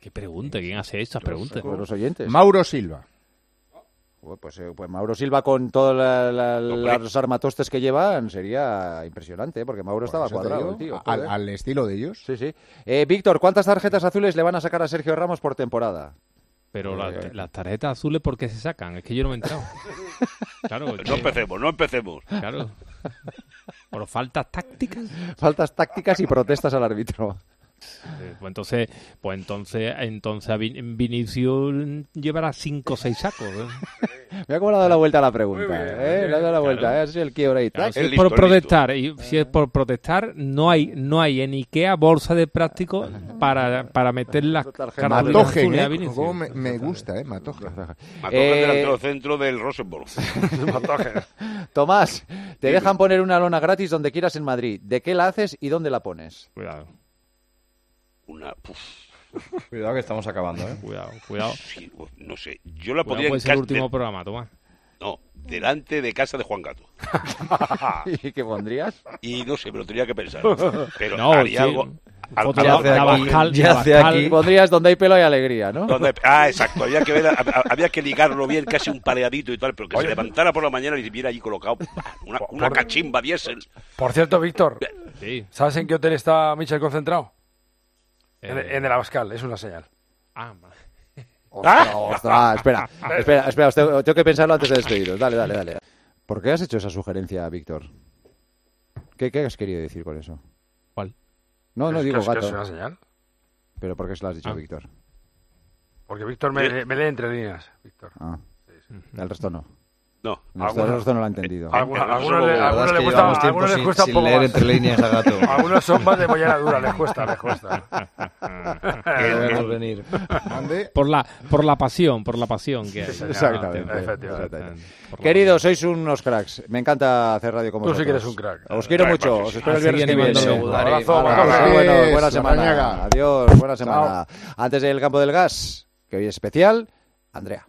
¿Qué pregunta? ¿Quién hace estas preguntas? Con los oyentes. Mauro Silva. Joder, Pues, eh, pues Mauro Silva con todos Hombre. los armatostes que llevan sería impresionante, ¿eh? porque Mauro estaba Pues eso te cuadrado, digo, el tío. al- joder. al estilo de ellos. Sí, sí. Eh, Víctor, ¿cuántas tarjetas azules le van a sacar a Sergio Ramos por temporada? Pero la- las tarjetas azules, ¿por qué se sacan? Es que yo no me he entrado. Claro, Pues No empecemos, no empecemos. Claro. Por faltas tácticas. Faltas tácticas y protestas al árbitro. Eh, Pues entonces, pues entonces, entonces a Vin- Vinicius llevará cinco o seis sacos. ¿eh? Mira cómo le ha dado la vuelta a la pregunta. ¿eh? Le ha dado la vuelta. Claro. ¿eh? Ha sido el quiebra ahí. Claro, tac. si es por protestar, y si es por protestar, no hay, no hay en Ikea bolsa de plástico para, para meter las cartulinas Matojen, azules a ¿eh? Vinicius. Cómo me, me gusta, ¿eh? Matojen. Mató Eh, al delantero centro del Rosenborg. Tomás, te Dime. dejan poner una lona gratis donde quieras en Madrid. ¿De qué la haces y dónde la pones? Cuidado. Una, puf, Cuidado que estamos acabando, ¿eh? Cuidado, cuidado. sí, no sé. Yo la Cuidado, podría puede ser el último programa, Tomás. No, delante de casa de Juan Gato. ¿Y qué pondrías? Y no sé, pero tendría que pensar. Pero No, haría sí. algo. Foto haría de Abascal, de Abascal. Pondrías donde hay pelo y alegría, ¿no? Donde- ah, exacto. Había que, ver, a- a- había que ligarlo bien, casi un pareadito y tal, pero que se levantara por la mañana y viera allí colocado una, una por- cachimba diésel. Por cierto, Víctor, Sí. ¿sabes en qué hotel está Michel concentrado? En, Eh. en el Abascal, es una señal. Ah, ma- Ostras, espera, espera, espera, os tengo, tengo que pensarlo antes de despediros. Dale, dale, dale. ¿Por qué has hecho esa sugerencia, Víctor? ¿Qué, qué has querido decir con eso? ¿Cuál? No, no Es que digo es- que es una gato. señal. Pero ¿por qué se lo has Ah. dicho, Víctor? Porque Víctor me, me lee entre líneas. Víctor. Ah. El resto no. No, El resto, el alguna- resto no lo ha entendido. Alguna- Pero algunos eso, le- Eh, la verdad algunos es les que cuesta- llevamos tiempo algunos les sin- cuesta un sin poco leer más. entre líneas a gato. Algunos son más de mollera dura, les cuesta, les cuesta. Debemos venir. Por la, por la pasión, por la pasión que hay. Sí, Exactamente, Efectivamente. exactamente. Por la- Queridos, sois unos cracks. Me encanta hacer radio con Tú sí vosotros. que eres un crack. Os quiero Crack, mucho. macho, Os pues sí. espero el Así viernes que animando, viene. seguro. Abrazo, Hasta abrazo. luego, Adiós, buena semana. Larrañaga. Adiós, buena semana. Antes del campo del gas, que hoy es especial, Andrea.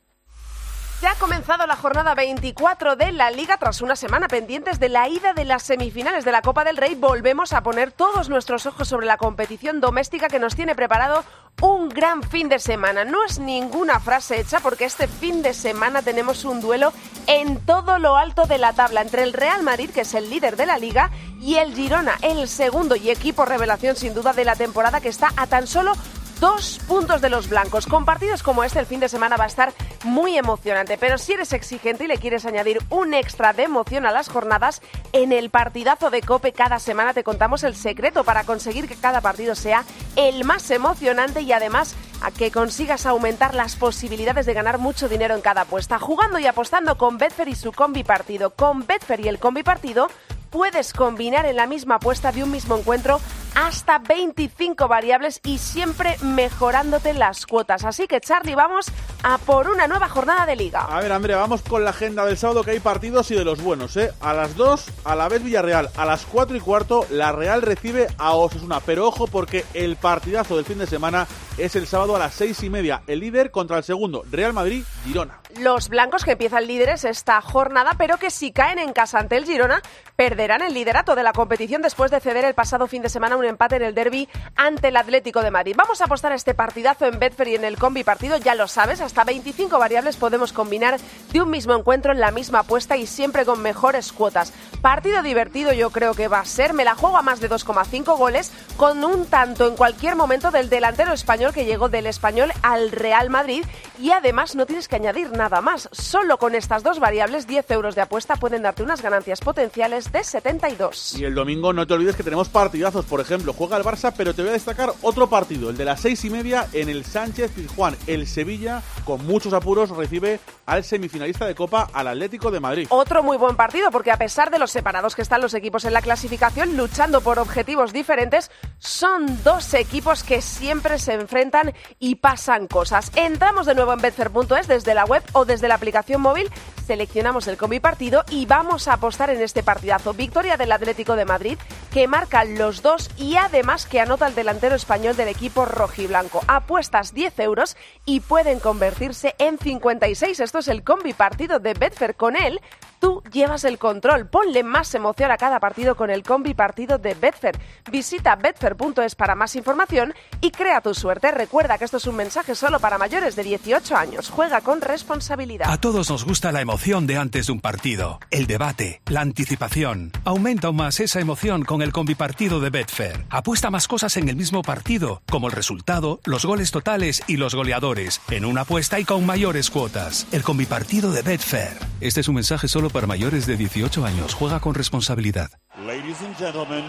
Ya ha comenzado la jornada 24 de la Liga tras una semana pendientes de la ida de las semifinales de la Copa del Rey. Volvemos a poner todos nuestros ojos sobre la competición doméstica que nos tiene preparado un gran fin de semana. No es ninguna frase hecha porque este fin de semana tenemos un duelo en todo lo alto de la tabla entre el Real Madrid, que es el líder de la Liga, y el Girona, el segundo y equipo revelación sin duda de la temporada que está a tan solo dos puntos de los blancos. Con partidos como este, el fin de semana va a estar muy emocionante. Pero si eres exigente y le quieres añadir un extra de emoción a las jornadas, en el partidazo de Cope cada semana te contamos el secreto para conseguir que cada partido sea el más emocionante y además a que consigas aumentar las posibilidades de ganar mucho dinero en cada apuesta. Jugando y apostando con Betfair y su combi partido. Con Betfair y el combi partido puedes combinar en la misma apuesta de un mismo encuentro hasta 25 variables y siempre mejorándote las cuotas. Así que Charlie, vamos a por una nueva jornada de liga. A ver, Andrea, vamos con la agenda del sábado que hay partidos y de los buenos, ¿eh? A las 2, a la vez Villarreal. A las 4 y cuarto, la Real recibe a Osasuna. Pero ojo, porque el partidazo del fin de semana es el sábado a las 6 y media. El líder contra el segundo, Real Madrid-Girona. Los blancos que empiezan líderes esta jornada, pero que si caen en casa ante el Girona, perderán el liderato de la competición después de ceder el pasado fin de semana un empate en el derby ante el Atlético de Madrid. Vamos a apostar este partidazo en Betfair y en el combi partido, ya lo sabes, hasta 25 variables podemos combinar de un mismo encuentro en la misma apuesta y siempre con mejores cuotas. Partido divertido yo creo que va a ser, me la juego a más de 2,5 goles con un tanto en cualquier momento del delantero español que llegó del español al Real Madrid y además no tienes que añadir nada más. Solo con estas dos variables, 10 euros de apuesta pueden darte unas ganancias potenciales de 72. Y el domingo no te olvides que tenemos partidazos. Por ejemplo, juega el Barça, pero te voy a destacar otro partido, el de las seis y media en el Sánchez Pizjuán. El Sevilla, con muchos apuros, recibe al semifinalista de Copa, al Atlético de Madrid. Otro muy buen partido porque a pesar de los separados que están los equipos en la clasificación, luchando por objetivos diferentes, son dos equipos que siempre se enfrentan y pasan cosas. Entramos de nuevo en Betfair.es desde la web o desde la aplicación móvil, seleccionamos el combi partido y vamos a apostar en este partidazo. Victoria del Atlético de Madrid que marca los dos y además que anota el delantero español del equipo rojiblanco. Apuestas 10 euros y pueden convertirse en 56. Esto es el combi partido de Betfair con él. Tú llevas el control. Ponle más emoción a cada partido con el combi partido de Betfair. Visita betfair.es para más información y crea tu suerte. Recuerda que esto es un mensaje solo para mayores de 18 años. Juega con responsabilidad. A todos nos gusta la emoción de antes de un partido, el debate, la anticipación. Aumenta aún más esa emoción con el combipartido de Betfair. Apuesta más cosas en el mismo partido, como el resultado, los goles totales y los goleadores, en una apuesta y con mayores cuotas. El combipartido de Betfair. Este es un mensaje solo para mayores de 18 años. Juega con responsabilidad. Ladies and gentlemen,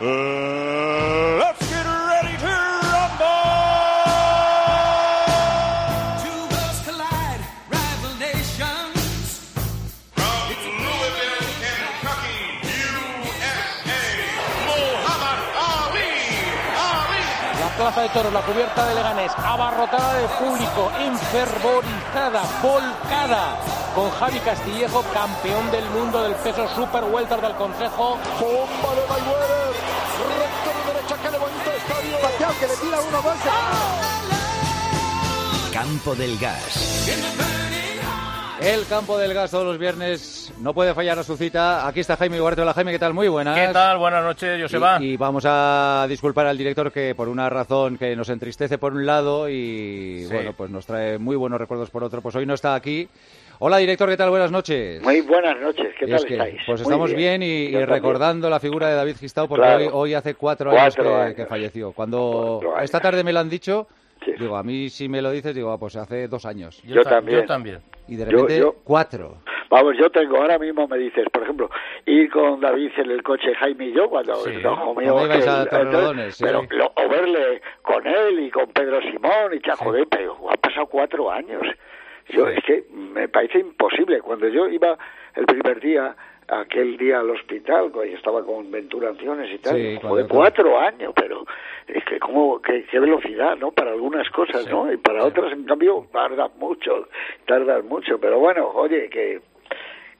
uh, let's get de toros, la cubierta de Leganés, abarrotada de público, enfervorizada, volcada, con Javi Castillejo, campeón del mundo del peso super welter del Consejo. Bomba de Mayweather, recto de derecha, qué bonito estadio. Pateado que le tira uno más. Campo del Gas. El campo del gas todos los viernes no puede fallar a su cita. Aquí está Jaime Iguarte. Hola Jaime, ¿qué tal? Muy buenas. ¿Qué tal? Buenas noches, Joseba. Y, y vamos a disculpar al director que por una razón que nos entristece por un lado y bueno, pues nos trae muy buenos recuerdos por otro, pues hoy no está aquí. Hola director, ¿qué tal? Buenas noches. Muy buenas noches, ¿qué Y tal es que, estáis? Pues Muy estamos bien, y, y Yo también. recordando la figura de David Gistau porque Claro. hoy, hoy hace cuatro, Cuatro años, que- años. que, falleció. Cuando esta tarde me lo han dicho, digo, a mí si me lo dices, digo, ah, pues hace dos años. Yo Yo ta- también. yo también. Y de Yo- repente, yo- cuatro. Vamos, yo tengo, ahora mismo me dices, por ejemplo, ir con David en el coche Jaime y yo cuando... Sí. no, mío, Cuando ibais que- a Torrelodones, sí. Pero lo- o verle con él y con Pedro Simón y Chajo joder, pero han pasado cuatro años. Yo, Es que me parece imposible. Cuando yo iba el primer día, aquel día al hospital, cuando yo estaba con Ventura Anciones y tal, Sí, joder, cuando- cuatro años, pero es que como, qué, qué velocidad, ¿no? Para algunas cosas, ¿no? Y para otras, en cambio, tardas mucho, tardas mucho. Pero bueno, oye, que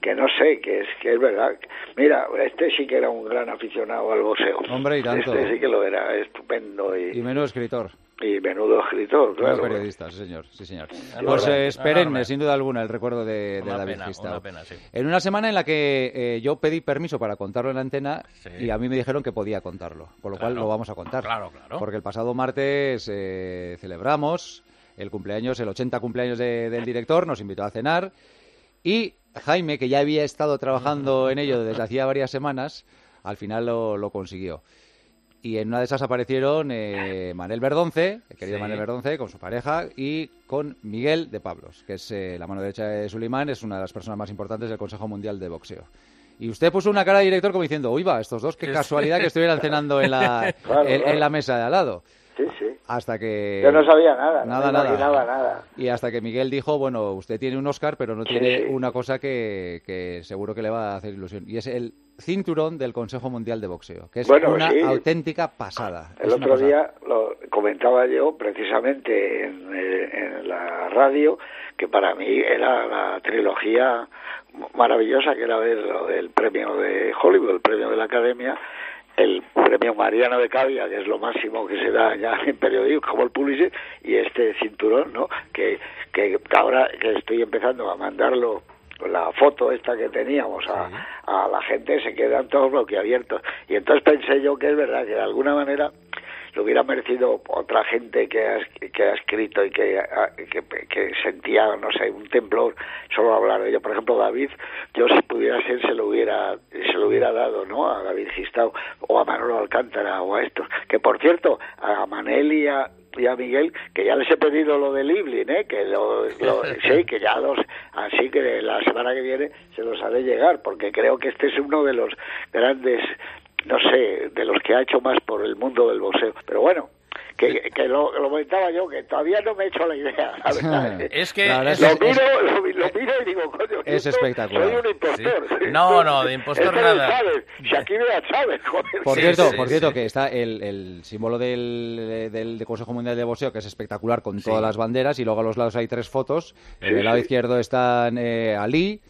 que no sé, que es que es verdad. Mira, este sí que era un gran aficionado al boxeo. Hombre, y tanto. Este sí que lo era, estupendo y, Y menudo escritor. y menudo escritor, Menudo claro. periodista, sí señor, sí señor. Enorme, Pues eh, es perenne, enorme. sin duda alguna, el recuerdo de, de Una David pena, Gistau. una pena, sí. En una semana en la que eh, yo pedí permiso para contarlo en la antena y a mí me dijeron que podía contarlo, con lo cual Claro. lo vamos a contar. Claro, claro. Porque el pasado martes eh, celebramos el cumpleaños, el 80 cumpleaños de- del director, nos invitó a cenar y Jaime, que ya había estado trabajando en ello desde hacía varias semanas, al final lo, lo consiguió. Y en una de esas aparecieron eh, Manel Verdonce, el querido Sí. Manel Verdonce, con su pareja, y con Miguel de Pablos, que es eh, la mano derecha de Sulimán, es una de las personas más importantes del Consejo Mundial de Boxeo. Y usted puso una cara de director como diciendo, uy va, estos dos, qué Sí. casualidad que estuvieran cenando en la, Claro, en, claro. en la mesa de al lado. Sí, sí. Hasta que... Yo no sabía nada, no Nada, me imaginaba nada. Y hasta que Miguel dijo, bueno, usted tiene un Oscar, pero no tiene una cosa que, que seguro que le va a hacer ilusión. Y es el cinturón del Consejo Mundial de Boxeo, que es Bueno, una sí. auténtica pasada. El Es una otro pasada. día lo comentaba yo precisamente en, eh, en la radio que para mí era la trilogía maravillosa que era ver lo del premio de Hollywood, el premio de la Academia, el premio Mariano de Cavia, que es lo máximo que se da ya en periodismo, como el Pulitzer, y este cinturón, ¿no? Que, que ahora que estoy empezando a mandarlo la foto esta que teníamos a, a la gente se quedan todos bloqueabiertos y entonces pensé yo que es verdad que de alguna manera lo hubiera merecido otra gente que ha, que ha escrito y que, a- que, que sentía, no sé, un temblor solo hablar de ello. Por ejemplo, David, yo si pudiera ser, se lo hubiera, se lo hubiera dado, ¿no? A David Gistau o a Manolo Alcántara o a estos. Que por cierto, a Manel y a, y a Miguel, que ya les he pedido lo del Iblin, ¿eh? Que lo, lo- sí, que ya los, así que la semana que viene se los haré llegar, porque creo que este es uno de los grandes no sé, de los que ha hecho más por el mundo del boxeo. Pero bueno, que, que lo, lo comentaba yo, que todavía no me he hecho la idea, la verdad. Es que- lo, La verdad es que- miro, es- lo, vi- lo miro y digo, coño, Es esto- espectacular. Soy un impostor. Sí. No, no, de impostor Esto Este lo nada. sabes. Si aquí me la sabes, joder. Por cierto, por cierto que está el, el símbolo del, del, del Consejo Mundial de Boxeo, que es espectacular con todas las banderas, y luego a los lados hay tres fotos. en Sí, el lado sí. izquierdo están eh, Ali,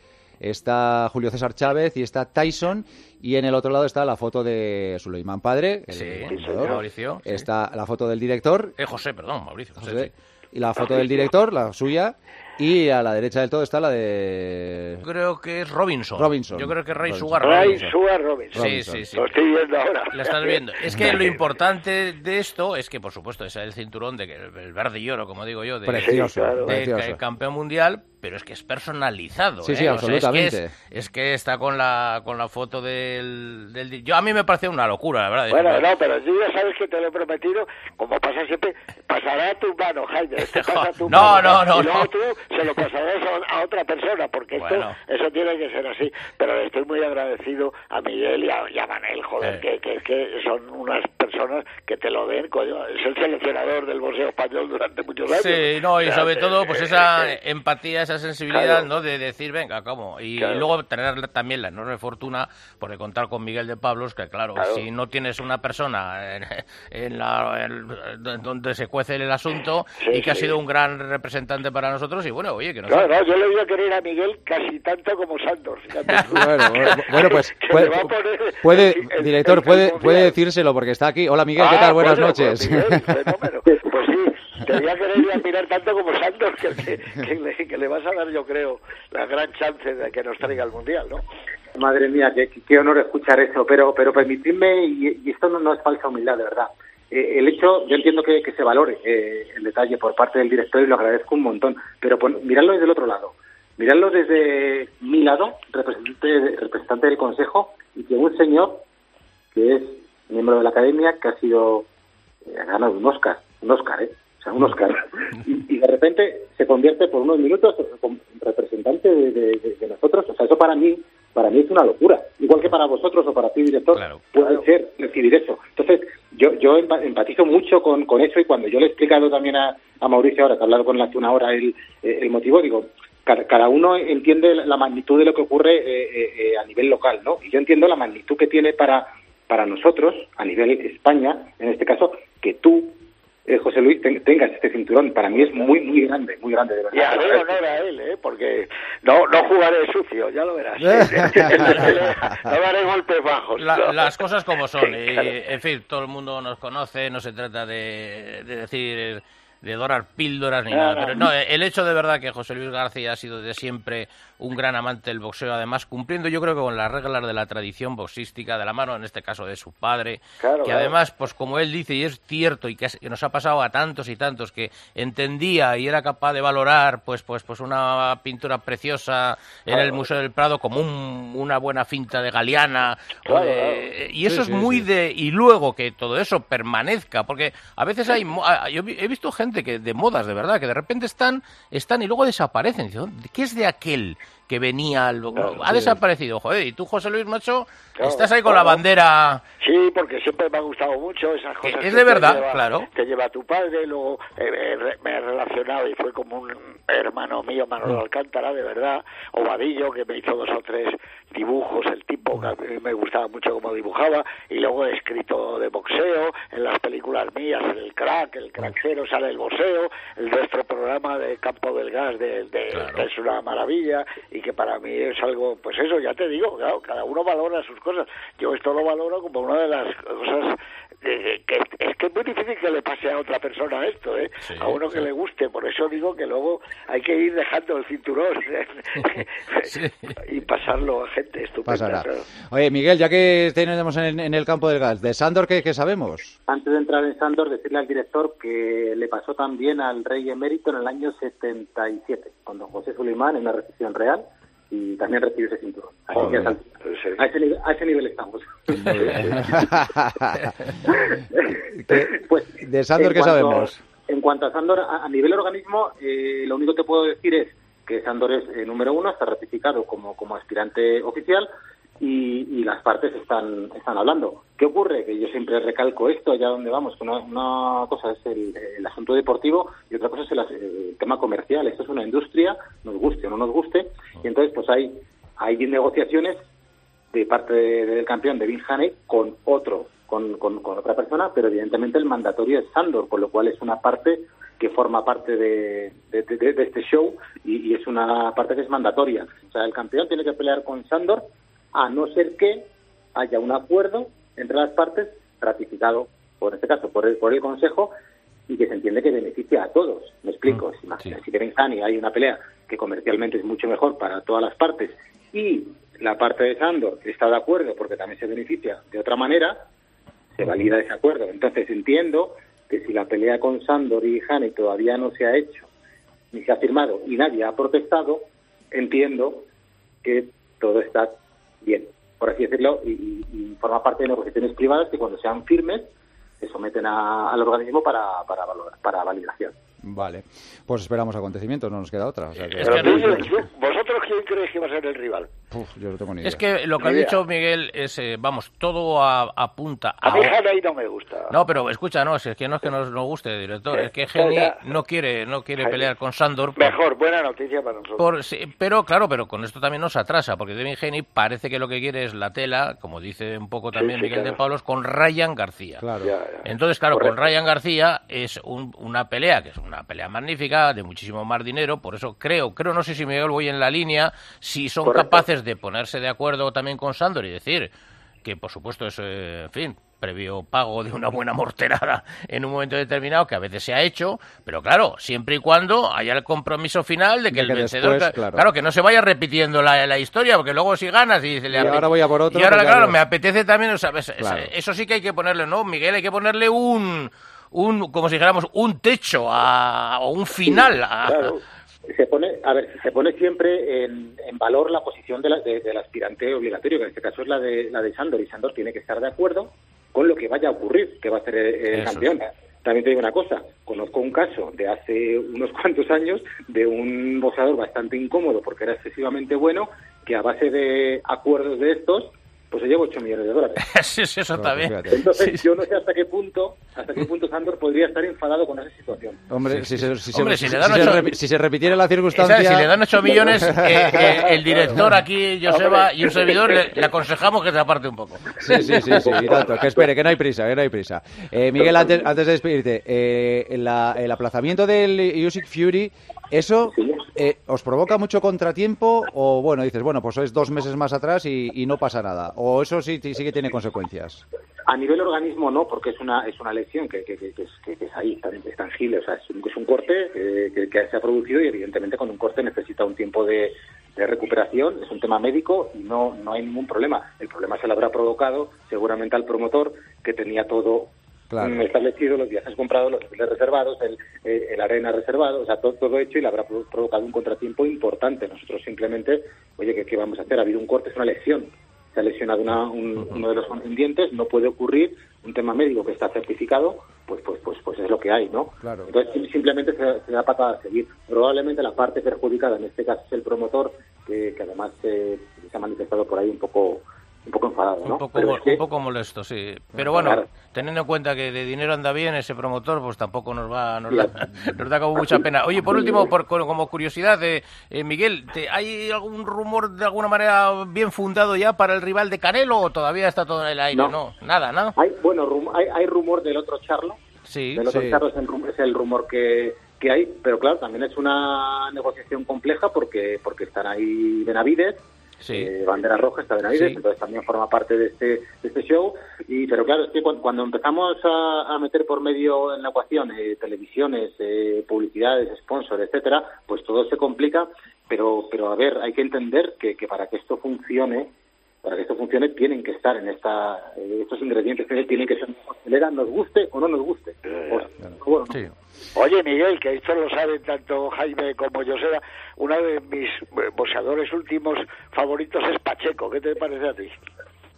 está Julio César Chávez y está Tyson. Y en el otro lado está la foto de Suleiman Padre, el Sí, boxeador. señor. Mauricio, sí. Está la foto del director Eh, José, perdón, Mauricio. José, José, sí. y la foto del director, la suya. Y a la derecha del todo está la de... Creo que es Robinson. Robinson. Yo creo que Ray Robinson. Sugar Ray Sugar Robinson. Sí, Robinson. sí, sí. Lo estoy viendo ahora. La estás viendo. Es que lo importante de esto es que, por supuesto, es el cinturón de el verde y oro, como digo yo, de, Precioso, de precioso. ca- campeón mundial, pero es que es personalizado. Sí, ¿eh? O sí, sea, es que absolutamente. es, es que está con la con la foto del, del di- yo a mí me parece una locura, la verdad. Dije, Bueno, "Vale". no, pero tú ya sabes que te lo he prometido, como pasa siempre, pasará a tu mano, Jaime, te pasa a tu No, no, mano. no, Y luego no. tú se lo pasarás a, a otra persona, porque esto- Bueno. eso tiene que ser así. Pero le estoy muy agradecido a Miguel y a, y a Manel, joder, que, que, que son unas personas que te lo den, coño. Es el seleccionador del boxeo español durante muchos años. Sí, no, y O sea, sobre eh, todo, pues eh, esa eh, empatía, esa sensibilidad, Claro. ¿no? De decir, venga, ¿cómo? Y Claro. luego tener la- también la enorme fortuna por de contar con Miguel de Pablos, que claro, Claro. si no tienes una persona en, en la, en- donde se cuece el asunto Sí, y que ha sí. sido un gran representante para nosotros, y bueno, oye, que no Claro, sé. no, yo le voy a querer a Miguel casi tanto como Santos. fíjate. Bueno, bueno, bueno, pues Que puede, le va a poner puede- el- el- director, el puede, mundial. puede decírselo porque está aquí. Hola Miguel, ¿qué Ah, tal? Buenas bueno, noches. Pues, Miguel, fenómeno. Pues sí, te voy a querer y admirar tanto como Santos que, que- que le, que le vas a dar, yo creo, la gran chance de que nos traiga el Mundial, ¿no? Madre mía, qué, qué honor escuchar eso, pero, pero permitidme, y, y esto no, no es falsa humildad, de verdad. Eh, el hecho, yo entiendo que, que se valore eh, el detalle por parte del director y lo agradezco un montón, pero pon- miradlo desde el otro lado. Miradlo desde mi lado, representante, representante del Consejo, y que un señor que es miembro de la Academia, que ha sido eh, ha ganado un Oscar, un Oscar, ¿eh? O sea, un Oscar. Y, y de repente se convierte por unos minutos en representante de, de- de- de nosotros. O sea, eso para mí, para mí es una locura. Igual que para vosotros o para ti, director, puede ser recibir eso. Entonces, yo, yo empa- empatizo mucho con, con eso y cuando yo le he explicado también a, a Mauricio ahora, que he hablado con él hace una hora el, eh, el motivo, digo, cada, cada uno entiende la magnitud de lo que ocurre eh, eh, eh, a nivel local, ¿no? Y yo entiendo la magnitud que tiene para, para nosotros, a nivel España, en este caso, que tú, eh, José Luis, ten- tengas este cinturón. Para mí es muy, muy grande, muy grande, de verdad. Y a ver honor a él, ¿eh? Porque no, no jugaré sucio, ya lo verás. no daré golpes bajos. La- no. Las cosas como son. Sí, y, claro. En fin, todo el mundo nos conoce, no se trata de, de decir de dorar píldoras ni Ah. nada. Pero no, el hecho de verdad que José Luis García ha sido de siempre un gran amante del boxeo, además cumpliendo yo creo que con las reglas de la tradición boxística de la mano, en este caso de su padre, Claro, que claro. además, pues como él dice, y es cierto, y que es- que nos ha pasado a tantos y tantos, que entendía y era capaz de valorar pues, pues, pues una pintura preciosa en Claro. el Museo del Prado como un- una buena finta de Galeana o Claro, de- claro. Eh, Y eso Sí, es sí, muy sí. de... Y luego que todo eso permanezca, porque a veces hay... mo- ah, Yo vi- he visto gente que de modas, de verdad, que de repente están, están y luego desaparecen. Dice, "¿Dónde- ¿Qué es de aquel que venía? al- ha sí. desaparecido, joder. Y tú, José Luis Macho, Claro, estás ahí con la claro. bandera... Sí, porque siempre me ha gustado mucho esas cosas. ¿E-, es que de te verdad, lleva- claro. Que lleva tu padre, luego eh, eh, re- me he relacionado y fue como un hermano mío, Manolo Mm. Alcántara, de verdad, o Vadillo, que me hizo dos o tres dibujos, el Mm. tipo que a mí me gustaba mucho cómo dibujaba, y luego he escrito de boxeo, en las películas mías, en el crack, Mm. el crackero sale el boxeo, el nuestro programa de Campo del Gas de, de- que es una maravilla y que para mí es algo, pues eso, ya te digo, claro, cada uno valora sus cosas. Yo esto lo valoro como una de las cosas eh, que es que es muy difícil que le pase a otra persona esto, ¿eh? a uno que le guste, por eso digo que luego hay que ir dejando el cinturón ¿eh? y pasarlo a gente estupenda. Pasará. claro. Oye, Miguel, ya que tenemos en, en el campo del gas, de Sandor, ¿qué, qué sabemos? Antes de entrar en Sandor, decirle al director que le pasó también al rey emérito en el año 77, cuando José Suleimán en la recepción real y también recibió ese cinturón. Así Joder. que Sandor, a, ese nivel, a ese nivel estamos. ¿Qué- de Sandor, en ¿qué cuanto- sabemos? En cuanto a Sandor, a, a nivel organismo, eh, lo único que puedo decir es que Sandor es eh, número uno, está ratificado como, como aspirante oficial y, y las partes están, están hablando. ¿Qué ocurre? Que yo siempre recalco esto allá donde vamos, que una, una cosa es el, el asunto deportivo y otra cosa es el, as- el tema comercial. Esto es una industria, nos guste o no nos guste, y entonces pues hay, hay negociaciones de parte de- del campeón de Haney con otro, con, con- con otra persona, pero evidentemente el mandatorio es Sandor, con lo cual es una parte que forma parte de, de- de- de este show y, y es una parte que es mandatoria. O sea, el campeón tiene que pelear con Sandor a no ser que haya un acuerdo entre las partes ratificado, por este caso, por el, por el Consejo y que se entiende que beneficia a todos. Me explico. Si imagina- Si Kevin Haney hay una pelea que comercialmente es mucho mejor para todas las partes y la parte de Sandor está de acuerdo porque también se beneficia de otra manera, se valida ese acuerdo. Entonces entiendo que si la pelea con Sandor y Haney todavía no se ha hecho, ni se ha firmado y nadie ha protestado, entiendo que todo está bien, por así decirlo, y, y- y forma parte de negociaciones privadas que cuando sean firmes se someten a- al organismo para, para, valorar- para validación. Vale. Pues esperamos acontecimientos, no nos queda otra. o sea que- Pero tú, tú, vosotros vosotros quién creéis que va a ser el rival? Uf, yo no tengo ni idea. Es que lo que ha Ni idea. dicho Miguel es, eh, vamos, todo a- apunta A a... mí Hanay no me gusta. No, pero escucha, no, si es que no es que nos, nos guste, director, es que Venga. Geni no quiere, no quiere pelear con Sandor. por- Mejor, buena noticia para nosotros. por- sí, pero claro, pero con esto también nos atrasa, porque Devin Geni parece que lo que quiere es la tela, como dice un poco también sí, Miguel de claro. Pablos, con Ryan García. Claro. Entonces, claro, Correcto. con Ryan García es un- una pelea, que es una pelea magnífica, de muchísimo más dinero, por eso creo, creo, no sé si Miguel voy en la línea, si son Correcto. capaces de ponerse de acuerdo también con Sandor y decir que, por supuesto, es, eh, en fin, previo pago de una buena morterada en un momento determinado, que a veces se ha hecho, pero claro, siempre y cuando haya el compromiso final de que De el que vencedor, después, ca- claro. claro. que no se vaya repitiendo la, la historia, porque luego si ganas y, se le Y apete- ahora voy a por otro, y ahora, pues ya claro, digo. me apetece también, o sea, ves- Claro. eso sí que hay que ponerle, ¿no? Miguel, hay que ponerle un, un como si dijéramos, un techo a, o un final. a- Claro. Se pone, a ver, se pone siempre en, en valor la posición de la- de- del aspirante obligatorio, que en este caso es la de, la de Sandor, y Sandor tiene que estar de acuerdo con lo que vaya a ocurrir, que va a ser el, el Eso es. campeón. También te digo una cosa, conozco un caso de hace unos cuantos años de un boxeador bastante incómodo porque era excesivamente bueno, que a base de acuerdos de estos, pues se lleva 8 millones de dólares. sí, sí, eso también. Entonces yo no sé hasta qué punto, hasta qué punto Sandor podría estar enfadado con esa situación. Hombre, si, se, si, se- Hombre, si si le dan se ocho- repi- si se repitiera la circunstancia... ¿Sabes? Si le dan 8 millones, eh, eh, el director aquí, Joseba, y un servidor, le, le aconsejamos que se aparte un poco. Sí, sí, sí, sí, y tanto. Que espere, que no hay prisa, que no hay prisa. Eh, Miguel, antes, antes de despedirte, eh, la- el aplazamiento del Usyk Fury, ¿eso eh, os provoca mucho contratiempo? O bueno, dices, bueno, pues es dos meses más atrás y, y no pasa nada. ¿O eso sí, sí que tiene consecuencias? A nivel organismo no, porque es una es una lesión que, que, que- que es, que- que es ahí, tan- es tangible, o sea, es un, es un corte eh, que, que se ha producido y evidentemente con un corte necesita un tiempo de, de recuperación, es un tema médico y no, no hay ningún problema. El problema se lo habrá provocado seguramente al promotor que tenía todo Claro. mm, establecido, los viajes comprados, los hoteles reservados, el, eh, el arena reservado, o sea, todo, todo hecho y le habrá pro- provocado un contratiempo importante. Nosotros simplemente, oye, ¿qué, qué vamos a hacer? Ha habido un corte, es una lesión. Se ha lesionado una- un- uno de los contendientes, no puede ocurrir, un tema médico que está certificado, pues pues pues pues es lo que hay, ¿no? Claro. Entonces sim- simplemente se, se da patada a seguir. Probablemente la parte perjudicada, en este caso es el promotor, que, que además eh, se ha manifestado por ahí un poco un poco enfadado, ¿no? Un poco, Pero mo- es que- un poco molesto, sí. Pero bueno, Claro. teniendo en cuenta que de dinero anda bien ese promotor, pues tampoco nos va nos da, nos da como mucha pena. Oye, por último, por, co- como curiosidad, eh, eh, Miguel, ¿te- ¿hay algún rumor de alguna manera bien fundado ya para el rival de Canelo o todavía está todo en el aire? No, No. nada, nada. Hay, bueno, rum- hay, hay rumor del otro charlo. Sí, Del otro sí. charlo es el rumor, es el rumor que, que hay, pero claro, también es una negociación compleja porque porque están ahí Benavides, Sí. eh, Bandera Roja está Benavides, Sí. entonces también forma parte de este, de este show. Y Pero claro, es que cuan- cuando, empezamos a, a meter por medio en la ecuación eh, televisiones, eh, publicidades, sponsors, etcétera, pues todo se complica. Pero, pero a ver, hay que entender que, que para que esto funcione, para que esto funcione tienen que estar en esta eh, estos ingredientes que tienen que ser acelera nos guste o no nos guste O- o bueno, no. Oye, Miguel, que esto lo saben tanto Jaime como Joseba, uno de mis eh, boxeadores últimos favoritos es Pacheco. ¿Qué te parece a ti?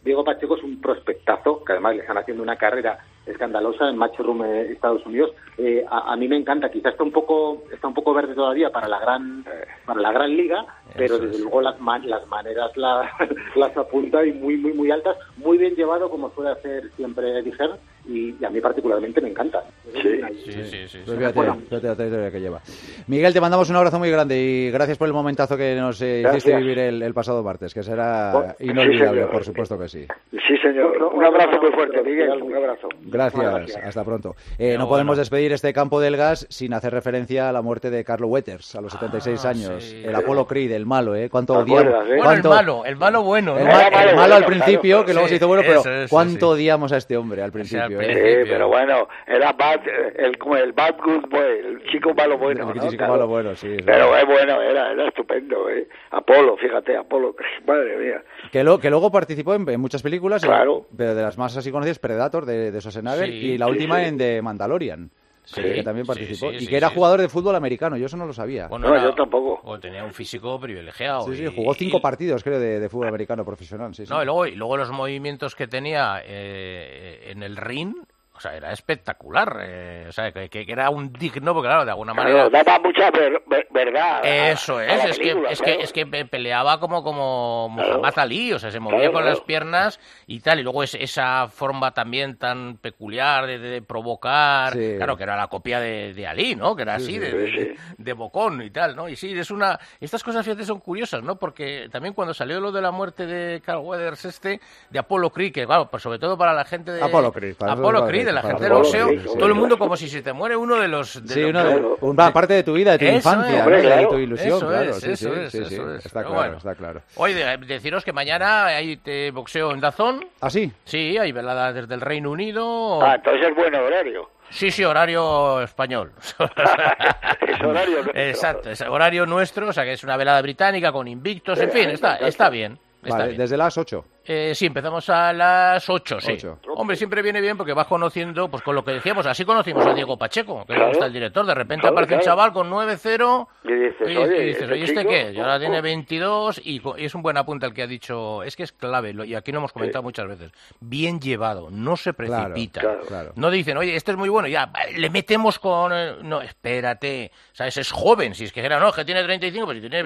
Diego Pacheco es un prospectazo que además le están haciendo una carrera escandalosa en Matchroom eh, Estados Unidos Eh, a, a mí me encanta quizás está un poco está un poco verde todavía para la gran para la gran liga pero desde luego las ma- las maneras la- las apunta y muy muy muy altas muy bien llevado como suele hacer siempre Dijer y, y a mí particularmente me encanta Sí, sí, sí. Pues fíjate, fíjate la trayectoria que lleva. Miguel, te mandamos un abrazo muy grande y gracias por el momentazo que nos eh, hiciste Gracias. vivir el, el pasado martes, que será Bueno, sí, inolvidable, señor. por supuesto que sí. Sí, señor. Un abrazo muy fuerte, Miguel. Un abrazo. Gracias, hasta pronto. Eh, no podemos despedir este campo del gas sin hacer referencia a la muerte de Carlo Wetters a los 76 años. El Apolo Creed, el malo, ¿eh? ¿Cuánto ¿Te odiamos? acuerdas, eh? Bueno, el cuánto- malo, el malo bueno, El, ¿no? ma- Era malo, el malo al bueno, principio, claro. que luego Sí, se hizo bueno, pero eso es, sí, ¿cuánto odiamos a este hombre al sea, al principio? Sí, eh? pero bueno, era bad, eh, el, como el bad good boy, el chico malo bueno. El ¿no? chico Claro. malo bueno, sí, es Pero verdad. eh, bueno, era, era estupendo, ¿eh? Apolo, fíjate, Apolo, madre mía. Que, lo- que luego participó en, en muchas películas, eh, Claro. pero de las más así conocidas, Predator de, de Schwarzenegger Sí, y la sí, última sí. en de Mandalorian, Sí, que también sí, participó, sí, y sí, que era sí. jugador de fútbol americano, yo eso no lo sabía. Bueno, No, era- yo tampoco. o tenía un físico privilegiado. Sí, sí, Oh, y- jugó cinco y- partidos, creo, de, de fútbol americano profesional, sí, sí. No, y luego, y luego los movimientos que tenía eh, en el ring O sea, era espectacular. eh, o sea, que, que era un digno, porque claro, de alguna manera... Claro, daba mucha ver- ver- verdad. a- Eso a es, la es, película, que, es, claro. que, es que pe- peleaba como, como Muhammad Ali, o sea, se movía Claro, con claro. las piernas y tal, y luego es, esa forma también tan peculiar de, de provocar, Sí. claro, que era la copia de, de Ali, ¿no? Que era Sí, así, sí, de, sí, de- sí. de- de bocón y tal, ¿no? Y sí, es una... Estas cosas, fíjate, son curiosas, ¿no? Porque también cuando salió lo de la muerte de Carl Weathers este, de Apollo Creed, que claro, pues sobre todo para la gente de... Apollo Creed, para Apollo nosotros, Creed, de la para gente del nosotros. boxeo, Apollo Creed, todo el sí. mundo como si se te muere uno de los... de Sí, los- una, una parte de tu vida, de tu Eso infancia, es, ¿no? Y de claro. tu ilusión, Eso claro. es, sí, eso sí, es, sí, sí, eso es. Está Pero claro, bueno. está claro. Oye, de- deciros que mañana hay eh, boxeo en Dazón. ¿Ah, sí? Sí, hay velada desde el Reino Unido. Ah, entonces es buen horario. Sí, sí, horario español. es horario nuestro. Exacto, es horario nuestro, o sea que es una velada británica con invictos, en Sí, fin, está, fantástico. está bien. Está Vale, bien. desde las 8. Eh, sí, empezamos a las 8, sí. Ocho. Hombre, siempre viene bien porque vas conociendo, pues con lo que decíamos, así conocimos a Diego Pacheco, que le Claro. gusta el director, de repente Claro, aparece un claro. chaval con 9-0 Y dices, y, y oye, dices, oye, ¿este chico, qué? Y ahora ¿cómo- tiene 22 y, co- y es un buen apunte el que ha dicho, es que es clave, lo- y aquí lo hemos comentado muchas veces, bien llevado, no se precipita. claro, claro. No dicen, oye, este es muy bueno, ya, va, le metemos con... eh, No, espérate, ¿sabes? Es joven, si es que era, no, es que tiene 35, pues si tiene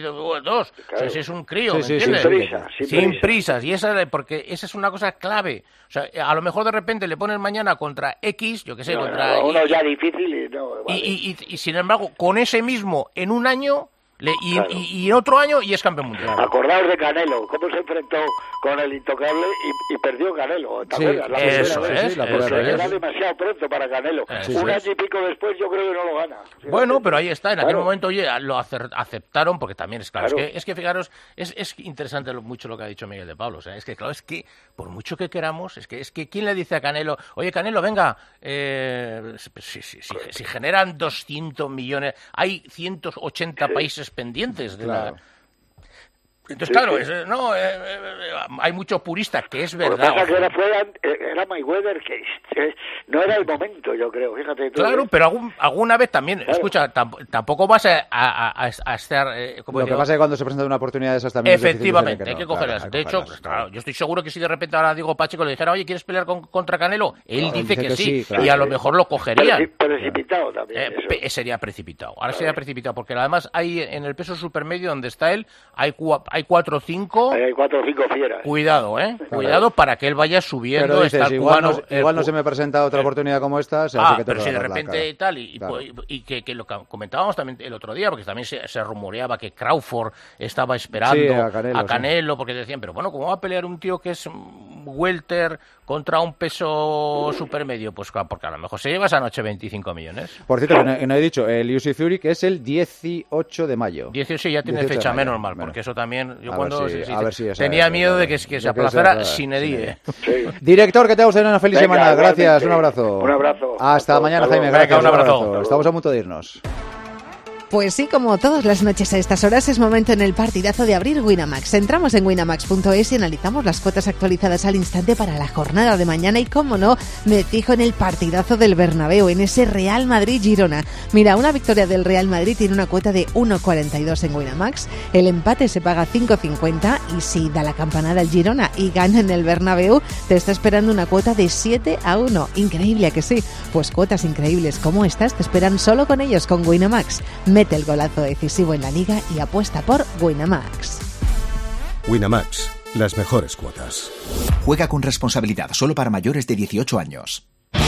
22, o sea, si es un crío, Sí, ¿me sí, sí, entiendes? sin prisa, sin Sin prisa. prisas, y esa, porque esa es una cosa clave. O sea, a lo mejor de repente le pones mañana contra X, yo qué sé, No, contra... no, Y- uno ya difícil y no. y, vale. y- y- y sin embargo, con ese mismo en un año le- y, Claro. Ah, pues, y- y en otro año y es campeón mundial. Acordaos de Canelo, cómo se enfrentó con el intocable y, y perdió Canelo. ¿te Sí, acuerdas? La eso primera es, vez. la Porque primera Era vez. demasiado pronto para Canelo. Eso Un es. año y pico después yo creo que no lo gana. Bueno, pero ahí está, en aquel Claro. momento oye, lo acer- aceptaron porque también es claro, Claro. Es, que, es que fijaros, es, es interesante lo- mucho lo que ha dicho Miguel de Pablo, o sea, es que claro, es que por mucho que queramos, es que es que quién le dice a Canelo, oye Canelo, venga, eh, si, si- si- si generan 200 millones, hay 180 países pendientes de Claro. la... Entonces, Sí, claro, sí. es, eh, no, eh, eh, eh, hay muchos puristas que es Lo que verdad. pasa que ojo. era, fue, an- era Mayweather, que que no era el momento, yo creo. Fíjate tú. ¿eh? Claro, pero algún- alguna vez también, escucha, tamp- tampoco vas a, a- a- a estar... eh, como Lo que digo, pasa es que cuando se presenta una oportunidad de esas también es difícil Efectivamente, decirle hay que no, cogerlas. claro, de hay que hecho, cogerlas. pues, claro, yo estoy seguro que si de repente ahora digo Pacheco le dijera, oye, ¿quieres pelear con- contra Canelo? Él Claro, dice, que, sí, y a lo mejor lo cogería. Eh, Preci- Precipitado también. eso. sería precipitado. Ahora sería precipitado, porque además hay en el peso supermedio donde está él, hay, cua- hay cuatro o cinco. Ahí hay cuatro o cinco fieras. Cuidado, ¿eh? Cuidado para que él vaya subiendo. Pero dices, está el igual, cubano- no, igual no el- se me presenta otra oportunidad como esta, así eh, Ah, que tengo pero que si de dar la repente cara. y tal, y, y Claro. po- y- y que, que lo que comentábamos también el otro día, porque también se, se rumoreaba que Crawford estaba esperando Sí, a Canelo, sí. Canelo, porque decían, pero bueno, ¿cómo va a pelear un tío que es mm, welter contra un peso supermedio? Pues claro, porque a lo mejor se lleva esa noche 25 millones. Por cierto, que no, que no he dicho, el UC Fury que es el 18 de mayo. 18 ya tiene 18 de fecha mayo, menos mal, porque eso también, yo A ver cuando si- se- se- a ver si esa- tenía miedo de que, que de se que aplazara se- sin edie. Director, que tengas una feliz Venga, semana. Gracias, igualmente. un abrazo. Un abrazo. Hasta mañana, Hasta luego. Jaime. Venga, Gracias. un abrazo. Hasta Estamos a punto de irnos. Pues sí, como todas las noches a estas horas es momento en el partidazo de abrir Winamax. Entramos en winamax.es y analizamos las cuotas actualizadas al instante para la jornada de mañana y, como no, me fijo en el partidazo del Bernabéu, en ese Real Madrid-Girona. Mira, una victoria del Real Madrid tiene una cuota de 1,42 en Winamax, el empate se paga 5,50 y si da la campanada al Girona y gana en el Bernabéu, te está esperando una cuota de 7 a 1. Increíble ¿a que sí. Pues cuotas increíbles como estas te esperan solo con ellos con Winamax. Mete el golazo decisivo en la liga y apuesta por Winamax. Winamax, las mejores cuotas. Juega con responsabilidad solo para mayores de 18 años. She lies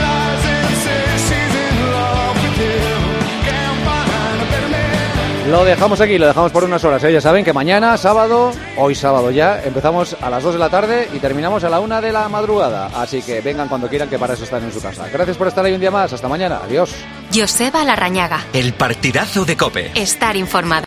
and says she's in love with him. Can't find a better man. Lo dejamos aquí, lo dejamos por unas horas. ¿eh? Ya saben que mañana, sábado, hoy sábado ya, empezamos a las 2 de la tarde y terminamos a la 1 de la madrugada. Así que vengan cuando quieran, que para eso están en su casa. Gracias por estar ahí un día más. Hasta mañana. Adiós. Joseba Larrañaga. El partidazo de Cope. Estar informado.